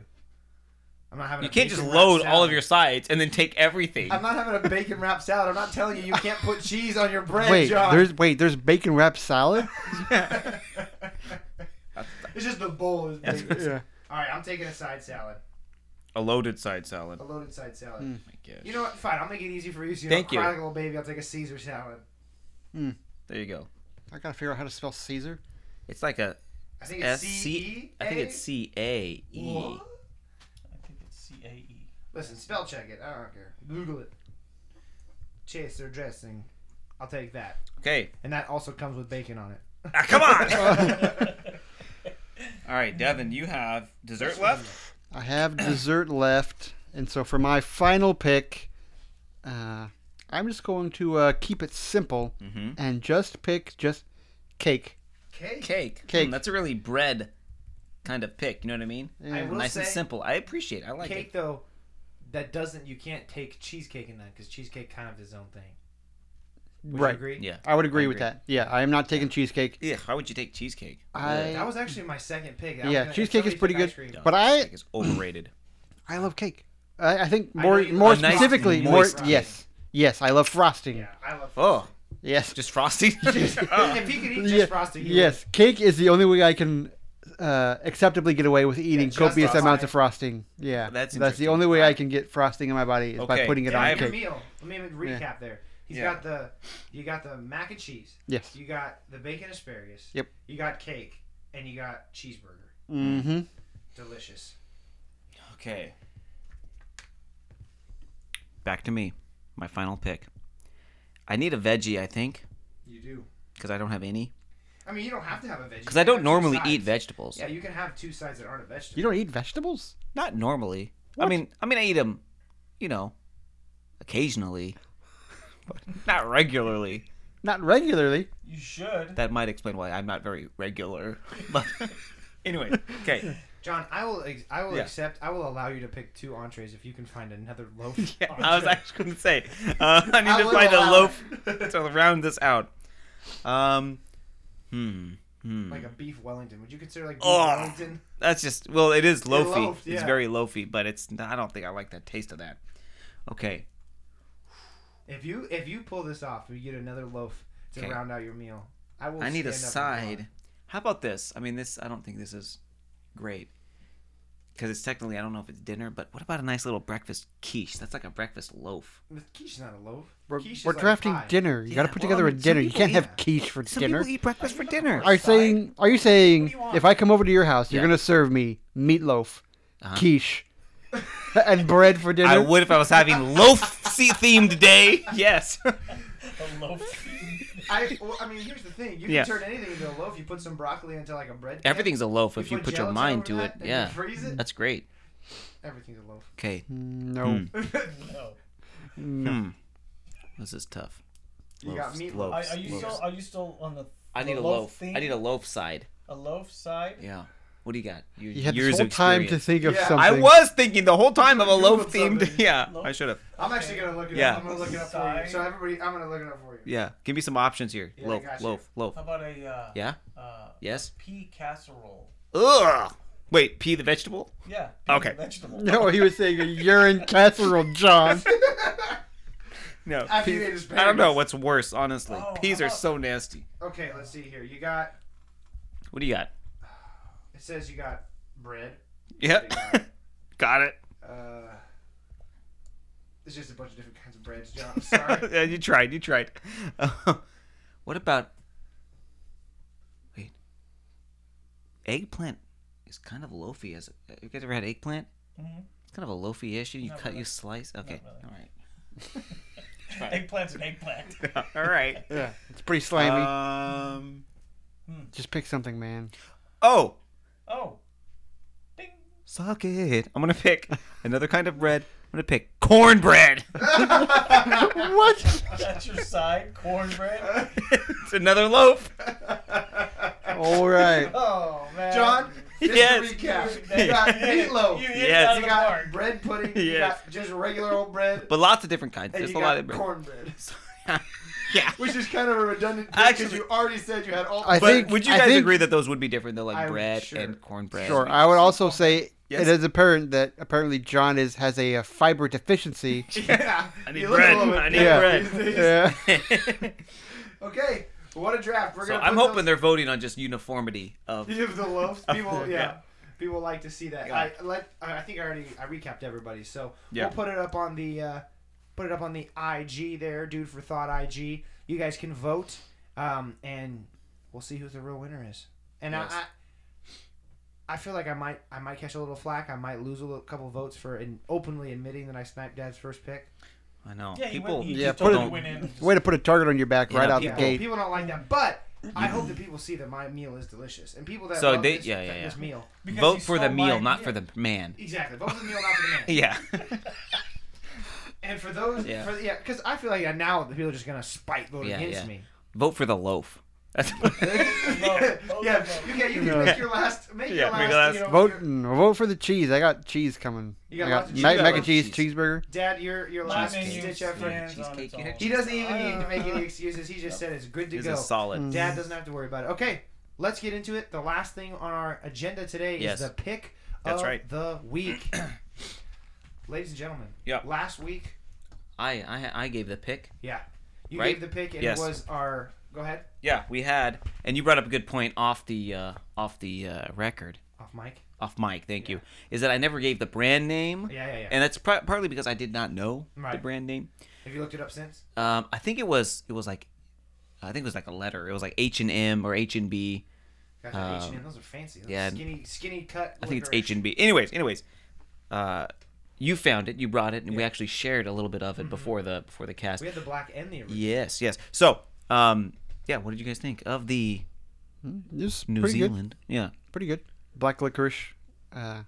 [SPEAKER 1] I'm not having.
[SPEAKER 2] You
[SPEAKER 1] a
[SPEAKER 2] can't just
[SPEAKER 1] bacon
[SPEAKER 2] load
[SPEAKER 1] wrap
[SPEAKER 2] all of
[SPEAKER 1] salad.
[SPEAKER 2] your sides and then take everything.
[SPEAKER 1] I'm not having a bacon wrap salad. I'm not telling you you can't put cheese on your bread,
[SPEAKER 3] Wait,
[SPEAKER 1] John.
[SPEAKER 3] there's wait, there's bacon wrapped salad.
[SPEAKER 1] it's just the bowl is
[SPEAKER 2] That's
[SPEAKER 1] bacon.
[SPEAKER 2] what-
[SPEAKER 3] yeah.
[SPEAKER 1] All right, I'm taking a side salad,
[SPEAKER 2] A loaded side salad.
[SPEAKER 1] a loaded side salad.
[SPEAKER 2] my gosh.
[SPEAKER 1] You know what? Fine, I'll make it easy for you. So you
[SPEAKER 2] Hmm. Thank
[SPEAKER 1] don't cry
[SPEAKER 2] you.
[SPEAKER 1] like a little baby. I'll take a Caesar salad.
[SPEAKER 2] There you go.
[SPEAKER 3] I gotta figure out how to spell Caesar.
[SPEAKER 2] It's like a
[SPEAKER 1] I think
[SPEAKER 2] S
[SPEAKER 1] it's
[SPEAKER 2] C.
[SPEAKER 1] C E.
[SPEAKER 2] I think it's
[SPEAKER 1] A?
[SPEAKER 2] C A E.
[SPEAKER 1] What?
[SPEAKER 4] I think it's C A E.
[SPEAKER 1] Listen, spell check it. I don't care. Google it. Chase or dressing. I'll take that.
[SPEAKER 2] Okay.
[SPEAKER 1] And that also comes with bacon on it.
[SPEAKER 2] Ah, come on. all right, Devin, you have dessert left.
[SPEAKER 3] I have dessert left, and so for my final pick, uh, I'm just going to uh, keep it simple
[SPEAKER 2] Mm-hmm.
[SPEAKER 3] and just pick just cake.
[SPEAKER 1] Cake.
[SPEAKER 2] Cake.
[SPEAKER 3] Cake.
[SPEAKER 2] Mm, that's a really bread kind of pick. You know what I mean?
[SPEAKER 3] Yeah.
[SPEAKER 1] I will
[SPEAKER 2] nice and
[SPEAKER 1] say-
[SPEAKER 2] simple. I appreciate. It. I like
[SPEAKER 1] cake
[SPEAKER 2] it.
[SPEAKER 1] though that doesn't you can't take cheesecake in that because cheesecake kind of is its own thing Would you
[SPEAKER 3] Right.
[SPEAKER 1] agree
[SPEAKER 2] Yeah.
[SPEAKER 3] I would agree
[SPEAKER 2] I
[SPEAKER 3] with
[SPEAKER 2] agree.
[SPEAKER 3] that. Yeah, I am not taking cheesecake.
[SPEAKER 2] Yeah. Why would you take cheesecake?
[SPEAKER 3] I
[SPEAKER 1] that was actually my second pick I was
[SPEAKER 3] Yeah,
[SPEAKER 1] gonna- if
[SPEAKER 3] cheesecake is
[SPEAKER 1] somebody
[SPEAKER 3] pretty
[SPEAKER 1] took ice
[SPEAKER 3] good.
[SPEAKER 1] cream-
[SPEAKER 2] No,
[SPEAKER 3] But I-
[SPEAKER 2] cheesecake is overrated.
[SPEAKER 3] I love cake. I, I think
[SPEAKER 1] I
[SPEAKER 3] more
[SPEAKER 1] know you
[SPEAKER 3] more
[SPEAKER 2] love nice
[SPEAKER 3] specifically
[SPEAKER 2] and
[SPEAKER 3] more
[SPEAKER 2] moist
[SPEAKER 3] yes yes I love frosting.
[SPEAKER 1] yeah i love
[SPEAKER 2] Oh,
[SPEAKER 3] Yes,
[SPEAKER 2] just frosting.
[SPEAKER 1] if he could eat just
[SPEAKER 3] Yeah,
[SPEAKER 1] frosting he
[SPEAKER 3] yes. Cake is the only way I can uh, acceptably get away with eating
[SPEAKER 1] just
[SPEAKER 3] copious
[SPEAKER 1] frosting.
[SPEAKER 3] amounts of frosting. Yeah,
[SPEAKER 2] That's interesting.
[SPEAKER 3] the only way I can get frosting in my body is by
[SPEAKER 2] Okay.
[SPEAKER 3] putting it
[SPEAKER 2] Yeah,
[SPEAKER 1] would.
[SPEAKER 2] I
[SPEAKER 3] on
[SPEAKER 1] Make a
[SPEAKER 2] agree.
[SPEAKER 3] cake.
[SPEAKER 1] meal let me recap there He's
[SPEAKER 2] Yeah.
[SPEAKER 1] got the you got the mac and cheese
[SPEAKER 3] Yes.
[SPEAKER 1] you got the bacon asparagus
[SPEAKER 3] Yep.
[SPEAKER 1] you got cake and you got cheeseburger
[SPEAKER 3] Mm-hmm.
[SPEAKER 1] delicious
[SPEAKER 2] Okay. Back to me. My final pick. I need a veggie, I think,
[SPEAKER 1] you do
[SPEAKER 2] because I don't have any.
[SPEAKER 1] i mean you don't have to have a veggie
[SPEAKER 2] Because I don't normally eat
[SPEAKER 1] vegetables.
[SPEAKER 2] vegetables.
[SPEAKER 1] yeah you can have two sides that aren't a vegetable
[SPEAKER 3] You don't eat vegetables?
[SPEAKER 2] Not normally. I
[SPEAKER 3] What?
[SPEAKER 2] mean, I mean, I eat them, you know, occasionally, but not regularly.
[SPEAKER 3] Not regularly.
[SPEAKER 4] You should.
[SPEAKER 2] That might explain why I'm not very regular. But anyway, okay.
[SPEAKER 1] John, I will. Ex- I will
[SPEAKER 2] Yeah.
[SPEAKER 1] accept. I will allow you to pick two entrees if you can find another loaf.
[SPEAKER 2] Yeah, I was actually going to say uh, I need
[SPEAKER 1] Oh, I
[SPEAKER 2] to
[SPEAKER 1] will
[SPEAKER 2] find a
[SPEAKER 1] allow
[SPEAKER 2] loaf to round this out. Um, hmm, hmm.
[SPEAKER 1] like a beef Wellington. Would you consider like beef
[SPEAKER 2] Oh.
[SPEAKER 1] Wellington?
[SPEAKER 2] That's just well, it is loafy.
[SPEAKER 1] loaf,
[SPEAKER 2] It's
[SPEAKER 1] yeah.
[SPEAKER 2] very loafy, but it's I don't think I like the taste of that. Okay,
[SPEAKER 1] If you if you pull this off, you get another loaf to
[SPEAKER 2] Okay.
[SPEAKER 1] round out your meal. I will.
[SPEAKER 2] I need
[SPEAKER 1] stand up
[SPEAKER 2] a
[SPEAKER 1] and applaud.
[SPEAKER 2] side. How about this? I mean, this I don't think this is great. because it's technically I don't know if it's dinner, but what about a nice little breakfast quiche? That's like a breakfast loaf.
[SPEAKER 1] Quiche is not a loaf.
[SPEAKER 3] We're,
[SPEAKER 1] Quiche is
[SPEAKER 3] we're
[SPEAKER 1] like
[SPEAKER 3] drafting
[SPEAKER 1] pie.
[SPEAKER 3] dinner. You got to
[SPEAKER 2] Yeah,
[SPEAKER 3] put
[SPEAKER 2] well,
[SPEAKER 3] together
[SPEAKER 2] I
[SPEAKER 3] a
[SPEAKER 2] mean, some
[SPEAKER 3] dinner. You
[SPEAKER 2] people
[SPEAKER 3] can't
[SPEAKER 2] eat-
[SPEAKER 3] have quiche for
[SPEAKER 2] Some
[SPEAKER 3] dinner.
[SPEAKER 2] people eat breakfast for dinner.
[SPEAKER 3] Are you saying? Are you saying
[SPEAKER 1] you want?
[SPEAKER 3] if I come over to your house, you're
[SPEAKER 2] Yeah.
[SPEAKER 3] gonna serve me meatloaf,
[SPEAKER 2] Uh-huh.
[SPEAKER 3] quiche, and bread for dinner?
[SPEAKER 2] I would if I was having loaf themed day. Yes.
[SPEAKER 4] A loaf.
[SPEAKER 1] I, well, I mean, here's the thing. You can
[SPEAKER 2] Yeah.
[SPEAKER 1] turn anything into a loaf. You put some broccoli into like a bread. pan,
[SPEAKER 2] Everything's a loaf if you put your
[SPEAKER 1] gelatin
[SPEAKER 2] mind
[SPEAKER 1] over
[SPEAKER 2] to
[SPEAKER 1] that,
[SPEAKER 2] it.
[SPEAKER 1] and you
[SPEAKER 2] Yeah.
[SPEAKER 1] freeze it.
[SPEAKER 2] That's great.
[SPEAKER 1] Everything's a loaf.
[SPEAKER 2] Okay.
[SPEAKER 3] No.
[SPEAKER 2] Hmm.
[SPEAKER 4] No.
[SPEAKER 2] Hmm. This is tough.
[SPEAKER 1] You got meatloaf.
[SPEAKER 4] Are,
[SPEAKER 2] loafs,
[SPEAKER 4] are you
[SPEAKER 2] loafs.
[SPEAKER 4] still? Are you still on the?
[SPEAKER 2] I
[SPEAKER 4] the
[SPEAKER 2] need a loaf.
[SPEAKER 4] theme?
[SPEAKER 2] I need a loaf side.
[SPEAKER 4] a loaf side.
[SPEAKER 2] Yeah. What do you got? Your
[SPEAKER 3] You had this whole time to think of
[SPEAKER 1] Yeah. I
[SPEAKER 3] something.
[SPEAKER 2] I was thinking the whole time of a
[SPEAKER 1] You googled
[SPEAKER 2] loaf themed.
[SPEAKER 1] something.
[SPEAKER 2] Yeah,
[SPEAKER 4] Loaf?
[SPEAKER 2] I should have.
[SPEAKER 1] I'm actually gonna look it
[SPEAKER 2] Yeah.
[SPEAKER 1] up. I'm gonna look it up for you. So everybody, I'm gonna look it up for you.
[SPEAKER 2] Yeah, give me some options here.
[SPEAKER 1] Yeah, I
[SPEAKER 2] loaf,
[SPEAKER 1] got you.
[SPEAKER 2] loaf, loaf.
[SPEAKER 4] How about a? Uh,
[SPEAKER 2] Yeah.
[SPEAKER 4] Uh,
[SPEAKER 2] Yes.
[SPEAKER 4] pea casserole.
[SPEAKER 2] Ugh. Wait, pea the vegetable?
[SPEAKER 4] Yeah. pea
[SPEAKER 2] Okay.
[SPEAKER 4] Vegetable.
[SPEAKER 3] No, he was saying a urine casserole, John.
[SPEAKER 2] No.
[SPEAKER 1] After
[SPEAKER 2] peas-
[SPEAKER 1] you ate his
[SPEAKER 2] I don't know
[SPEAKER 1] parents.
[SPEAKER 2] what's worse, honestly.
[SPEAKER 4] Oh,
[SPEAKER 2] Peas
[SPEAKER 4] how
[SPEAKER 2] are
[SPEAKER 4] about-
[SPEAKER 2] so nasty.
[SPEAKER 1] Okay, let's see here. You got.
[SPEAKER 2] What do you got?
[SPEAKER 1] It says you got bread.
[SPEAKER 2] Yeah.
[SPEAKER 1] got it.
[SPEAKER 2] got it.
[SPEAKER 1] Uh, it's just a bunch of different kinds of breads, John. I'm sorry.
[SPEAKER 2] Yeah, you tried. You tried. what about? Wait. Eggplant is kind of loafy. As a, you guys ever had eggplant?
[SPEAKER 1] Mm-hmm.
[SPEAKER 4] Mhm.
[SPEAKER 2] It's kind of a loafy issue. You
[SPEAKER 4] Not
[SPEAKER 2] cut, you
[SPEAKER 4] really.
[SPEAKER 2] slice. Okay.
[SPEAKER 4] really.
[SPEAKER 2] All right.
[SPEAKER 4] Eggplant's an eggplant.
[SPEAKER 2] All right.
[SPEAKER 3] Yeah, it's pretty slimy.
[SPEAKER 2] Um.
[SPEAKER 3] Just pick something, man.
[SPEAKER 2] Oh,
[SPEAKER 4] Oh. Ding.
[SPEAKER 2] suck it. I'm gonna pick another kind of bread. I'm gonna pick cornbread.
[SPEAKER 3] what?
[SPEAKER 4] That's your side. Cornbread.
[SPEAKER 2] it's another loaf.
[SPEAKER 3] All right.
[SPEAKER 4] Oh man.
[SPEAKER 1] John, just
[SPEAKER 2] Yes.
[SPEAKER 1] to recap,
[SPEAKER 2] You-
[SPEAKER 1] you got
[SPEAKER 4] You
[SPEAKER 1] meatloaf.
[SPEAKER 4] hit
[SPEAKER 1] You,
[SPEAKER 4] it
[SPEAKER 2] Yes.
[SPEAKER 4] out of
[SPEAKER 2] You
[SPEAKER 4] the
[SPEAKER 1] got
[SPEAKER 4] park.
[SPEAKER 1] bread pudding. You
[SPEAKER 2] Yes.
[SPEAKER 1] got just regular old bread.
[SPEAKER 2] But lots of different kinds.
[SPEAKER 1] and
[SPEAKER 2] There's
[SPEAKER 1] you
[SPEAKER 2] a
[SPEAKER 1] got
[SPEAKER 2] lot of bread.
[SPEAKER 1] cornbread.
[SPEAKER 2] yeah.
[SPEAKER 1] Which is kind of a redundant because
[SPEAKER 2] Actually-
[SPEAKER 1] you already said you had all.
[SPEAKER 3] I
[SPEAKER 2] But
[SPEAKER 3] think-
[SPEAKER 2] would you
[SPEAKER 3] I
[SPEAKER 2] guys
[SPEAKER 3] think-
[SPEAKER 2] agree that those would be different though, like
[SPEAKER 1] I would-
[SPEAKER 2] bread
[SPEAKER 1] sure.
[SPEAKER 2] and cornbread?
[SPEAKER 3] Sure. I would also say
[SPEAKER 2] Yes.
[SPEAKER 3] it is apparent that apparently John is has a, uh fiber deficiency.
[SPEAKER 1] yeah,
[SPEAKER 2] I need
[SPEAKER 1] you look a
[SPEAKER 2] bread.
[SPEAKER 1] little bit
[SPEAKER 2] I need
[SPEAKER 1] different
[SPEAKER 2] bread.
[SPEAKER 1] these days.
[SPEAKER 3] yeah.
[SPEAKER 1] Okay, what a draft. We're
[SPEAKER 2] so
[SPEAKER 1] gonna.
[SPEAKER 2] I'm
[SPEAKER 1] put
[SPEAKER 2] hoping
[SPEAKER 1] those-
[SPEAKER 2] they're voting on just uniformity of.
[SPEAKER 1] You have the loaves.
[SPEAKER 2] Up
[SPEAKER 1] People,
[SPEAKER 2] there,
[SPEAKER 1] yeah.
[SPEAKER 2] yeah.
[SPEAKER 1] People like to see that.
[SPEAKER 2] Got
[SPEAKER 1] I let. I I think I already. I recapped everybody, so
[SPEAKER 2] Yeah.
[SPEAKER 1] we'll put it up on the. Uh, put it up on the IG there, dude for thought IG. You guys can vote, um, and we'll see who the real winner is. And
[SPEAKER 2] Yes.
[SPEAKER 1] I, I. I feel like I might. I might catch a little flack. I might lose a little, couple votes for in, openly admitting that I sniped Dad's first pick.
[SPEAKER 2] I know
[SPEAKER 4] Yeah, he
[SPEAKER 2] people.
[SPEAKER 4] went, he
[SPEAKER 3] Yeah,
[SPEAKER 4] just
[SPEAKER 3] put
[SPEAKER 4] told
[SPEAKER 3] it-
[SPEAKER 4] him to win in.
[SPEAKER 3] Way to put a target on your back
[SPEAKER 2] Yeah,
[SPEAKER 3] right out
[SPEAKER 2] people-
[SPEAKER 3] the gate.
[SPEAKER 1] People don't like that, but I hope that people see that my meal is delicious, and people that
[SPEAKER 2] So
[SPEAKER 1] love
[SPEAKER 2] they-
[SPEAKER 1] this,
[SPEAKER 2] yeah, yeah,
[SPEAKER 1] this
[SPEAKER 2] yeah.
[SPEAKER 1] meal
[SPEAKER 4] Because he
[SPEAKER 2] Vote for the
[SPEAKER 4] stole
[SPEAKER 2] meal,
[SPEAKER 4] my
[SPEAKER 2] not
[SPEAKER 4] idea.
[SPEAKER 2] for the man.
[SPEAKER 1] exactly. Vote for the meal, not for the man.
[SPEAKER 2] Yeah.
[SPEAKER 1] And for those,
[SPEAKER 2] Yeah.
[SPEAKER 1] yeah, yeah, because I feel like now the people are just gonna spite vote
[SPEAKER 2] Yeah,
[SPEAKER 1] against
[SPEAKER 2] yeah.
[SPEAKER 1] me.
[SPEAKER 2] Vote for the loaf. That's
[SPEAKER 4] Vote, vote,
[SPEAKER 1] yeah,
[SPEAKER 4] vote.
[SPEAKER 1] you can, you can make your last, make
[SPEAKER 2] Yeah,
[SPEAKER 1] your last,
[SPEAKER 2] make a last-
[SPEAKER 1] you know,
[SPEAKER 3] Vote
[SPEAKER 1] your-
[SPEAKER 3] mm, vote for the cheese. I got cheese coming.
[SPEAKER 1] You got
[SPEAKER 3] I
[SPEAKER 1] lots
[SPEAKER 3] got
[SPEAKER 1] of cheese.
[SPEAKER 3] mac,
[SPEAKER 2] You got
[SPEAKER 3] mac and
[SPEAKER 2] lots
[SPEAKER 3] cheese,
[SPEAKER 2] of cheese.
[SPEAKER 3] cheeseburger.
[SPEAKER 1] Dad, your your
[SPEAKER 4] My
[SPEAKER 1] last
[SPEAKER 4] menu
[SPEAKER 1] stitch
[SPEAKER 4] stands
[SPEAKER 1] effort.
[SPEAKER 2] Yeah.
[SPEAKER 4] on
[SPEAKER 2] Cheesecake,
[SPEAKER 4] its
[SPEAKER 2] you had
[SPEAKER 4] own.
[SPEAKER 1] He doesn't even need to make any excuses. He just said it's good to
[SPEAKER 2] is
[SPEAKER 1] go.
[SPEAKER 2] a solid.
[SPEAKER 1] Dad doesn't have to worry about it. Okay, let's get into it. The last thing on our agenda today
[SPEAKER 2] Yes.
[SPEAKER 1] is the pick
[SPEAKER 2] That's
[SPEAKER 1] of
[SPEAKER 2] right.
[SPEAKER 1] the week. Ladies and gentlemen,
[SPEAKER 2] Yeah.
[SPEAKER 1] last week,
[SPEAKER 2] I, I I gave the pick.
[SPEAKER 1] yeah, you
[SPEAKER 2] Right?
[SPEAKER 1] gave the pick, and
[SPEAKER 2] Yes.
[SPEAKER 1] it was our. Go ahead,
[SPEAKER 2] Yeah, we had, and you brought up a good point off the uh, off the uh, record,
[SPEAKER 1] off mic.
[SPEAKER 2] off mic. Thank you. Is that I never gave the brand name,
[SPEAKER 1] Yeah, yeah, yeah.
[SPEAKER 2] and that's pri- partly because I did not know the
[SPEAKER 1] Right.
[SPEAKER 2] brand name.
[SPEAKER 1] Have you looked it up since?
[SPEAKER 2] Um, I think it was it was like, I think it was like a letter. It was like H and M or H and B.
[SPEAKER 1] Gotcha,
[SPEAKER 2] Um,
[SPEAKER 1] H&M, those are fancy. Those
[SPEAKER 2] yeah,
[SPEAKER 1] yeah, skinny, skinny cut.
[SPEAKER 2] I think it's
[SPEAKER 1] licorice.
[SPEAKER 2] H and B. Anyways, anyways, uh, you found it, you brought it, and we actually shared a little bit of it before the before the cast.
[SPEAKER 1] Mm-hmm. We had the black and the original.
[SPEAKER 2] Yes, yes. So, um, yeah, what did you guys think of the
[SPEAKER 3] It's
[SPEAKER 2] New
[SPEAKER 3] pretty good.
[SPEAKER 2] Zealand? Yeah,
[SPEAKER 3] Pretty good. Black licorice. Uh,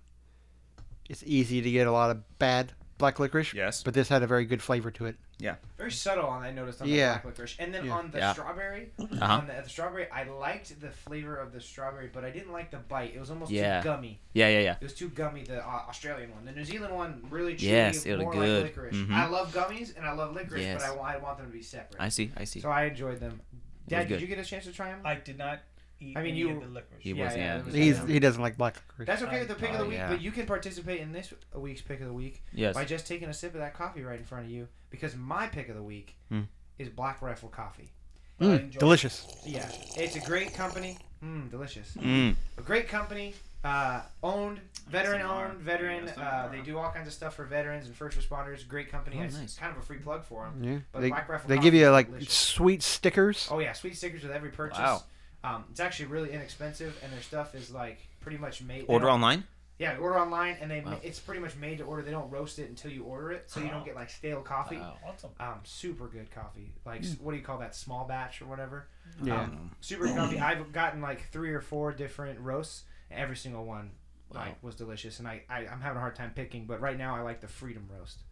[SPEAKER 3] it's easy to get a lot of bad black licorice.
[SPEAKER 2] Yes.
[SPEAKER 3] But this had a very good flavor to it.
[SPEAKER 2] yeah.
[SPEAKER 1] Very subtle on that. I noticed on
[SPEAKER 3] Yeah.
[SPEAKER 1] the black licorice, and then
[SPEAKER 3] Yeah.
[SPEAKER 1] on the
[SPEAKER 2] Yeah.
[SPEAKER 1] strawberry.
[SPEAKER 2] Uh-huh.
[SPEAKER 1] On the, the strawberry, I liked the flavor of the strawberry, but I didn't like the bite. It was almost
[SPEAKER 2] Yeah.
[SPEAKER 1] too gummy.
[SPEAKER 2] Yeah, yeah, yeah.
[SPEAKER 1] It was too gummy. The uh, Australian one, the New Zealand one, really chewy,
[SPEAKER 2] Yes, it was
[SPEAKER 1] more
[SPEAKER 2] good.
[SPEAKER 1] like licorice.
[SPEAKER 2] Mhm.
[SPEAKER 1] I love gummies and I love licorice,
[SPEAKER 2] Yes.
[SPEAKER 1] but I, wa- I want them to be separate.
[SPEAKER 2] I see, I see.
[SPEAKER 1] so I enjoyed them. Dad,
[SPEAKER 2] good.
[SPEAKER 1] did you get a chance to try them?
[SPEAKER 4] I did not eat
[SPEAKER 1] I mean,
[SPEAKER 4] any
[SPEAKER 1] you-
[SPEAKER 4] of the licorice.
[SPEAKER 2] He was, yeah.
[SPEAKER 1] it was-
[SPEAKER 3] He's, he doesn't like black licorice.
[SPEAKER 1] That's okay with the pick of the
[SPEAKER 2] Oh,
[SPEAKER 1] week,
[SPEAKER 2] yeah.
[SPEAKER 1] but you can participate in this week's pick of the week
[SPEAKER 2] yes.
[SPEAKER 1] by just taking a sip of that coffee right in front of you because my pick of the week
[SPEAKER 2] Mm.
[SPEAKER 1] is Black Rifle Coffee.
[SPEAKER 4] I
[SPEAKER 3] Mm,
[SPEAKER 4] enjoyed it.
[SPEAKER 3] delicious.
[SPEAKER 1] Yeah, it's a great company. Mm, Hmm, delicious.
[SPEAKER 2] Mm.
[SPEAKER 1] A great company. uh, owned, veteran
[SPEAKER 5] Some are.
[SPEAKER 1] owned, veteran.
[SPEAKER 5] Yeah, some
[SPEAKER 1] Uh,
[SPEAKER 5] are.
[SPEAKER 1] they do all kinds of stuff for veterans and first responders. Great company.
[SPEAKER 2] Oh,
[SPEAKER 1] It's
[SPEAKER 2] nice.
[SPEAKER 1] Kind of a free plug for them.
[SPEAKER 3] Yeah.
[SPEAKER 1] But
[SPEAKER 3] they
[SPEAKER 1] Black Rifle
[SPEAKER 3] they
[SPEAKER 1] Coffee
[SPEAKER 3] give you
[SPEAKER 1] is
[SPEAKER 3] like
[SPEAKER 1] delicious.
[SPEAKER 3] sweet stickers.
[SPEAKER 1] Oh yeah, sweet stickers with every purchase.
[SPEAKER 2] Wow.
[SPEAKER 1] Um, it's actually really inexpensive, and their stuff is like pretty much made. they
[SPEAKER 2] Order
[SPEAKER 1] don't-
[SPEAKER 2] online.
[SPEAKER 1] Yeah, order online, and they ma-
[SPEAKER 2] Wow.
[SPEAKER 1] it's pretty much made to order. They don't roast it until you order it, so you
[SPEAKER 4] Wow.
[SPEAKER 1] don't get like stale coffee.
[SPEAKER 2] Wow.
[SPEAKER 4] Awesome.
[SPEAKER 1] Um, super good coffee. Like s what do you call that? Small batch or whatever.
[SPEAKER 3] Yeah.
[SPEAKER 1] Um, super good coffee. I've gotten like three or four different roasts. and Every single one like was delicious, and I, I I'm having a hard time picking. But right now, I like the Freedom Roast.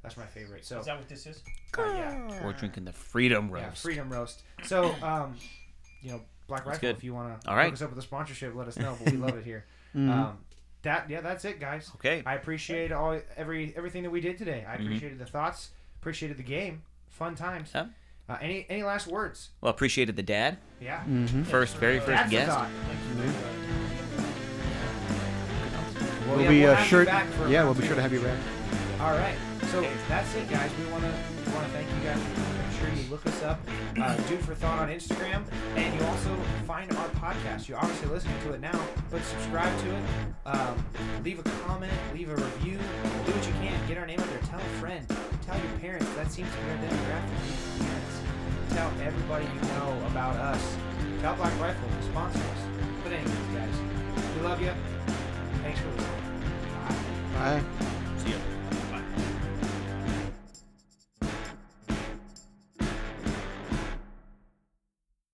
[SPEAKER 1] That's my favorite. So
[SPEAKER 4] Is that what this is?
[SPEAKER 1] uh, yeah,
[SPEAKER 2] We're drinking the Freedom
[SPEAKER 1] yeah,
[SPEAKER 2] Roast.
[SPEAKER 1] Freedom Roast. So um, you know, Black
[SPEAKER 2] That's
[SPEAKER 1] Rifle.
[SPEAKER 2] good.
[SPEAKER 1] If you want to
[SPEAKER 2] All right.
[SPEAKER 1] hook us up with a sponsorship, let us know. But we love it here. Um, that yeah, that's it, guys.
[SPEAKER 2] Okay.
[SPEAKER 1] I appreciate all every everything that we did today. I appreciated the thoughts, appreciated the game, fun times.
[SPEAKER 2] Yeah.
[SPEAKER 1] Uh, any any last words?
[SPEAKER 2] Well, appreciated the dad.
[SPEAKER 1] Yeah.
[SPEAKER 2] First, very
[SPEAKER 1] That's
[SPEAKER 2] first
[SPEAKER 1] the
[SPEAKER 2] guest.
[SPEAKER 1] thought. Well,
[SPEAKER 3] We'll
[SPEAKER 1] yeah,
[SPEAKER 3] be
[SPEAKER 1] we'll
[SPEAKER 3] uh,
[SPEAKER 1] have you
[SPEAKER 3] sure.
[SPEAKER 1] back for
[SPEAKER 3] Yeah, we'll
[SPEAKER 1] round
[SPEAKER 3] be
[SPEAKER 1] two.
[SPEAKER 3] sure to have you back.
[SPEAKER 1] All right. So that's it, guys. We want to want to thank you guys. Make sure you look us up, uh, Dude for Thought on Instagram, and you also find our podcast. You're obviously listening to it now, but subscribe to it. Um, leave a comment, leave a review, do what you can. Get our name out there. Tell a friend. Tell your parents. That seems to be our demographic. Your Parents. Tell everybody you know about us. Tell Black Rifle to sponsor us. But anyways, guys, we love you. Thanks for listening. Bye.
[SPEAKER 3] Bye.
[SPEAKER 2] See ya.